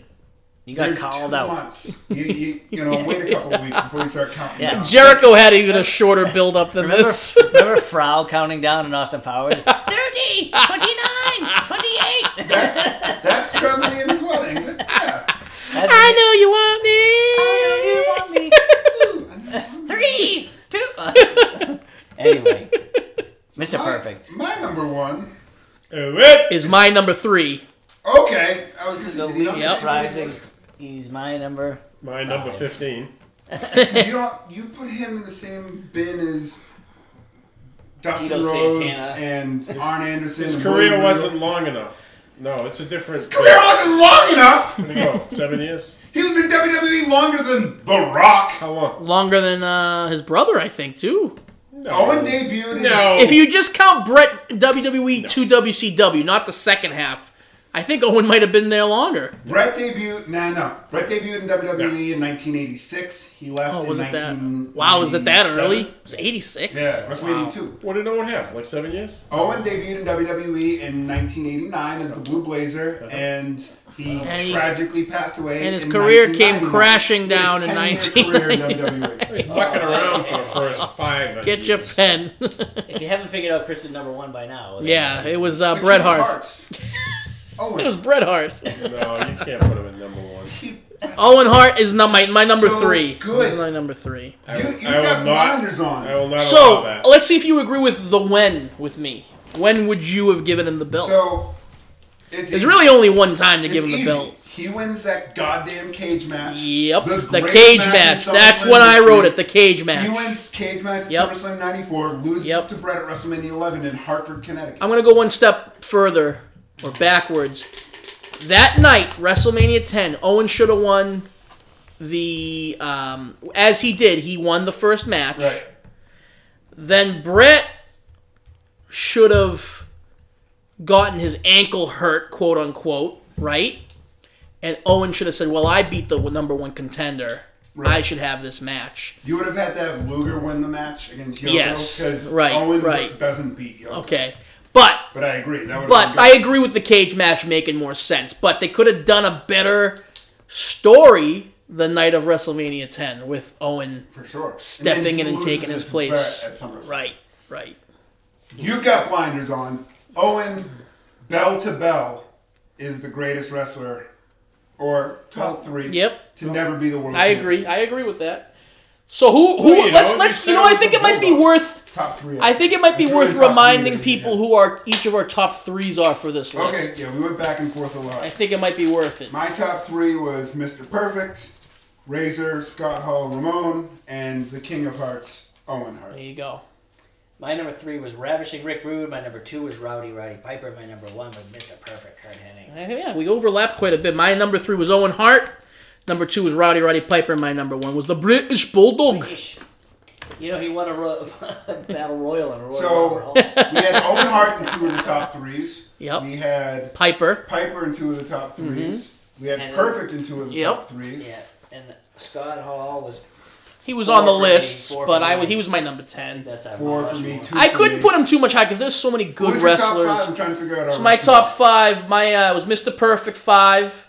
[SPEAKER 2] You got
[SPEAKER 1] there's
[SPEAKER 2] called
[SPEAKER 1] two
[SPEAKER 2] out.
[SPEAKER 1] months. You, you you know wait a couple of weeks before you start counting.
[SPEAKER 2] Yeah.
[SPEAKER 1] down.
[SPEAKER 3] [LAUGHS] Jericho had even a shorter build up than
[SPEAKER 2] Remember,
[SPEAKER 1] [LAUGHS]
[SPEAKER 3] this. [LAUGHS]
[SPEAKER 2] remember Frau counting down in Austin Powers? 30, 29, 28.
[SPEAKER 1] That, that's Tremblay in his wedding. Yeah.
[SPEAKER 2] That's
[SPEAKER 3] I know you want
[SPEAKER 2] you
[SPEAKER 3] me.
[SPEAKER 2] want me.
[SPEAKER 1] Ooh, I know.
[SPEAKER 2] Three, two. uh. anyway, Mr. Perfect.
[SPEAKER 1] My, my number one.
[SPEAKER 4] Uh, what?
[SPEAKER 3] Is my number three.
[SPEAKER 1] Okay, I was
[SPEAKER 2] The
[SPEAKER 1] gonna you know,
[SPEAKER 2] least
[SPEAKER 1] somebody
[SPEAKER 2] surprising.
[SPEAKER 1] was-
[SPEAKER 2] He's my number.
[SPEAKER 4] My number
[SPEAKER 2] Five.
[SPEAKER 4] 15.
[SPEAKER 1] You don't, you put him in the same bin as. Dustin
[SPEAKER 2] Tito
[SPEAKER 1] Rhodes
[SPEAKER 2] Santana.
[SPEAKER 1] and Arn Anderson.
[SPEAKER 4] His
[SPEAKER 1] and
[SPEAKER 4] career
[SPEAKER 1] William
[SPEAKER 4] wasn't
[SPEAKER 1] Regal.
[SPEAKER 4] long enough. No, it's a different. His
[SPEAKER 1] Career wasn't long enough.
[SPEAKER 4] Seven years?
[SPEAKER 1] He was in WWE longer than The Rock.
[SPEAKER 4] How long?
[SPEAKER 3] Longer than uh, his brother, I think, too.
[SPEAKER 4] No.
[SPEAKER 1] Owen debuted. in-
[SPEAKER 4] No.
[SPEAKER 3] If you just count Brett WWE to WCW, not the second half, I think Owen might have been there longer.
[SPEAKER 1] Brett debuted. Nah, no. Brett debuted in WWE in 1986. He left
[SPEAKER 3] Oh,
[SPEAKER 1] in
[SPEAKER 3] was it that?
[SPEAKER 1] 19.
[SPEAKER 3] Wow, was it that early? It was 86?
[SPEAKER 1] Yeah, WrestleMania 82.
[SPEAKER 4] What did Owen have? Like seven years?
[SPEAKER 1] Owen debuted in WWE in 1989 as the Blue Blazer,
[SPEAKER 4] Uh-huh.
[SPEAKER 1] and he
[SPEAKER 3] he-
[SPEAKER 1] tragically passed away.
[SPEAKER 3] and his
[SPEAKER 1] in
[SPEAKER 3] career came
[SPEAKER 1] 1999.
[SPEAKER 3] crashing
[SPEAKER 1] He had a
[SPEAKER 3] down in
[SPEAKER 1] 10-year career in
[SPEAKER 3] [LAUGHS]
[SPEAKER 1] WWE.
[SPEAKER 4] He's mucking around for the first five.
[SPEAKER 3] Get your
[SPEAKER 4] years.
[SPEAKER 3] pen. [LAUGHS]
[SPEAKER 2] If you haven't figured out Chris is number one by now, then-
[SPEAKER 3] yeah, it was uh,
[SPEAKER 1] The
[SPEAKER 3] Bret
[SPEAKER 1] King of
[SPEAKER 3] Hart.
[SPEAKER 1] Hearts.
[SPEAKER 3] It was [LAUGHS]
[SPEAKER 1] Owen.
[SPEAKER 3] Bret Hart.
[SPEAKER 4] No, you can't put him in number one.
[SPEAKER 1] He-
[SPEAKER 3] Owen Hart is not my, my number
[SPEAKER 1] So
[SPEAKER 3] three.
[SPEAKER 1] good.
[SPEAKER 3] He's My number three.
[SPEAKER 4] I
[SPEAKER 1] You,
[SPEAKER 4] will-
[SPEAKER 1] you've
[SPEAKER 4] I will
[SPEAKER 1] got
[SPEAKER 4] not-
[SPEAKER 1] blinders on.
[SPEAKER 4] I will not allow
[SPEAKER 3] So
[SPEAKER 4] that.
[SPEAKER 3] let's see if you agree with the when with me. When would you have given him the belt?
[SPEAKER 1] So it's
[SPEAKER 3] There's
[SPEAKER 1] easy.
[SPEAKER 3] really only one time to
[SPEAKER 1] It's
[SPEAKER 3] give him the
[SPEAKER 1] easy.
[SPEAKER 3] belt.
[SPEAKER 1] He wins that goddamn cage match.
[SPEAKER 3] Yep, the,
[SPEAKER 1] greatest
[SPEAKER 3] cage
[SPEAKER 1] in
[SPEAKER 3] match.
[SPEAKER 1] SummerSlam
[SPEAKER 3] That's what I
[SPEAKER 1] history.
[SPEAKER 3] wrote it. The cage match.
[SPEAKER 1] He wins cage match at
[SPEAKER 3] Yep.
[SPEAKER 1] SummerSlam '94, loses
[SPEAKER 3] Yep.
[SPEAKER 1] to Brett at WrestleMania 11 in Hartford, Connecticut.
[SPEAKER 3] I'm gonna go one step further or backwards. That night, WrestleMania 10, Owen should have won the um, as he did. He won the first match.
[SPEAKER 1] right.
[SPEAKER 3] Then Brett should have gotten his ankle hurt, quote unquote, right? And Owen should have said, "Well, I beat the number one contender. I
[SPEAKER 1] Right.
[SPEAKER 3] should have this match."
[SPEAKER 1] You would have had to have Luger win the match against Yoko
[SPEAKER 3] Yes.
[SPEAKER 1] because
[SPEAKER 3] Right,
[SPEAKER 1] Owen
[SPEAKER 3] right.
[SPEAKER 1] doesn't beat Yoko.
[SPEAKER 3] Okay, but
[SPEAKER 1] But I agree. That would have
[SPEAKER 3] But
[SPEAKER 1] been
[SPEAKER 3] I
[SPEAKER 1] good.
[SPEAKER 3] agree with the cage match making more sense. But they could have done a better story the night of WrestleMania 10 with Owen.
[SPEAKER 1] for sure And
[SPEAKER 3] stepping
[SPEAKER 1] then he
[SPEAKER 3] in and
[SPEAKER 1] loses
[SPEAKER 3] taking
[SPEAKER 1] it
[SPEAKER 3] his
[SPEAKER 1] to
[SPEAKER 3] place.
[SPEAKER 1] Brett at SummerSlam.
[SPEAKER 3] Right, right.
[SPEAKER 1] You've got blinders on. Owen, bell to bell, is the greatest wrestler, or top three.
[SPEAKER 3] Yep.
[SPEAKER 1] To never be the world.
[SPEAKER 3] I
[SPEAKER 1] champion.
[SPEAKER 3] agree. I agree with that. So who who
[SPEAKER 4] Well, you
[SPEAKER 3] let's
[SPEAKER 4] know,
[SPEAKER 3] let's
[SPEAKER 4] you
[SPEAKER 3] you know I
[SPEAKER 4] sound
[SPEAKER 3] think
[SPEAKER 4] like
[SPEAKER 3] it
[SPEAKER 4] a
[SPEAKER 3] might be
[SPEAKER 4] bulldog.
[SPEAKER 3] worth
[SPEAKER 1] Top three.
[SPEAKER 3] I think it might be
[SPEAKER 1] It's
[SPEAKER 3] worth
[SPEAKER 1] really top three
[SPEAKER 3] reminding
[SPEAKER 1] to me,
[SPEAKER 3] people
[SPEAKER 1] yeah.
[SPEAKER 3] who are each of our top threes are for this list.
[SPEAKER 1] Okay. Yeah, we went back and forth a lot.
[SPEAKER 3] I think it might be worth it.
[SPEAKER 1] My top three was Mr. Perfect, Razor, Scott Hall, Ramon, and the King of Hearts, Owen Hart.
[SPEAKER 3] There you go.
[SPEAKER 2] My number three was Ravishing Rick Rude. My number two was Rowdy Roddy Piper. My number one was Mr. Perfect Kurt Hennig.
[SPEAKER 3] I think, Yeah, we overlapped quite a bit. My number three was Owen Hart. Number two was Rowdy Roddy Piper. My number one was the British Bulldog.
[SPEAKER 2] Ish. You know, he won a, ro- [LAUGHS] a battle royal in a Royal
[SPEAKER 1] So-
[SPEAKER 2] Rumble. Hall.
[SPEAKER 1] We had Owen Hart in two of the top threes.
[SPEAKER 3] Yep.
[SPEAKER 1] We had
[SPEAKER 3] Piper.
[SPEAKER 1] Piper in two of the top 3s We had
[SPEAKER 2] And-
[SPEAKER 1] perfect in two of the top
[SPEAKER 3] Yep.
[SPEAKER 1] threes.
[SPEAKER 2] Yeah, and Scott Hall was
[SPEAKER 3] He was
[SPEAKER 2] Four
[SPEAKER 3] on the
[SPEAKER 2] for me,
[SPEAKER 3] lists,
[SPEAKER 2] four
[SPEAKER 3] but
[SPEAKER 2] for
[SPEAKER 3] I
[SPEAKER 2] me.
[SPEAKER 3] he was my number ten.
[SPEAKER 2] that's our
[SPEAKER 1] Four
[SPEAKER 2] Mount
[SPEAKER 1] for me,
[SPEAKER 2] Rushmore.
[SPEAKER 1] two
[SPEAKER 3] I
[SPEAKER 1] for
[SPEAKER 3] couldn't
[SPEAKER 1] me.
[SPEAKER 3] put him too much high because there's so many good
[SPEAKER 1] Who's your
[SPEAKER 3] wrestlers.
[SPEAKER 1] Top five? I'm trying to figure out. Our
[SPEAKER 3] So my
[SPEAKER 1] Rushmore.
[SPEAKER 3] top five, my uh, was Mr. Perfect five,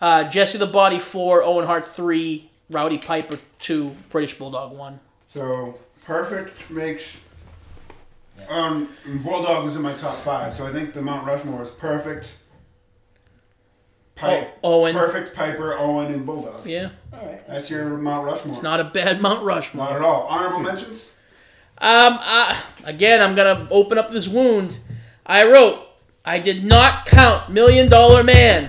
[SPEAKER 3] uh, Jesse the Body four, Owen Hart three, Rowdy Piper two, British Bulldog one.
[SPEAKER 1] So perfect makes. Um, Bulldog was in my top five, so I think the Mount Rushmore is perfect. Pipe,
[SPEAKER 3] Oh, Owen.
[SPEAKER 1] perfect Piper, Owen, and Bulldog.
[SPEAKER 3] Yeah,
[SPEAKER 2] All right.
[SPEAKER 1] That's your Mount Rushmore.
[SPEAKER 3] not a bad Mount Rushmore.
[SPEAKER 1] Not at all. Honorable mentions.
[SPEAKER 3] Um, I, again, I'm gonna open up this wound. I wrote, I did not count Million
[SPEAKER 1] [LAUGHS]
[SPEAKER 3] Dollar Man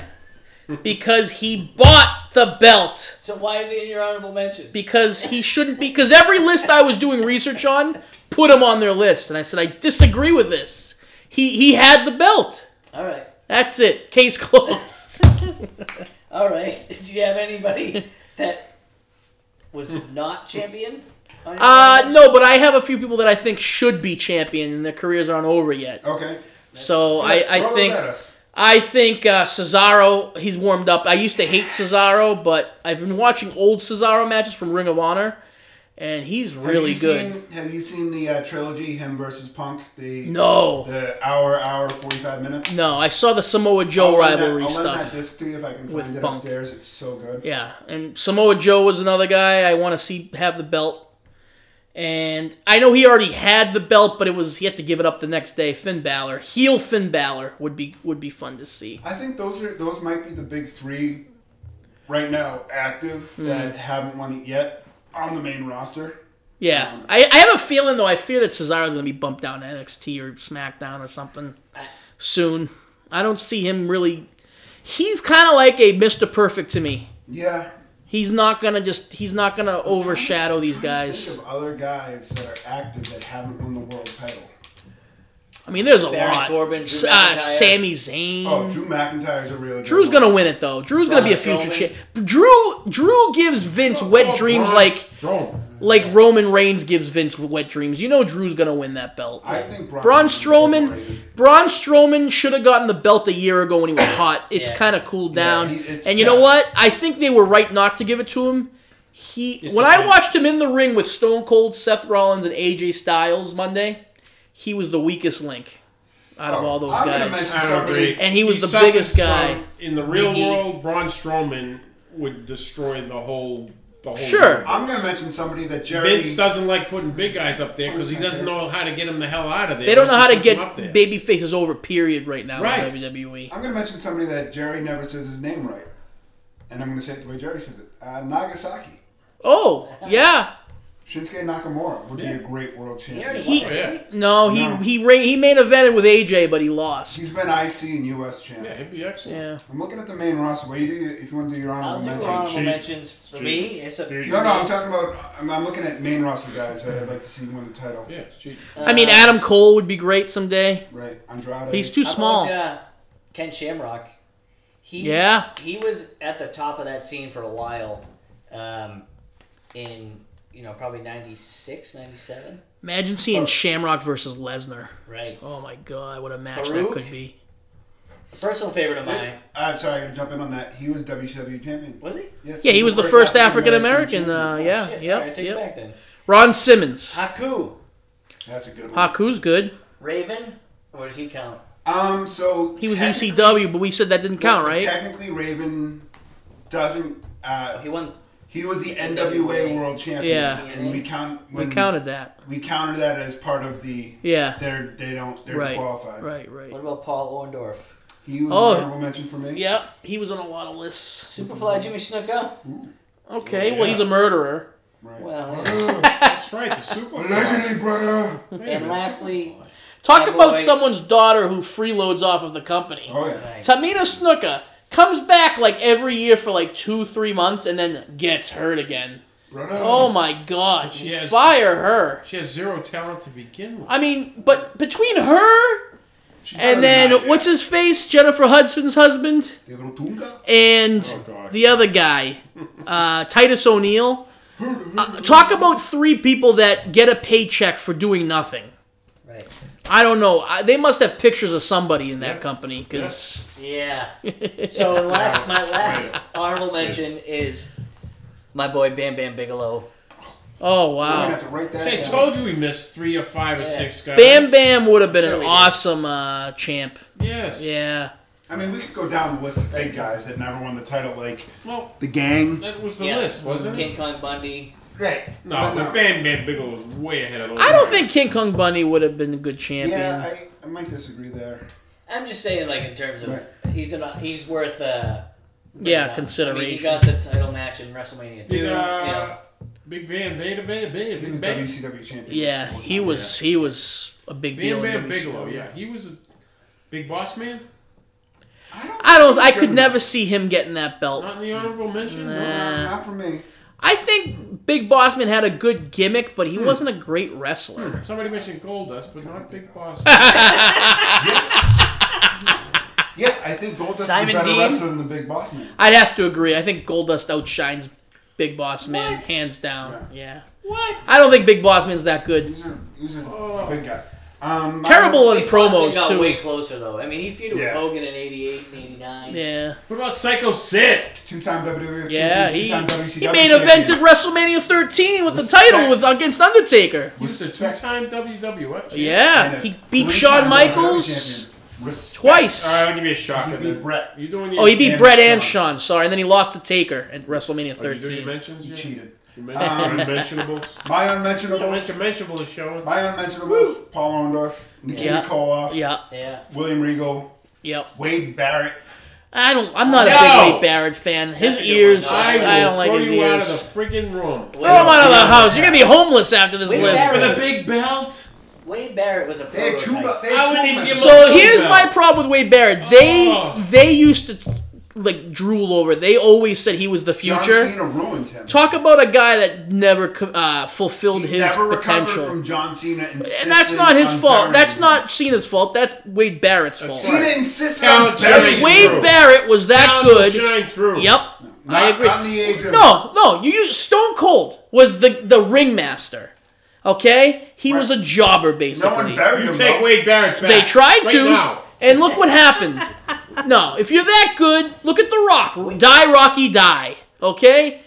[SPEAKER 3] because he bought the belt.
[SPEAKER 2] So why is he in your honorable mentions?
[SPEAKER 3] Because he shouldn't be. Because every list I was doing research on put him on their list, and I said I disagree with this. He he had the belt.
[SPEAKER 2] All right.
[SPEAKER 3] That's it. Case [LAUGHS] closed.
[SPEAKER 2] All right. [LAUGHS] Do you have anybody that was not champion? on your
[SPEAKER 3] [LAUGHS] Uh,
[SPEAKER 2] list?
[SPEAKER 3] no, but I have a few people that I think should be champion, and their careers aren't over yet.
[SPEAKER 1] Okay.
[SPEAKER 3] So I,
[SPEAKER 1] Throw
[SPEAKER 3] I
[SPEAKER 1] those
[SPEAKER 3] think.
[SPEAKER 1] at us.
[SPEAKER 3] I think uh, Cesaro, he's warmed up. I used to hate Cesaro, but I've been watching old Cesaro matches from Ring of Honor, and he's really
[SPEAKER 1] have you
[SPEAKER 3] good.
[SPEAKER 1] Seen, have you seen the uh, trilogy, him versus Punk? The
[SPEAKER 3] no,
[SPEAKER 1] the hour, hour, forty five minutes.
[SPEAKER 3] no, I saw the Samoa
[SPEAKER 1] I'll lend
[SPEAKER 3] Joe
[SPEAKER 1] Oh, that-
[SPEAKER 3] rivalry
[SPEAKER 1] I'll lend that
[SPEAKER 3] stuff.
[SPEAKER 1] disc to you if I can
[SPEAKER 3] with
[SPEAKER 1] find it
[SPEAKER 3] Punk.
[SPEAKER 1] upstairs. It's so good.
[SPEAKER 3] Yeah, and Samoa Joe was another guy I want to see have the belt. And I know he already had the belt, but it was he had to give it up the next day. Finn Balor, heel Finn Balor would be would be fun to see.
[SPEAKER 1] I think those are those might be the big three right now active
[SPEAKER 3] Hmm.
[SPEAKER 1] that haven't won it yet on the main roster.
[SPEAKER 3] Yeah,
[SPEAKER 2] Um,
[SPEAKER 3] I, I have a feeling though. I fear that Cesaro's going to be bumped down to NXT or SmackDown or something soon. I don't see him really. He's kind of like a Mister Perfect to me.
[SPEAKER 1] Yeah.
[SPEAKER 3] He's not gonna just. He's not gonna overshadow these guys.
[SPEAKER 1] Think of other guys that are active that haven't won the world title.
[SPEAKER 3] I mean, there's a
[SPEAKER 2] Baron
[SPEAKER 3] lot.
[SPEAKER 2] Corbin, Drew
[SPEAKER 3] S- uh,
[SPEAKER 2] McIntyre.
[SPEAKER 3] Sami Zayn.
[SPEAKER 1] Oh, Drew McIntyre's a really good
[SPEAKER 3] Hmm. Drew's
[SPEAKER 1] one.
[SPEAKER 3] gonna win it though. Drew's gonna be a
[SPEAKER 2] Braun
[SPEAKER 3] future
[SPEAKER 2] Strowman. Oh,
[SPEAKER 3] champ. Drew. Drew gives Vince wet dreams like
[SPEAKER 4] Strong.
[SPEAKER 3] like Roman Reigns gives Vince wet dreams. You know, Drew's gonna win that belt.
[SPEAKER 1] I think Braun,
[SPEAKER 3] Braun
[SPEAKER 1] is
[SPEAKER 3] Strowman,
[SPEAKER 1] overrated.
[SPEAKER 3] Braun Strowman should have gotten the belt a year ago when he was
[SPEAKER 2] [COUGHS]
[SPEAKER 3] hot. It's
[SPEAKER 2] Yeah.
[SPEAKER 3] kind of cooled down,
[SPEAKER 1] he- it's-
[SPEAKER 3] and you know what? I think they were right not to give it to him. He when
[SPEAKER 4] a
[SPEAKER 3] I
[SPEAKER 4] match.
[SPEAKER 3] watched him in the ring with Stone Cold, Seth Rollins, and AJ Styles Monday, he was the weakest link out
[SPEAKER 4] Oh,
[SPEAKER 3] of all those
[SPEAKER 1] I'm gonna
[SPEAKER 3] guys.
[SPEAKER 1] mention-
[SPEAKER 4] I don't agree.
[SPEAKER 3] And he was the
[SPEAKER 4] suffers
[SPEAKER 3] biggest guy.
[SPEAKER 4] from- in the real
[SPEAKER 3] Biggie.
[SPEAKER 4] world, Braun Strowman would destroy the whole. The whole
[SPEAKER 3] Sure.
[SPEAKER 4] world.
[SPEAKER 1] I'm gonna mention somebody that Jerry
[SPEAKER 4] Vince doesn't like putting big guys up there because he doesn't know how to get them the hell out of there.
[SPEAKER 3] They don't know
[SPEAKER 4] once
[SPEAKER 3] how
[SPEAKER 4] he
[SPEAKER 3] to
[SPEAKER 4] puts 'em up
[SPEAKER 3] get
[SPEAKER 4] there.
[SPEAKER 3] baby faces over. Period. Right now
[SPEAKER 4] Right.
[SPEAKER 3] with WWE.
[SPEAKER 1] I'm going to mention somebody that Jerry never says his name right. And I'm going to say it the way Jerry says it. Uh, Nagasaki.
[SPEAKER 2] [LAUGHS]
[SPEAKER 3] Oh yeah.
[SPEAKER 1] Shinsuke Nakamura would be a great world
[SPEAKER 2] He
[SPEAKER 1] champion.
[SPEAKER 2] already
[SPEAKER 3] He
[SPEAKER 2] won,
[SPEAKER 4] yeah.
[SPEAKER 2] right?
[SPEAKER 3] no he
[SPEAKER 1] No.
[SPEAKER 3] he ra- he main evented with AJ, but he lost.
[SPEAKER 1] He's been IC and US champ.
[SPEAKER 4] Yeah, he'd be excellent.
[SPEAKER 3] yeah.
[SPEAKER 1] I'm looking at the main roster. What do you do if you want to do your
[SPEAKER 2] I'll
[SPEAKER 1] honorable
[SPEAKER 2] do
[SPEAKER 1] mention?
[SPEAKER 2] honorable
[SPEAKER 4] Cheat.
[SPEAKER 2] mentions for me. It's a,
[SPEAKER 4] Cheat.
[SPEAKER 1] No, no, I'm talking about. I'm, I'm looking at main roster guys that I'd like to see win the title.
[SPEAKER 4] Yeah, it's cheap. Oh,
[SPEAKER 3] I mean, Adam Cole would be great someday.
[SPEAKER 1] Right, Andrade.
[SPEAKER 3] He's too
[SPEAKER 2] Uh, How
[SPEAKER 3] small.
[SPEAKER 2] About, uh, Ken Shamrock. He,
[SPEAKER 3] Yeah.
[SPEAKER 2] He was at the top of that scene for a while. Um, in you know probably 96, 97.
[SPEAKER 3] Imagine
[SPEAKER 4] Oh.
[SPEAKER 3] seeing Shamrock versus Lesnar.
[SPEAKER 2] Right.
[SPEAKER 3] Oh my god, what a match
[SPEAKER 2] Farouk?
[SPEAKER 3] that could be.
[SPEAKER 2] Personal favorite of mine.
[SPEAKER 1] Uh, I'm sorry, I gotta jump in on that. He was WCW champion.
[SPEAKER 2] Was he? Oh,
[SPEAKER 1] Yes.
[SPEAKER 3] Yeah, he was the first African
[SPEAKER 1] African-American
[SPEAKER 3] American. Uh,
[SPEAKER 1] champion.
[SPEAKER 3] yeah,
[SPEAKER 2] Shit. All
[SPEAKER 3] yeah,
[SPEAKER 2] right, take
[SPEAKER 3] yeah.
[SPEAKER 2] it back then.
[SPEAKER 3] Ron Simmons.
[SPEAKER 2] Haku.
[SPEAKER 1] That's a good one.
[SPEAKER 3] Haku's good.
[SPEAKER 2] Raven. Or does he count?
[SPEAKER 1] Um, so
[SPEAKER 3] He was
[SPEAKER 1] technically-
[SPEAKER 3] ECW, but we said that didn't count, right?
[SPEAKER 1] Technically, Raven doesn't. Uh,
[SPEAKER 2] Oh, He won.
[SPEAKER 1] He was the NWA World Champion,
[SPEAKER 3] Yeah.
[SPEAKER 1] and we count
[SPEAKER 3] We
[SPEAKER 1] when
[SPEAKER 3] counted that.
[SPEAKER 1] we counted that as part of the
[SPEAKER 3] Yeah.
[SPEAKER 1] they're they don't they're
[SPEAKER 3] Right.
[SPEAKER 1] disqualified.
[SPEAKER 3] Right,
[SPEAKER 2] What
[SPEAKER 3] right.
[SPEAKER 2] about Paul Orndorff?
[SPEAKER 1] He was
[SPEAKER 3] Oh.
[SPEAKER 1] an honorable mention for me.
[SPEAKER 3] Yeah, he was on a lot of lists.
[SPEAKER 2] Superfly Jimmy Snuka.
[SPEAKER 3] Okay, well he's a murderer.
[SPEAKER 1] Right.
[SPEAKER 3] [LAUGHS]
[SPEAKER 2] Well,
[SPEAKER 4] That's right. The
[SPEAKER 1] [LAUGHS]
[SPEAKER 4] Super.
[SPEAKER 1] Allegedly, brother.
[SPEAKER 2] and lastly,
[SPEAKER 3] Talk
[SPEAKER 2] Yeah,
[SPEAKER 3] about
[SPEAKER 2] boy.
[SPEAKER 3] someone's daughter who freeloads off of the company.
[SPEAKER 1] Oh yeah.
[SPEAKER 2] right.
[SPEAKER 3] Tamina Snuka comes back like every year for like two, three months and then gets hurt again.
[SPEAKER 1] Brother.
[SPEAKER 3] Oh my god.
[SPEAKER 4] She has-
[SPEAKER 3] Fire her.
[SPEAKER 4] She has zero talent to begin with.
[SPEAKER 3] I mean, but between her
[SPEAKER 1] She's better
[SPEAKER 3] and
[SPEAKER 1] than
[SPEAKER 3] then
[SPEAKER 1] that, yeah.
[SPEAKER 3] what's his face? Jennifer Hudson's husband
[SPEAKER 1] David Otunga?
[SPEAKER 3] and
[SPEAKER 4] Oh, God.
[SPEAKER 3] the other guy, uh, Titus O'Neil. Uh, talk about three people that get a paycheck for doing nothing.
[SPEAKER 2] Right.
[SPEAKER 3] I don't know. I, they must have pictures of somebody in that
[SPEAKER 4] Yeah.
[SPEAKER 3] company because
[SPEAKER 2] Yeah.
[SPEAKER 3] [LAUGHS]
[SPEAKER 2] So and last, my last honorable mention is my boy Bam Bam Bigelow.
[SPEAKER 3] oh
[SPEAKER 1] I'm gonna
[SPEAKER 3] wow,
[SPEAKER 1] have to write that
[SPEAKER 4] Say, I
[SPEAKER 1] down.
[SPEAKER 4] told you we missed three or five or six guys.
[SPEAKER 3] Bam Bam would have been
[SPEAKER 2] Sure
[SPEAKER 3] an
[SPEAKER 2] we did.
[SPEAKER 3] awesome uh, champ.
[SPEAKER 4] Yes.
[SPEAKER 3] Yeah,
[SPEAKER 1] I mean, we could go down the list of big guys that never won the title, like
[SPEAKER 4] Well,
[SPEAKER 1] the Gang.
[SPEAKER 4] that was the
[SPEAKER 2] Yeah.
[SPEAKER 4] list, wasn't it?
[SPEAKER 2] King Kong Bundy.
[SPEAKER 1] Right.
[SPEAKER 4] No,
[SPEAKER 1] But
[SPEAKER 4] but Bam Bam Bigelow was way ahead of.
[SPEAKER 3] I don't think King Kong Bunny would have been a good champion.
[SPEAKER 1] Yeah, I, I might disagree there.
[SPEAKER 2] I'm just saying, like in terms of he's an, he's worth. Uh, I
[SPEAKER 3] Yeah,
[SPEAKER 2] mean, he
[SPEAKER 3] consideration.
[SPEAKER 2] got the title match in WrestMania too.
[SPEAKER 4] Did,
[SPEAKER 2] yeah.
[SPEAKER 4] uh, Big Bam, Vader, Vader,
[SPEAKER 1] He
[SPEAKER 4] Vader,
[SPEAKER 1] was
[SPEAKER 4] Big Bam,
[SPEAKER 1] WCW champion.
[SPEAKER 3] yeah, he was he was a big deal.
[SPEAKER 4] Bam
[SPEAKER 3] in
[SPEAKER 4] Bam
[SPEAKER 3] WCW.
[SPEAKER 4] Bigelow. Yeah, he was a big boss man.
[SPEAKER 3] I don't. I
[SPEAKER 1] think
[SPEAKER 3] could
[SPEAKER 1] Bigelow-
[SPEAKER 3] never see him getting that belt.
[SPEAKER 4] Not in the honorable mention.
[SPEAKER 1] No,
[SPEAKER 4] No.
[SPEAKER 1] no, not for me.
[SPEAKER 3] I think Big Bossman had a good gimmick, but he wasn't a great wrestler.
[SPEAKER 4] Somebody mentioned Goldust, but not
[SPEAKER 3] [LAUGHS]
[SPEAKER 4] Big Boss.
[SPEAKER 1] Yeah, I think Goldust is a
[SPEAKER 2] Simon
[SPEAKER 1] better
[SPEAKER 2] Dean?
[SPEAKER 1] wrestler than the Big Boss Man.
[SPEAKER 3] I'd have to agree. I think Goldust outshines Big Boss Man,
[SPEAKER 4] What?
[SPEAKER 3] hands down. Yeah.
[SPEAKER 4] what?
[SPEAKER 3] I don't think Big Boss Man's that good.
[SPEAKER 1] He's a, he's a
[SPEAKER 4] Oh.
[SPEAKER 1] big guy. Um,
[SPEAKER 3] Terrible
[SPEAKER 2] I
[SPEAKER 3] in
[SPEAKER 2] think Boston
[SPEAKER 3] promos
[SPEAKER 2] got
[SPEAKER 3] too.
[SPEAKER 2] way closer though. I mean, he feuded with
[SPEAKER 1] Yeah.
[SPEAKER 2] Hogan in '88 and '89.
[SPEAKER 3] Yeah,
[SPEAKER 4] What about Psycho Sid?
[SPEAKER 1] Two-time WWE
[SPEAKER 3] yeah. He,
[SPEAKER 1] champion, two-time
[SPEAKER 3] he
[SPEAKER 1] WCW
[SPEAKER 3] made
[SPEAKER 1] champion.
[SPEAKER 3] evented WrestleMania 13 with the
[SPEAKER 1] Respect.
[SPEAKER 3] title with against Undertaker.
[SPEAKER 4] He was a
[SPEAKER 1] Respect.
[SPEAKER 4] two-time WWF. champ.
[SPEAKER 3] Yeah,
[SPEAKER 1] And a
[SPEAKER 3] he beat
[SPEAKER 1] three-time
[SPEAKER 3] Shawn
[SPEAKER 1] WWE
[SPEAKER 3] Michaels
[SPEAKER 1] champion. Respect.
[SPEAKER 3] twice.
[SPEAKER 4] All right, I'll give you a shock.
[SPEAKER 1] He
[SPEAKER 4] and
[SPEAKER 1] beat
[SPEAKER 4] then-
[SPEAKER 1] Brett.
[SPEAKER 4] You doing? Your,
[SPEAKER 3] Oh, he beat
[SPEAKER 1] And
[SPEAKER 3] Brett and
[SPEAKER 1] Shawn.
[SPEAKER 3] Shawn. Sorry, and then he lost to Taker at WrestleMania
[SPEAKER 4] Oh, you doing
[SPEAKER 3] 13.
[SPEAKER 4] your mentions.
[SPEAKER 1] He
[SPEAKER 4] yet?
[SPEAKER 1] cheated.
[SPEAKER 4] You mentioned unmentionables.
[SPEAKER 1] [LAUGHS] My
[SPEAKER 4] Yeah,
[SPEAKER 1] unmentionables.
[SPEAKER 4] unmentionable is showing.
[SPEAKER 1] My unmentionables: Paul Orndorff, Nikita
[SPEAKER 3] Yeah.
[SPEAKER 1] Koloff,
[SPEAKER 3] yeah,
[SPEAKER 2] Yeah.
[SPEAKER 1] William Regal,
[SPEAKER 3] yep.
[SPEAKER 1] Wade Barrett.
[SPEAKER 3] I don't. I'm not a
[SPEAKER 4] No!
[SPEAKER 3] big Wade Barrett fan. His
[SPEAKER 2] That's a good
[SPEAKER 3] ears.
[SPEAKER 2] one.
[SPEAKER 3] I,
[SPEAKER 2] I will
[SPEAKER 3] don't like
[SPEAKER 4] throw
[SPEAKER 3] his
[SPEAKER 4] you
[SPEAKER 3] ears.
[SPEAKER 4] out of the friggin' room.
[SPEAKER 3] Throw him out of the house. You're gonna be homeless after this
[SPEAKER 2] Wade
[SPEAKER 3] list.
[SPEAKER 4] For
[SPEAKER 2] Barrett.
[SPEAKER 4] the big belt.
[SPEAKER 2] Wade Barrett was a
[SPEAKER 1] They had two.
[SPEAKER 2] prototype.
[SPEAKER 1] They had
[SPEAKER 4] I
[SPEAKER 1] two
[SPEAKER 4] wouldn't even
[SPEAKER 1] men.
[SPEAKER 4] give him a-
[SPEAKER 3] So here's my
[SPEAKER 4] Barrett.
[SPEAKER 3] problem with Wade Barrett. They
[SPEAKER 4] Oh.
[SPEAKER 3] they used to like drool over. They always said he was the
[SPEAKER 1] John
[SPEAKER 3] future.
[SPEAKER 1] Cena ruined him.
[SPEAKER 3] Talk about a guy that never co- uh, fulfilled
[SPEAKER 1] He
[SPEAKER 3] his
[SPEAKER 1] never
[SPEAKER 3] potential.
[SPEAKER 1] recovered from John Cena,
[SPEAKER 3] and that's not his fault. That's not Cena's fault. That's Wade Barrett's
[SPEAKER 4] That's
[SPEAKER 3] fault.
[SPEAKER 1] Cena
[SPEAKER 4] Right.
[SPEAKER 1] insisted on
[SPEAKER 4] Talent
[SPEAKER 1] burying
[SPEAKER 4] shows.
[SPEAKER 1] him.
[SPEAKER 3] Wade
[SPEAKER 4] True.
[SPEAKER 3] Barrett was that
[SPEAKER 4] Talent will
[SPEAKER 3] good.
[SPEAKER 4] Shine through.
[SPEAKER 3] Yep.
[SPEAKER 1] Not
[SPEAKER 3] I agree.
[SPEAKER 1] on the age of-
[SPEAKER 3] No, no. You, you Stone Cold was the the ringmaster. Okay, he was a jobber basically.
[SPEAKER 1] No one buried
[SPEAKER 4] You
[SPEAKER 1] him.
[SPEAKER 4] take
[SPEAKER 1] though.
[SPEAKER 4] Wade Barrett back.
[SPEAKER 3] they tried
[SPEAKER 4] right
[SPEAKER 3] to,
[SPEAKER 4] Now.
[SPEAKER 3] and look what
[SPEAKER 1] [LAUGHS]
[SPEAKER 3] happened. no, if you're that good, look at The Rock. Die, Rocky, die. Okay.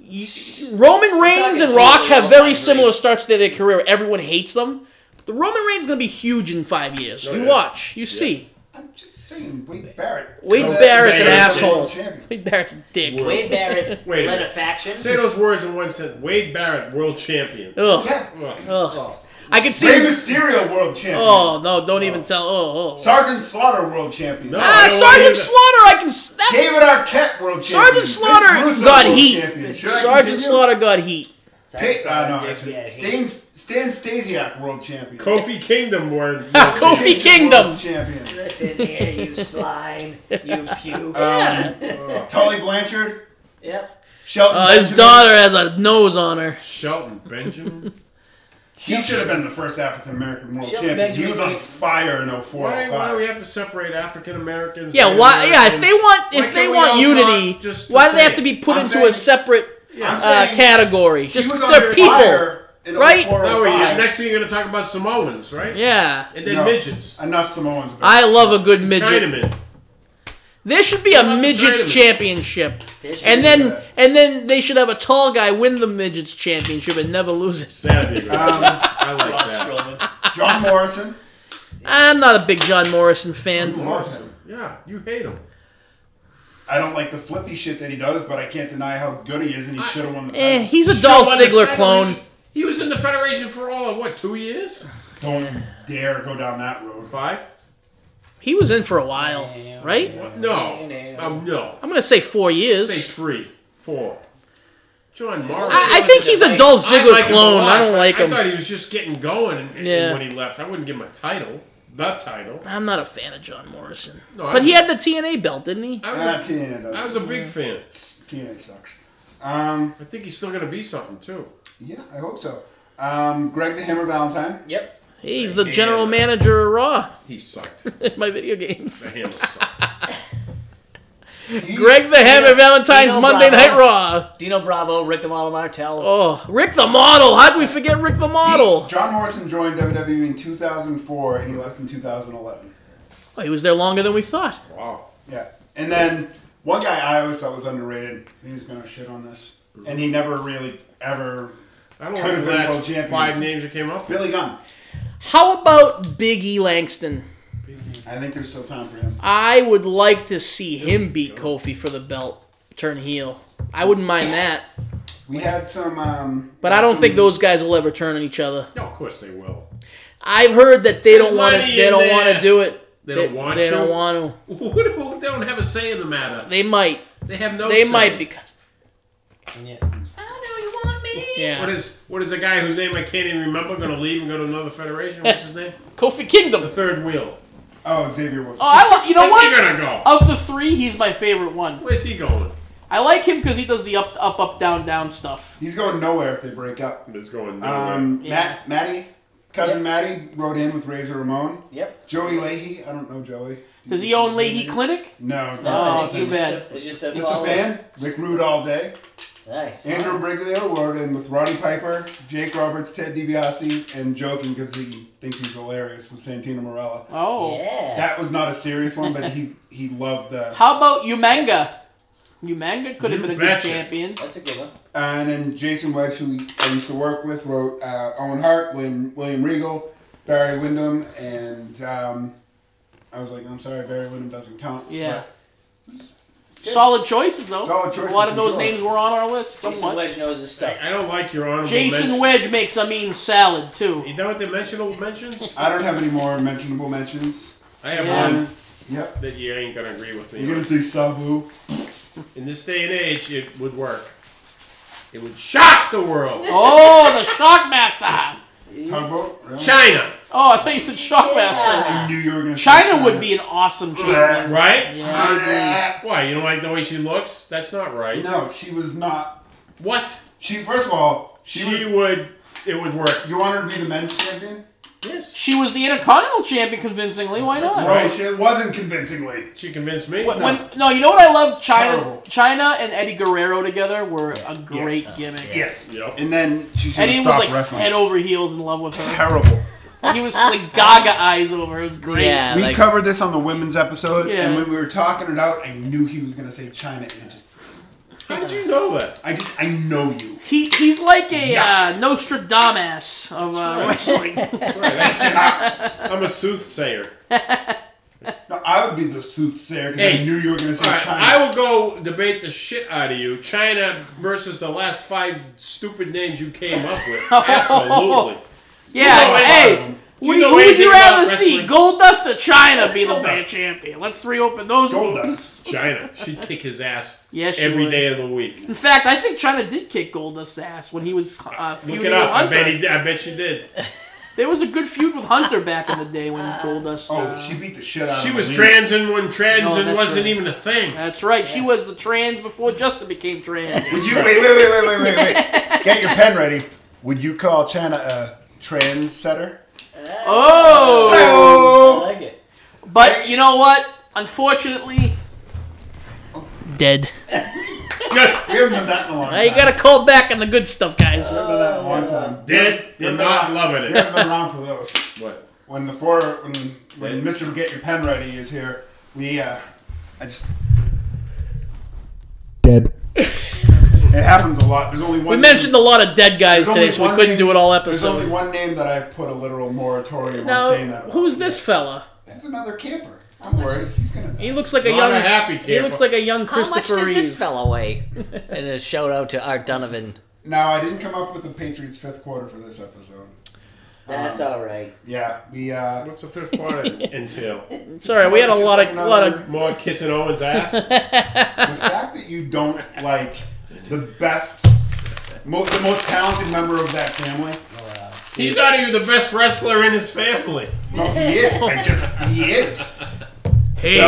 [SPEAKER 3] You- Roman Reigns and
[SPEAKER 2] two
[SPEAKER 3] Rock
[SPEAKER 2] really
[SPEAKER 3] have
[SPEAKER 2] old
[SPEAKER 3] very
[SPEAKER 2] Roman
[SPEAKER 3] similar
[SPEAKER 2] Reigns.
[SPEAKER 3] starts to their career. Everyone hates them. The Roman Reigns is gonna be huge in five years. you
[SPEAKER 4] yeah.
[SPEAKER 3] watch. You see.
[SPEAKER 1] I'm just saying, Wade Barrett.
[SPEAKER 3] Wade
[SPEAKER 1] That's
[SPEAKER 3] Barrett's an
[SPEAKER 1] the
[SPEAKER 3] asshole.
[SPEAKER 1] champion.
[SPEAKER 3] Big Barrett's a dick.
[SPEAKER 4] Whoa.
[SPEAKER 2] Wade Barrett
[SPEAKER 4] [LAUGHS] Wait a
[SPEAKER 2] led a
[SPEAKER 4] minute.
[SPEAKER 2] faction.
[SPEAKER 4] Say those words in one sentence. Wade Barrett, world champion.
[SPEAKER 3] Ugh.
[SPEAKER 1] Yeah.
[SPEAKER 4] Ugh.
[SPEAKER 3] Ugh. I can see.
[SPEAKER 1] Rey Mysterio world champion.
[SPEAKER 3] Oh no! Don't even tell. Oh, oh.
[SPEAKER 1] Sergeant Slaughter world champion.
[SPEAKER 4] No.
[SPEAKER 3] Ah,
[SPEAKER 4] I don't want
[SPEAKER 3] Sergeant
[SPEAKER 4] to-
[SPEAKER 3] Slaughter. I can. s- That,
[SPEAKER 1] David Arquette world champion.
[SPEAKER 3] Sergeant
[SPEAKER 1] Vince
[SPEAKER 3] Slaughter
[SPEAKER 1] Russo
[SPEAKER 3] got
[SPEAKER 1] world
[SPEAKER 3] heat.
[SPEAKER 1] champion. Should I
[SPEAKER 3] Sergeant
[SPEAKER 1] continue?
[SPEAKER 3] Slaughter got heat.
[SPEAKER 1] Hey, uh, no,
[SPEAKER 2] Sorry,
[SPEAKER 1] actually,
[SPEAKER 2] yeah, he-
[SPEAKER 1] Stan, Stan Stasiak world champion.
[SPEAKER 4] Kofi
[SPEAKER 3] [LAUGHS]
[SPEAKER 4] Kingdom word.
[SPEAKER 3] Kofi-
[SPEAKER 1] Kingston
[SPEAKER 3] Kingdom.
[SPEAKER 1] world champion.
[SPEAKER 2] Listen here,
[SPEAKER 1] [LAUGHS]
[SPEAKER 2] you slime, you puke.
[SPEAKER 3] [LAUGHS] Yeah.
[SPEAKER 1] Tully Blanchard.
[SPEAKER 2] yep.
[SPEAKER 1] Shelton.
[SPEAKER 3] Uh, his
[SPEAKER 1] Benjamin.
[SPEAKER 3] daughter has a nose on her.
[SPEAKER 4] Shelton Benjamin.
[SPEAKER 3] [LAUGHS]
[SPEAKER 1] He should have been the first African American world
[SPEAKER 2] Shelton
[SPEAKER 1] champion.
[SPEAKER 2] Benjamin.
[SPEAKER 1] He was on fire in 04.
[SPEAKER 4] Why,
[SPEAKER 1] 05.
[SPEAKER 4] why do we have to separate African Americans?
[SPEAKER 3] Yeah, why? Yeah, if they want,
[SPEAKER 4] Why
[SPEAKER 3] if they
[SPEAKER 4] can't we
[SPEAKER 3] want
[SPEAKER 4] all
[SPEAKER 3] unity,
[SPEAKER 4] talk just
[SPEAKER 3] why
[SPEAKER 4] the
[SPEAKER 3] do they have to
[SPEAKER 4] same?
[SPEAKER 3] be put
[SPEAKER 1] I'm
[SPEAKER 3] into a
[SPEAKER 1] saying-
[SPEAKER 3] separate
[SPEAKER 1] I'm
[SPEAKER 3] uh,
[SPEAKER 1] saying
[SPEAKER 3] category?
[SPEAKER 1] he
[SPEAKER 3] Just
[SPEAKER 1] was on
[SPEAKER 3] they're people.
[SPEAKER 1] fire in
[SPEAKER 3] right?
[SPEAKER 1] 04,
[SPEAKER 4] Now, wait,
[SPEAKER 1] 05.
[SPEAKER 4] next thing you're going to talk about Samoans, right?
[SPEAKER 3] Yeah,
[SPEAKER 4] And then
[SPEAKER 1] No.
[SPEAKER 4] midgets.
[SPEAKER 1] Enough Samoans. about
[SPEAKER 3] I love a good midget.
[SPEAKER 4] Chinamen.
[SPEAKER 3] There should be a
[SPEAKER 4] about the
[SPEAKER 3] midgets
[SPEAKER 4] Chinamen?
[SPEAKER 3] championship,
[SPEAKER 2] There should
[SPEAKER 3] and
[SPEAKER 2] be
[SPEAKER 3] then
[SPEAKER 1] that.
[SPEAKER 3] and then they should have a tall guy win the midgets championship and never lose it.
[SPEAKER 4] That'd be right.
[SPEAKER 1] Um,
[SPEAKER 4] I like that.
[SPEAKER 2] Strowman.
[SPEAKER 1] John Morrison.
[SPEAKER 3] I'm not a big John Morrison fan.
[SPEAKER 1] Morrison.
[SPEAKER 4] Yeah, you hate them.
[SPEAKER 1] I don't like the flippy shit that he does, but I can't deny how good he is, and he should have won the
[SPEAKER 3] Eh,
[SPEAKER 1] title.
[SPEAKER 3] he's a Dolph
[SPEAKER 4] Show on the
[SPEAKER 3] Ziggler
[SPEAKER 4] title.
[SPEAKER 3] clone.
[SPEAKER 4] He was in the Federation for all, what, two years?
[SPEAKER 1] Don't dare go down that road.
[SPEAKER 4] Five?
[SPEAKER 3] He was in for a while,
[SPEAKER 2] Yeah.
[SPEAKER 3] right?
[SPEAKER 4] No. Um, no.
[SPEAKER 3] I'm gonna say four years.
[SPEAKER 4] Say three, four. John
[SPEAKER 3] I, I
[SPEAKER 4] Morrison.
[SPEAKER 3] think he's a Dolph Ziggler
[SPEAKER 4] like him a
[SPEAKER 3] clone.
[SPEAKER 4] lot,
[SPEAKER 3] I don't
[SPEAKER 4] but
[SPEAKER 3] like him.
[SPEAKER 4] I thought he was just getting going and- and
[SPEAKER 3] Yeah.
[SPEAKER 4] when he left. I wouldn't give him a title. The title.
[SPEAKER 3] I'm not a fan of John Morrison.
[SPEAKER 4] No, I
[SPEAKER 3] but he
[SPEAKER 4] don't-
[SPEAKER 3] had the TNA belt, didn't he?
[SPEAKER 4] I was,
[SPEAKER 1] Ah,
[SPEAKER 4] a,
[SPEAKER 1] TNA does.
[SPEAKER 4] I was a big fan.
[SPEAKER 1] TNA sucks. Um,
[SPEAKER 4] I think he's still going to be something, too.
[SPEAKER 1] yeah, I hope so. Um, Greg the Hammer Valentine.
[SPEAKER 2] Yep.
[SPEAKER 3] He's the
[SPEAKER 4] Yeah.
[SPEAKER 3] general manager of Raw [LAUGHS]
[SPEAKER 4] He sucked.
[SPEAKER 3] in my video games.
[SPEAKER 4] Hammer sucked.
[SPEAKER 3] Greg the Hammer Valentine's
[SPEAKER 2] Dino
[SPEAKER 3] Monday
[SPEAKER 2] Bravo.
[SPEAKER 3] Night Raw.
[SPEAKER 2] Dino Bravo, Rick the Model Martel.
[SPEAKER 3] Oh, Rick the Model. How'd we forget Rick the Model?
[SPEAKER 1] John Morrison joined WWE in 2004 and he left in 2011.
[SPEAKER 3] Oh, he was there longer than we thought.
[SPEAKER 4] Wow.
[SPEAKER 1] Yeah. And then one guy I always thought was underrated, he's going to shit on this. And he never really ever.
[SPEAKER 4] I don't
[SPEAKER 1] Could
[SPEAKER 4] know
[SPEAKER 1] have
[SPEAKER 4] the
[SPEAKER 1] been world
[SPEAKER 4] last
[SPEAKER 1] champion.
[SPEAKER 4] five names that came up.
[SPEAKER 1] Billy Gunn.
[SPEAKER 3] How about Big E Langston?
[SPEAKER 1] I think there's still time for him.
[SPEAKER 3] I would like to see him beat Kofi for the belt, turn heel. I wouldn't mind that,
[SPEAKER 1] We had some. Um,
[SPEAKER 3] but I don't
[SPEAKER 1] some-
[SPEAKER 3] think those guys will ever turn on each other.
[SPEAKER 4] No, of course they will.
[SPEAKER 3] I've heard that they don't
[SPEAKER 4] There's
[SPEAKER 3] want to.
[SPEAKER 4] money
[SPEAKER 3] They
[SPEAKER 4] in
[SPEAKER 3] don't
[SPEAKER 4] there.
[SPEAKER 3] want to do it.
[SPEAKER 4] They don't want
[SPEAKER 3] They
[SPEAKER 4] to?
[SPEAKER 3] don't want to.
[SPEAKER 4] [LAUGHS] What- they don't have a say in the matter.
[SPEAKER 3] They might.
[SPEAKER 4] They have no.
[SPEAKER 3] They
[SPEAKER 4] say.
[SPEAKER 3] might because.
[SPEAKER 2] Yeah.
[SPEAKER 4] What
[SPEAKER 3] Yeah.
[SPEAKER 4] is what is the guy whose name I can't even remember going to leave and go to another federation? What's
[SPEAKER 3] [LAUGHS]
[SPEAKER 4] his name?
[SPEAKER 3] Kofi
[SPEAKER 4] The
[SPEAKER 3] Kingdom.
[SPEAKER 4] third wheel.
[SPEAKER 1] Oh, Xavier Woods.
[SPEAKER 3] Oh, I li- you know
[SPEAKER 4] Where's he
[SPEAKER 3] what? Uh,
[SPEAKER 4] gonna go?
[SPEAKER 3] Of the three, he's my favorite one.
[SPEAKER 4] Where's he going?
[SPEAKER 3] I like him because he does the up, up, up, down, down stuff.
[SPEAKER 1] He's going nowhere if they break up.
[SPEAKER 4] It's going nowhere.
[SPEAKER 1] Um,
[SPEAKER 3] Yeah.
[SPEAKER 1] Matt, Matty, cousin Matty, wrote in with Razor Ramon.
[SPEAKER 2] Yep.
[SPEAKER 1] Joey Leahy. I don't know Joey.
[SPEAKER 3] Does he own
[SPEAKER 1] Mm-hmm.
[SPEAKER 3] Leahy Clinic?
[SPEAKER 1] No, it's
[SPEAKER 3] Oh,
[SPEAKER 1] not
[SPEAKER 3] it's too
[SPEAKER 1] Joey.
[SPEAKER 3] bad.
[SPEAKER 2] It's just a,
[SPEAKER 1] Just a
[SPEAKER 2] follow-up.
[SPEAKER 1] fan. Rick Rude all day.
[SPEAKER 2] Nice.
[SPEAKER 1] Andrew Briglio wrote in with Roddy Piper, Jake Roberts, Ted DiBiase, and joking because he thinks he's hilarious with Santino Morella.
[SPEAKER 3] Oh.
[SPEAKER 2] Yeah.
[SPEAKER 1] That was not a serious one, but he he loved the.
[SPEAKER 3] How about Umanga? Umanga could have been a good
[SPEAKER 4] betcha.
[SPEAKER 3] champion.
[SPEAKER 2] That's a good one.
[SPEAKER 1] And then Jason Wedge, who I used to work with, wrote uh, Owen Hart, William, William Regal, Barry Windham, and um, I was like, I'm sorry, Barry Windham doesn't count.
[SPEAKER 3] Yeah.
[SPEAKER 1] but
[SPEAKER 3] Solid choices, though.
[SPEAKER 1] Solid choices,
[SPEAKER 3] a lot of
[SPEAKER 1] for
[SPEAKER 3] those
[SPEAKER 1] sure.
[SPEAKER 3] names were on our list
[SPEAKER 2] Jason
[SPEAKER 3] somewhat.
[SPEAKER 2] Wedge knows his stuff.
[SPEAKER 4] I don't like your honorable.
[SPEAKER 3] Jason
[SPEAKER 4] mentions.
[SPEAKER 3] Wedge makes a mean salad, too.
[SPEAKER 4] You done with the mentionable
[SPEAKER 3] [LAUGHS]
[SPEAKER 4] mentions?
[SPEAKER 1] I don't have any more mentionable mentions. Um,
[SPEAKER 4] I have
[SPEAKER 3] Yeah.
[SPEAKER 4] one
[SPEAKER 1] Yep.
[SPEAKER 4] that you ain't gonna agree with me.
[SPEAKER 1] You're going
[SPEAKER 4] on.
[SPEAKER 1] to see Sabu.
[SPEAKER 4] In this day and age, it would work. It would shock the world.
[SPEAKER 3] Oh, the Shockmaster!
[SPEAKER 1] Tugboat? Really?
[SPEAKER 4] China,
[SPEAKER 3] Oh, I thought you said Shockmaster.
[SPEAKER 1] I knew you were going to
[SPEAKER 3] China would be an awesome champion.
[SPEAKER 4] right?
[SPEAKER 3] Yeah.
[SPEAKER 4] Why? You don't like the way she looks? That's not right.
[SPEAKER 1] No, she was not.
[SPEAKER 4] What?
[SPEAKER 1] She first of all, she,
[SPEAKER 4] She,
[SPEAKER 1] was,
[SPEAKER 4] would. It would work.
[SPEAKER 1] you want her to be the men's champion?
[SPEAKER 4] Yes.
[SPEAKER 3] She was the Intercontinental champion convincingly. Why not?
[SPEAKER 1] No, she it wasn't convincingly.
[SPEAKER 4] She convinced me.
[SPEAKER 3] When, when- no, you know what I love? China,
[SPEAKER 1] Terrible.
[SPEAKER 3] China and Eddie Guerrero together were a great
[SPEAKER 2] Yes.
[SPEAKER 3] gimmick.
[SPEAKER 1] Yes.
[SPEAKER 4] Yep.
[SPEAKER 1] And then she should
[SPEAKER 3] Eddie
[SPEAKER 1] have
[SPEAKER 3] was
[SPEAKER 1] stopped
[SPEAKER 3] like
[SPEAKER 1] wrestling.
[SPEAKER 3] head over heels in love with
[SPEAKER 4] [LAUGHS]
[SPEAKER 3] her.
[SPEAKER 1] Terrible.
[SPEAKER 3] He was like Gaga eyes over. her. It was great.
[SPEAKER 2] Yeah,
[SPEAKER 1] We
[SPEAKER 2] like,
[SPEAKER 1] covered this on the women's episode, and
[SPEAKER 3] Yeah.
[SPEAKER 1] when we were talking it out, I knew he was gonna say China, and it just,
[SPEAKER 4] How did you know that?
[SPEAKER 3] [LAUGHS]
[SPEAKER 1] I just, I know you.
[SPEAKER 3] He he's like a uh, Nostradamus of uh, wrestling.
[SPEAKER 4] That's right. That's- I'm a soothsayer.
[SPEAKER 1] No, I would be the soothsayer because I
[SPEAKER 4] Hey.
[SPEAKER 1] knew you were gonna say
[SPEAKER 4] All right,
[SPEAKER 1] China.
[SPEAKER 4] I will go debate the shit out of you. China versus the last five stupid names you came up
[SPEAKER 3] [LAUGHS]
[SPEAKER 4] with. Absolutely.
[SPEAKER 3] [LAUGHS] Yeah.
[SPEAKER 4] know anything
[SPEAKER 3] hey,
[SPEAKER 4] about
[SPEAKER 3] we,
[SPEAKER 4] you know
[SPEAKER 3] who would
[SPEAKER 4] anything
[SPEAKER 3] you rather
[SPEAKER 4] about
[SPEAKER 3] see?
[SPEAKER 4] wrestling?
[SPEAKER 3] Goldust or China be the
[SPEAKER 1] Goldust.
[SPEAKER 3] band champion? Let's reopen those. wounds.
[SPEAKER 1] Goldust.
[SPEAKER 4] China. She'd kick his ass every
[SPEAKER 3] Yeah,
[SPEAKER 4] day
[SPEAKER 3] she would.
[SPEAKER 4] of the week.
[SPEAKER 3] In fact, I think China did kick Goldust's ass when he was uh, feuding
[SPEAKER 4] Look
[SPEAKER 3] with
[SPEAKER 4] it up. I
[SPEAKER 3] Hunter.
[SPEAKER 4] bet, he did. I bet she did.
[SPEAKER 3] There was a good feud with Hunter back in the
[SPEAKER 2] [LAUGHS]
[SPEAKER 3] day when Goldust.
[SPEAKER 1] oh,
[SPEAKER 3] uh,
[SPEAKER 1] she beat the shit out.
[SPEAKER 4] She
[SPEAKER 1] of
[SPEAKER 4] was
[SPEAKER 1] me.
[SPEAKER 4] transing when transing
[SPEAKER 3] that's
[SPEAKER 4] wasn't
[SPEAKER 3] right.
[SPEAKER 4] even a thing.
[SPEAKER 3] That's right. She was the trans before Justin became trans. [LAUGHS]
[SPEAKER 1] Would you wait, wait, wait, wait, wait, wait, wait? Get your pen ready. Would you call China a trendsetter?
[SPEAKER 3] oh.
[SPEAKER 2] I
[SPEAKER 1] Oh,
[SPEAKER 2] like it.
[SPEAKER 3] But you know what? Unfortunately, dead.
[SPEAKER 1] we haven't done that in a long time.
[SPEAKER 3] you gotta call back on the good stuff, guys.
[SPEAKER 1] I've done that in a long time.
[SPEAKER 4] Dead
[SPEAKER 1] You're
[SPEAKER 4] and not
[SPEAKER 1] around-
[SPEAKER 4] loving
[SPEAKER 1] You
[SPEAKER 4] it.
[SPEAKER 1] haven't been around for those.
[SPEAKER 4] What?
[SPEAKER 1] When the four, when when Mister Get Your Pen Ready is here, we, uh, I just dead. it happens a lot. There's only one.
[SPEAKER 3] We mentioned a lot of dead guys today, so we couldn't do it all
[SPEAKER 1] There's only
[SPEAKER 3] episode.
[SPEAKER 1] one name that I've put a literal moratorium on saying
[SPEAKER 3] Now,
[SPEAKER 1] that. about.
[SPEAKER 3] who's this fella?
[SPEAKER 1] It's another camper. I'm worried. He's gonna.
[SPEAKER 3] He looks like a
[SPEAKER 4] Not
[SPEAKER 3] young.
[SPEAKER 4] a happy
[SPEAKER 3] he looks like a young
[SPEAKER 2] How much
[SPEAKER 3] Christopher
[SPEAKER 2] does this
[SPEAKER 3] Reeve.
[SPEAKER 2] fella weigh? and a shout out to Art Donovan.
[SPEAKER 1] Now I didn't come up with the Patriots fifth quarter for this episode.
[SPEAKER 2] That's all right.
[SPEAKER 1] Yeah, we. uh
[SPEAKER 4] What's the fifth part entail?
[SPEAKER 3] Sorry, we had a
[SPEAKER 1] It's just
[SPEAKER 3] lot
[SPEAKER 1] like
[SPEAKER 3] of
[SPEAKER 1] another-
[SPEAKER 3] lot of.
[SPEAKER 4] More kissing
[SPEAKER 3] [LAUGHS]
[SPEAKER 4] Owen's ass?
[SPEAKER 1] The fact that you don't like the best, mo- the most talented member of that family.
[SPEAKER 4] He's not even the best wrestler in his family.
[SPEAKER 1] No, he
[SPEAKER 3] [LAUGHS]
[SPEAKER 1] is. I just he is. Bell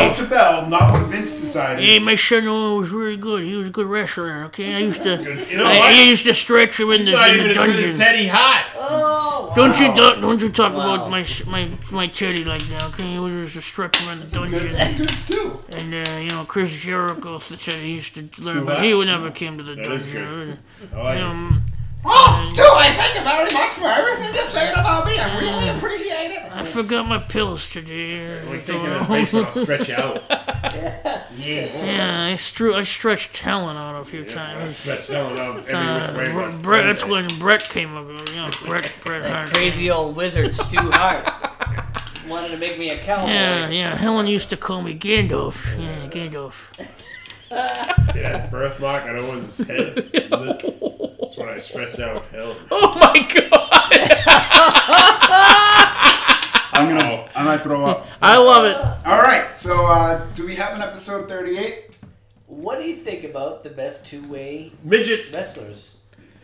[SPEAKER 3] Hey,
[SPEAKER 1] to bell, not what Vince decided.
[SPEAKER 3] hey, my son Owen was really good. He was a good wrestler. Okay, I used to.
[SPEAKER 1] Good
[SPEAKER 4] You know
[SPEAKER 1] stuff.
[SPEAKER 4] what?
[SPEAKER 3] I used to stretch him in
[SPEAKER 4] He's
[SPEAKER 3] the,
[SPEAKER 4] not
[SPEAKER 3] in
[SPEAKER 4] even
[SPEAKER 3] the
[SPEAKER 4] as good as
[SPEAKER 3] dungeon.
[SPEAKER 4] Teddy Hot.
[SPEAKER 2] Oh,
[SPEAKER 6] Don't you
[SPEAKER 1] Wow.
[SPEAKER 6] don't, don't you talk
[SPEAKER 2] Wow.
[SPEAKER 6] about my sh- my my titty like that? Okay, it was just a strip around the
[SPEAKER 1] Good,
[SPEAKER 6] dungeon,
[SPEAKER 1] good stew.
[SPEAKER 6] and uh, you know Chris Jericho said he used to learn,
[SPEAKER 4] what?
[SPEAKER 6] but he would never came to the
[SPEAKER 4] That is
[SPEAKER 6] dungeon.
[SPEAKER 4] I like
[SPEAKER 6] You
[SPEAKER 4] it.
[SPEAKER 6] know,
[SPEAKER 1] Oh, Stu, I thank you very much for everything you're saying about me. I really appreciate it.
[SPEAKER 6] I forgot my pills today.
[SPEAKER 4] We're taking a nice little stretch out.
[SPEAKER 6] Yeah, I, stru- I stretched talent out a few times.
[SPEAKER 4] Stretch out every which
[SPEAKER 6] Uh,
[SPEAKER 4] way but
[SPEAKER 6] Brett, that's
[SPEAKER 4] Sunday.
[SPEAKER 6] when Brett came up. You know, Brett, Brett Hart.
[SPEAKER 2] Crazy old wizard [LAUGHS] Stu Hart wanted to make me a cowboy.
[SPEAKER 6] Yeah, yeah. Helen used to call me Gandalf. Yeah, Gandalf.
[SPEAKER 4] See that birthmark on Owen's head? That's when I stretched out hell.
[SPEAKER 3] Oh my god!
[SPEAKER 1] I'm gonna, I'm gonna throw up.
[SPEAKER 3] [LAUGHS] I love it.
[SPEAKER 1] All right, so uh, do we have an episode 38?
[SPEAKER 2] What do you think about the best two-way
[SPEAKER 4] Midgets!
[SPEAKER 2] wrestlers,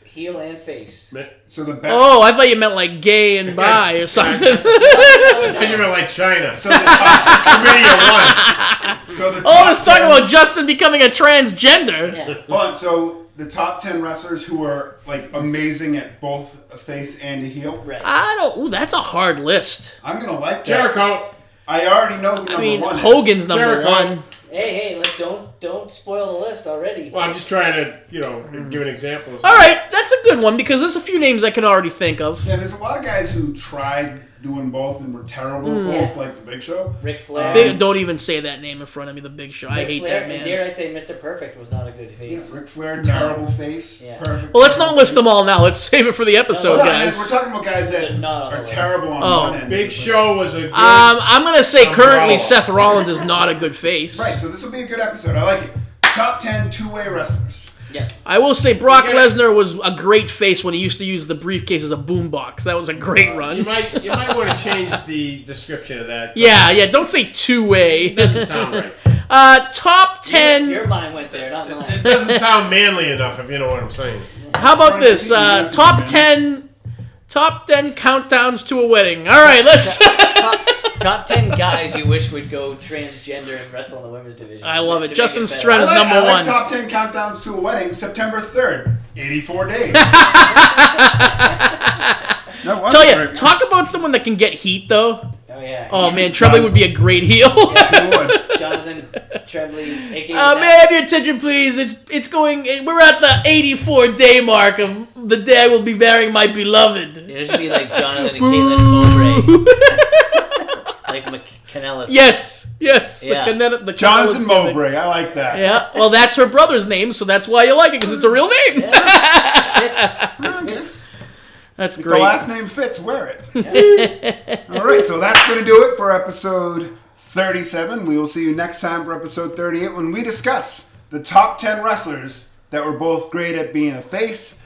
[SPEAKER 2] heel and face?
[SPEAKER 4] Mi-
[SPEAKER 1] So the best.
[SPEAKER 3] Oh, I thought you meant like gay and bi or something. [LAUGHS]
[SPEAKER 4] [LAUGHS] I should like China.
[SPEAKER 1] So the top,
[SPEAKER 4] Committee of one.
[SPEAKER 1] so the
[SPEAKER 3] [LAUGHS] Oh,
[SPEAKER 1] top
[SPEAKER 3] let's talk
[SPEAKER 1] 10
[SPEAKER 3] about Justin becoming a transgender.
[SPEAKER 2] Yeah.
[SPEAKER 1] Hold on, so the top 10 wrestlers who are like amazing at both a face and a heel.
[SPEAKER 2] Right.
[SPEAKER 3] I don't. Ooh, that's a hard list.
[SPEAKER 1] I'm gonna like that.
[SPEAKER 4] Jericho!
[SPEAKER 1] I already know who number
[SPEAKER 3] I mean,
[SPEAKER 1] one
[SPEAKER 3] Hogan's
[SPEAKER 1] is.
[SPEAKER 3] number
[SPEAKER 4] Jericho.
[SPEAKER 3] one.
[SPEAKER 2] Hey, hey, let's don't don't spoil the list already.
[SPEAKER 4] Well, I'm just trying to, you know, give an example.
[SPEAKER 3] All right, that's a good one because there's a few names I can already think of.
[SPEAKER 1] Yeah, there's a lot of guys who tried doing both and were terrible
[SPEAKER 3] Hmm.
[SPEAKER 1] at both, like the Big Show.
[SPEAKER 2] Ric Flair.
[SPEAKER 3] Big, don't even say that name in front of me. The Big Show. I
[SPEAKER 2] Ric
[SPEAKER 3] hate
[SPEAKER 2] Flair,
[SPEAKER 3] that
[SPEAKER 2] And dare
[SPEAKER 3] man.
[SPEAKER 2] I say, Mr. Perfect was not a good
[SPEAKER 1] Yeah,
[SPEAKER 2] face.
[SPEAKER 1] Ric Flair, terrible face.
[SPEAKER 2] Yeah.
[SPEAKER 1] Perfect.
[SPEAKER 3] Well, let's not
[SPEAKER 1] terrible
[SPEAKER 3] list
[SPEAKER 1] face.
[SPEAKER 3] them all now. Let's save it for the episode,
[SPEAKER 1] Hold on,
[SPEAKER 3] guys.
[SPEAKER 1] We're talking about guys
[SPEAKER 2] They're
[SPEAKER 1] that
[SPEAKER 2] not on the
[SPEAKER 1] are
[SPEAKER 2] list.
[SPEAKER 1] terrible on
[SPEAKER 3] Oh.
[SPEAKER 1] one end.
[SPEAKER 4] Big Show was a good.
[SPEAKER 3] Um, I'm gonna say currently
[SPEAKER 4] Umbrella.
[SPEAKER 3] Seth Rollins is not a good face.
[SPEAKER 1] Right, so this will be a good episode. I like it. Top 10 two way wrestlers.
[SPEAKER 2] Yeah.
[SPEAKER 3] I will say Brock
[SPEAKER 4] You gotta-
[SPEAKER 3] Lesnar was a great face when he used to use the briefcase as a boombox. That was a great
[SPEAKER 4] you
[SPEAKER 3] run.
[SPEAKER 4] might, you might want to change the description of that.
[SPEAKER 3] Yeah, yeah. Don't say two
[SPEAKER 4] [LAUGHS]
[SPEAKER 3] way.
[SPEAKER 4] Doesn't sound right.
[SPEAKER 3] [LAUGHS] Uh, top ten.
[SPEAKER 2] Your mind went there, not mine.
[SPEAKER 3] [LAUGHS]
[SPEAKER 4] It doesn't sound manly enough, if you know what I'm saying.
[SPEAKER 3] How about this? Uh, top ten, top ten countdowns to a wedding. All right, let's.
[SPEAKER 2] top, top 10 guys you wish would go transgender and wrestle in the women's division.
[SPEAKER 3] I love it.
[SPEAKER 2] To make
[SPEAKER 3] Justin
[SPEAKER 2] better.
[SPEAKER 1] I
[SPEAKER 3] Strenna- That was
[SPEAKER 1] like,
[SPEAKER 3] number
[SPEAKER 1] I like
[SPEAKER 3] one.
[SPEAKER 1] top 10 countdowns to a wedding, September 3rd, 84
[SPEAKER 3] [LAUGHS]
[SPEAKER 1] days. no, it
[SPEAKER 3] [LAUGHS] Tell
[SPEAKER 1] wasn't
[SPEAKER 3] you,
[SPEAKER 1] very-
[SPEAKER 3] talk about someone that can get heat though.
[SPEAKER 2] Oh, yeah.
[SPEAKER 3] Oh man, Tremblay would be a great heel. [LAUGHS]
[SPEAKER 1] It would.
[SPEAKER 2] [LAUGHS] Jonathan Tremblay, aka.
[SPEAKER 3] Uh,
[SPEAKER 2] Nat-
[SPEAKER 3] may I have your attention, please? It's it's going. We're at the 84 day mark of the day I will be marrying my beloved.
[SPEAKER 2] It should be like Jonathan and Caitlin Mowbray. Like Mc- Kanellis.
[SPEAKER 3] yes, yes.
[SPEAKER 2] Yeah.
[SPEAKER 3] The, Canada, the
[SPEAKER 1] Jonathan
[SPEAKER 3] Canada's giving.
[SPEAKER 1] Mowbray, I like that.
[SPEAKER 3] Yeah, well, that's her brother's name, so that's why you like it because it's a real name.
[SPEAKER 1] I [LAUGHS] guess.
[SPEAKER 3] [LAUGHS] That's
[SPEAKER 1] The
[SPEAKER 3] great.
[SPEAKER 1] last name fits, wear it. [LAUGHS] All right, so that's going to do it for episode 37. We will see you next time for episode 38 when we discuss the top 10 wrestlers that were both great at being a face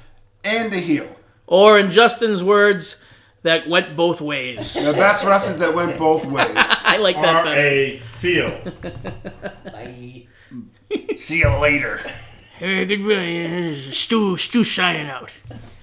[SPEAKER 1] and a heel.
[SPEAKER 3] or in Justin's words, that went both ways.
[SPEAKER 1] The best wrestlers that went both ways.
[SPEAKER 3] I like that
[SPEAKER 4] Or
[SPEAKER 3] better.
[SPEAKER 4] a feel.
[SPEAKER 2] Bye.
[SPEAKER 1] See you later.
[SPEAKER 6] Hey, goodbye. Stu, Stu signing out.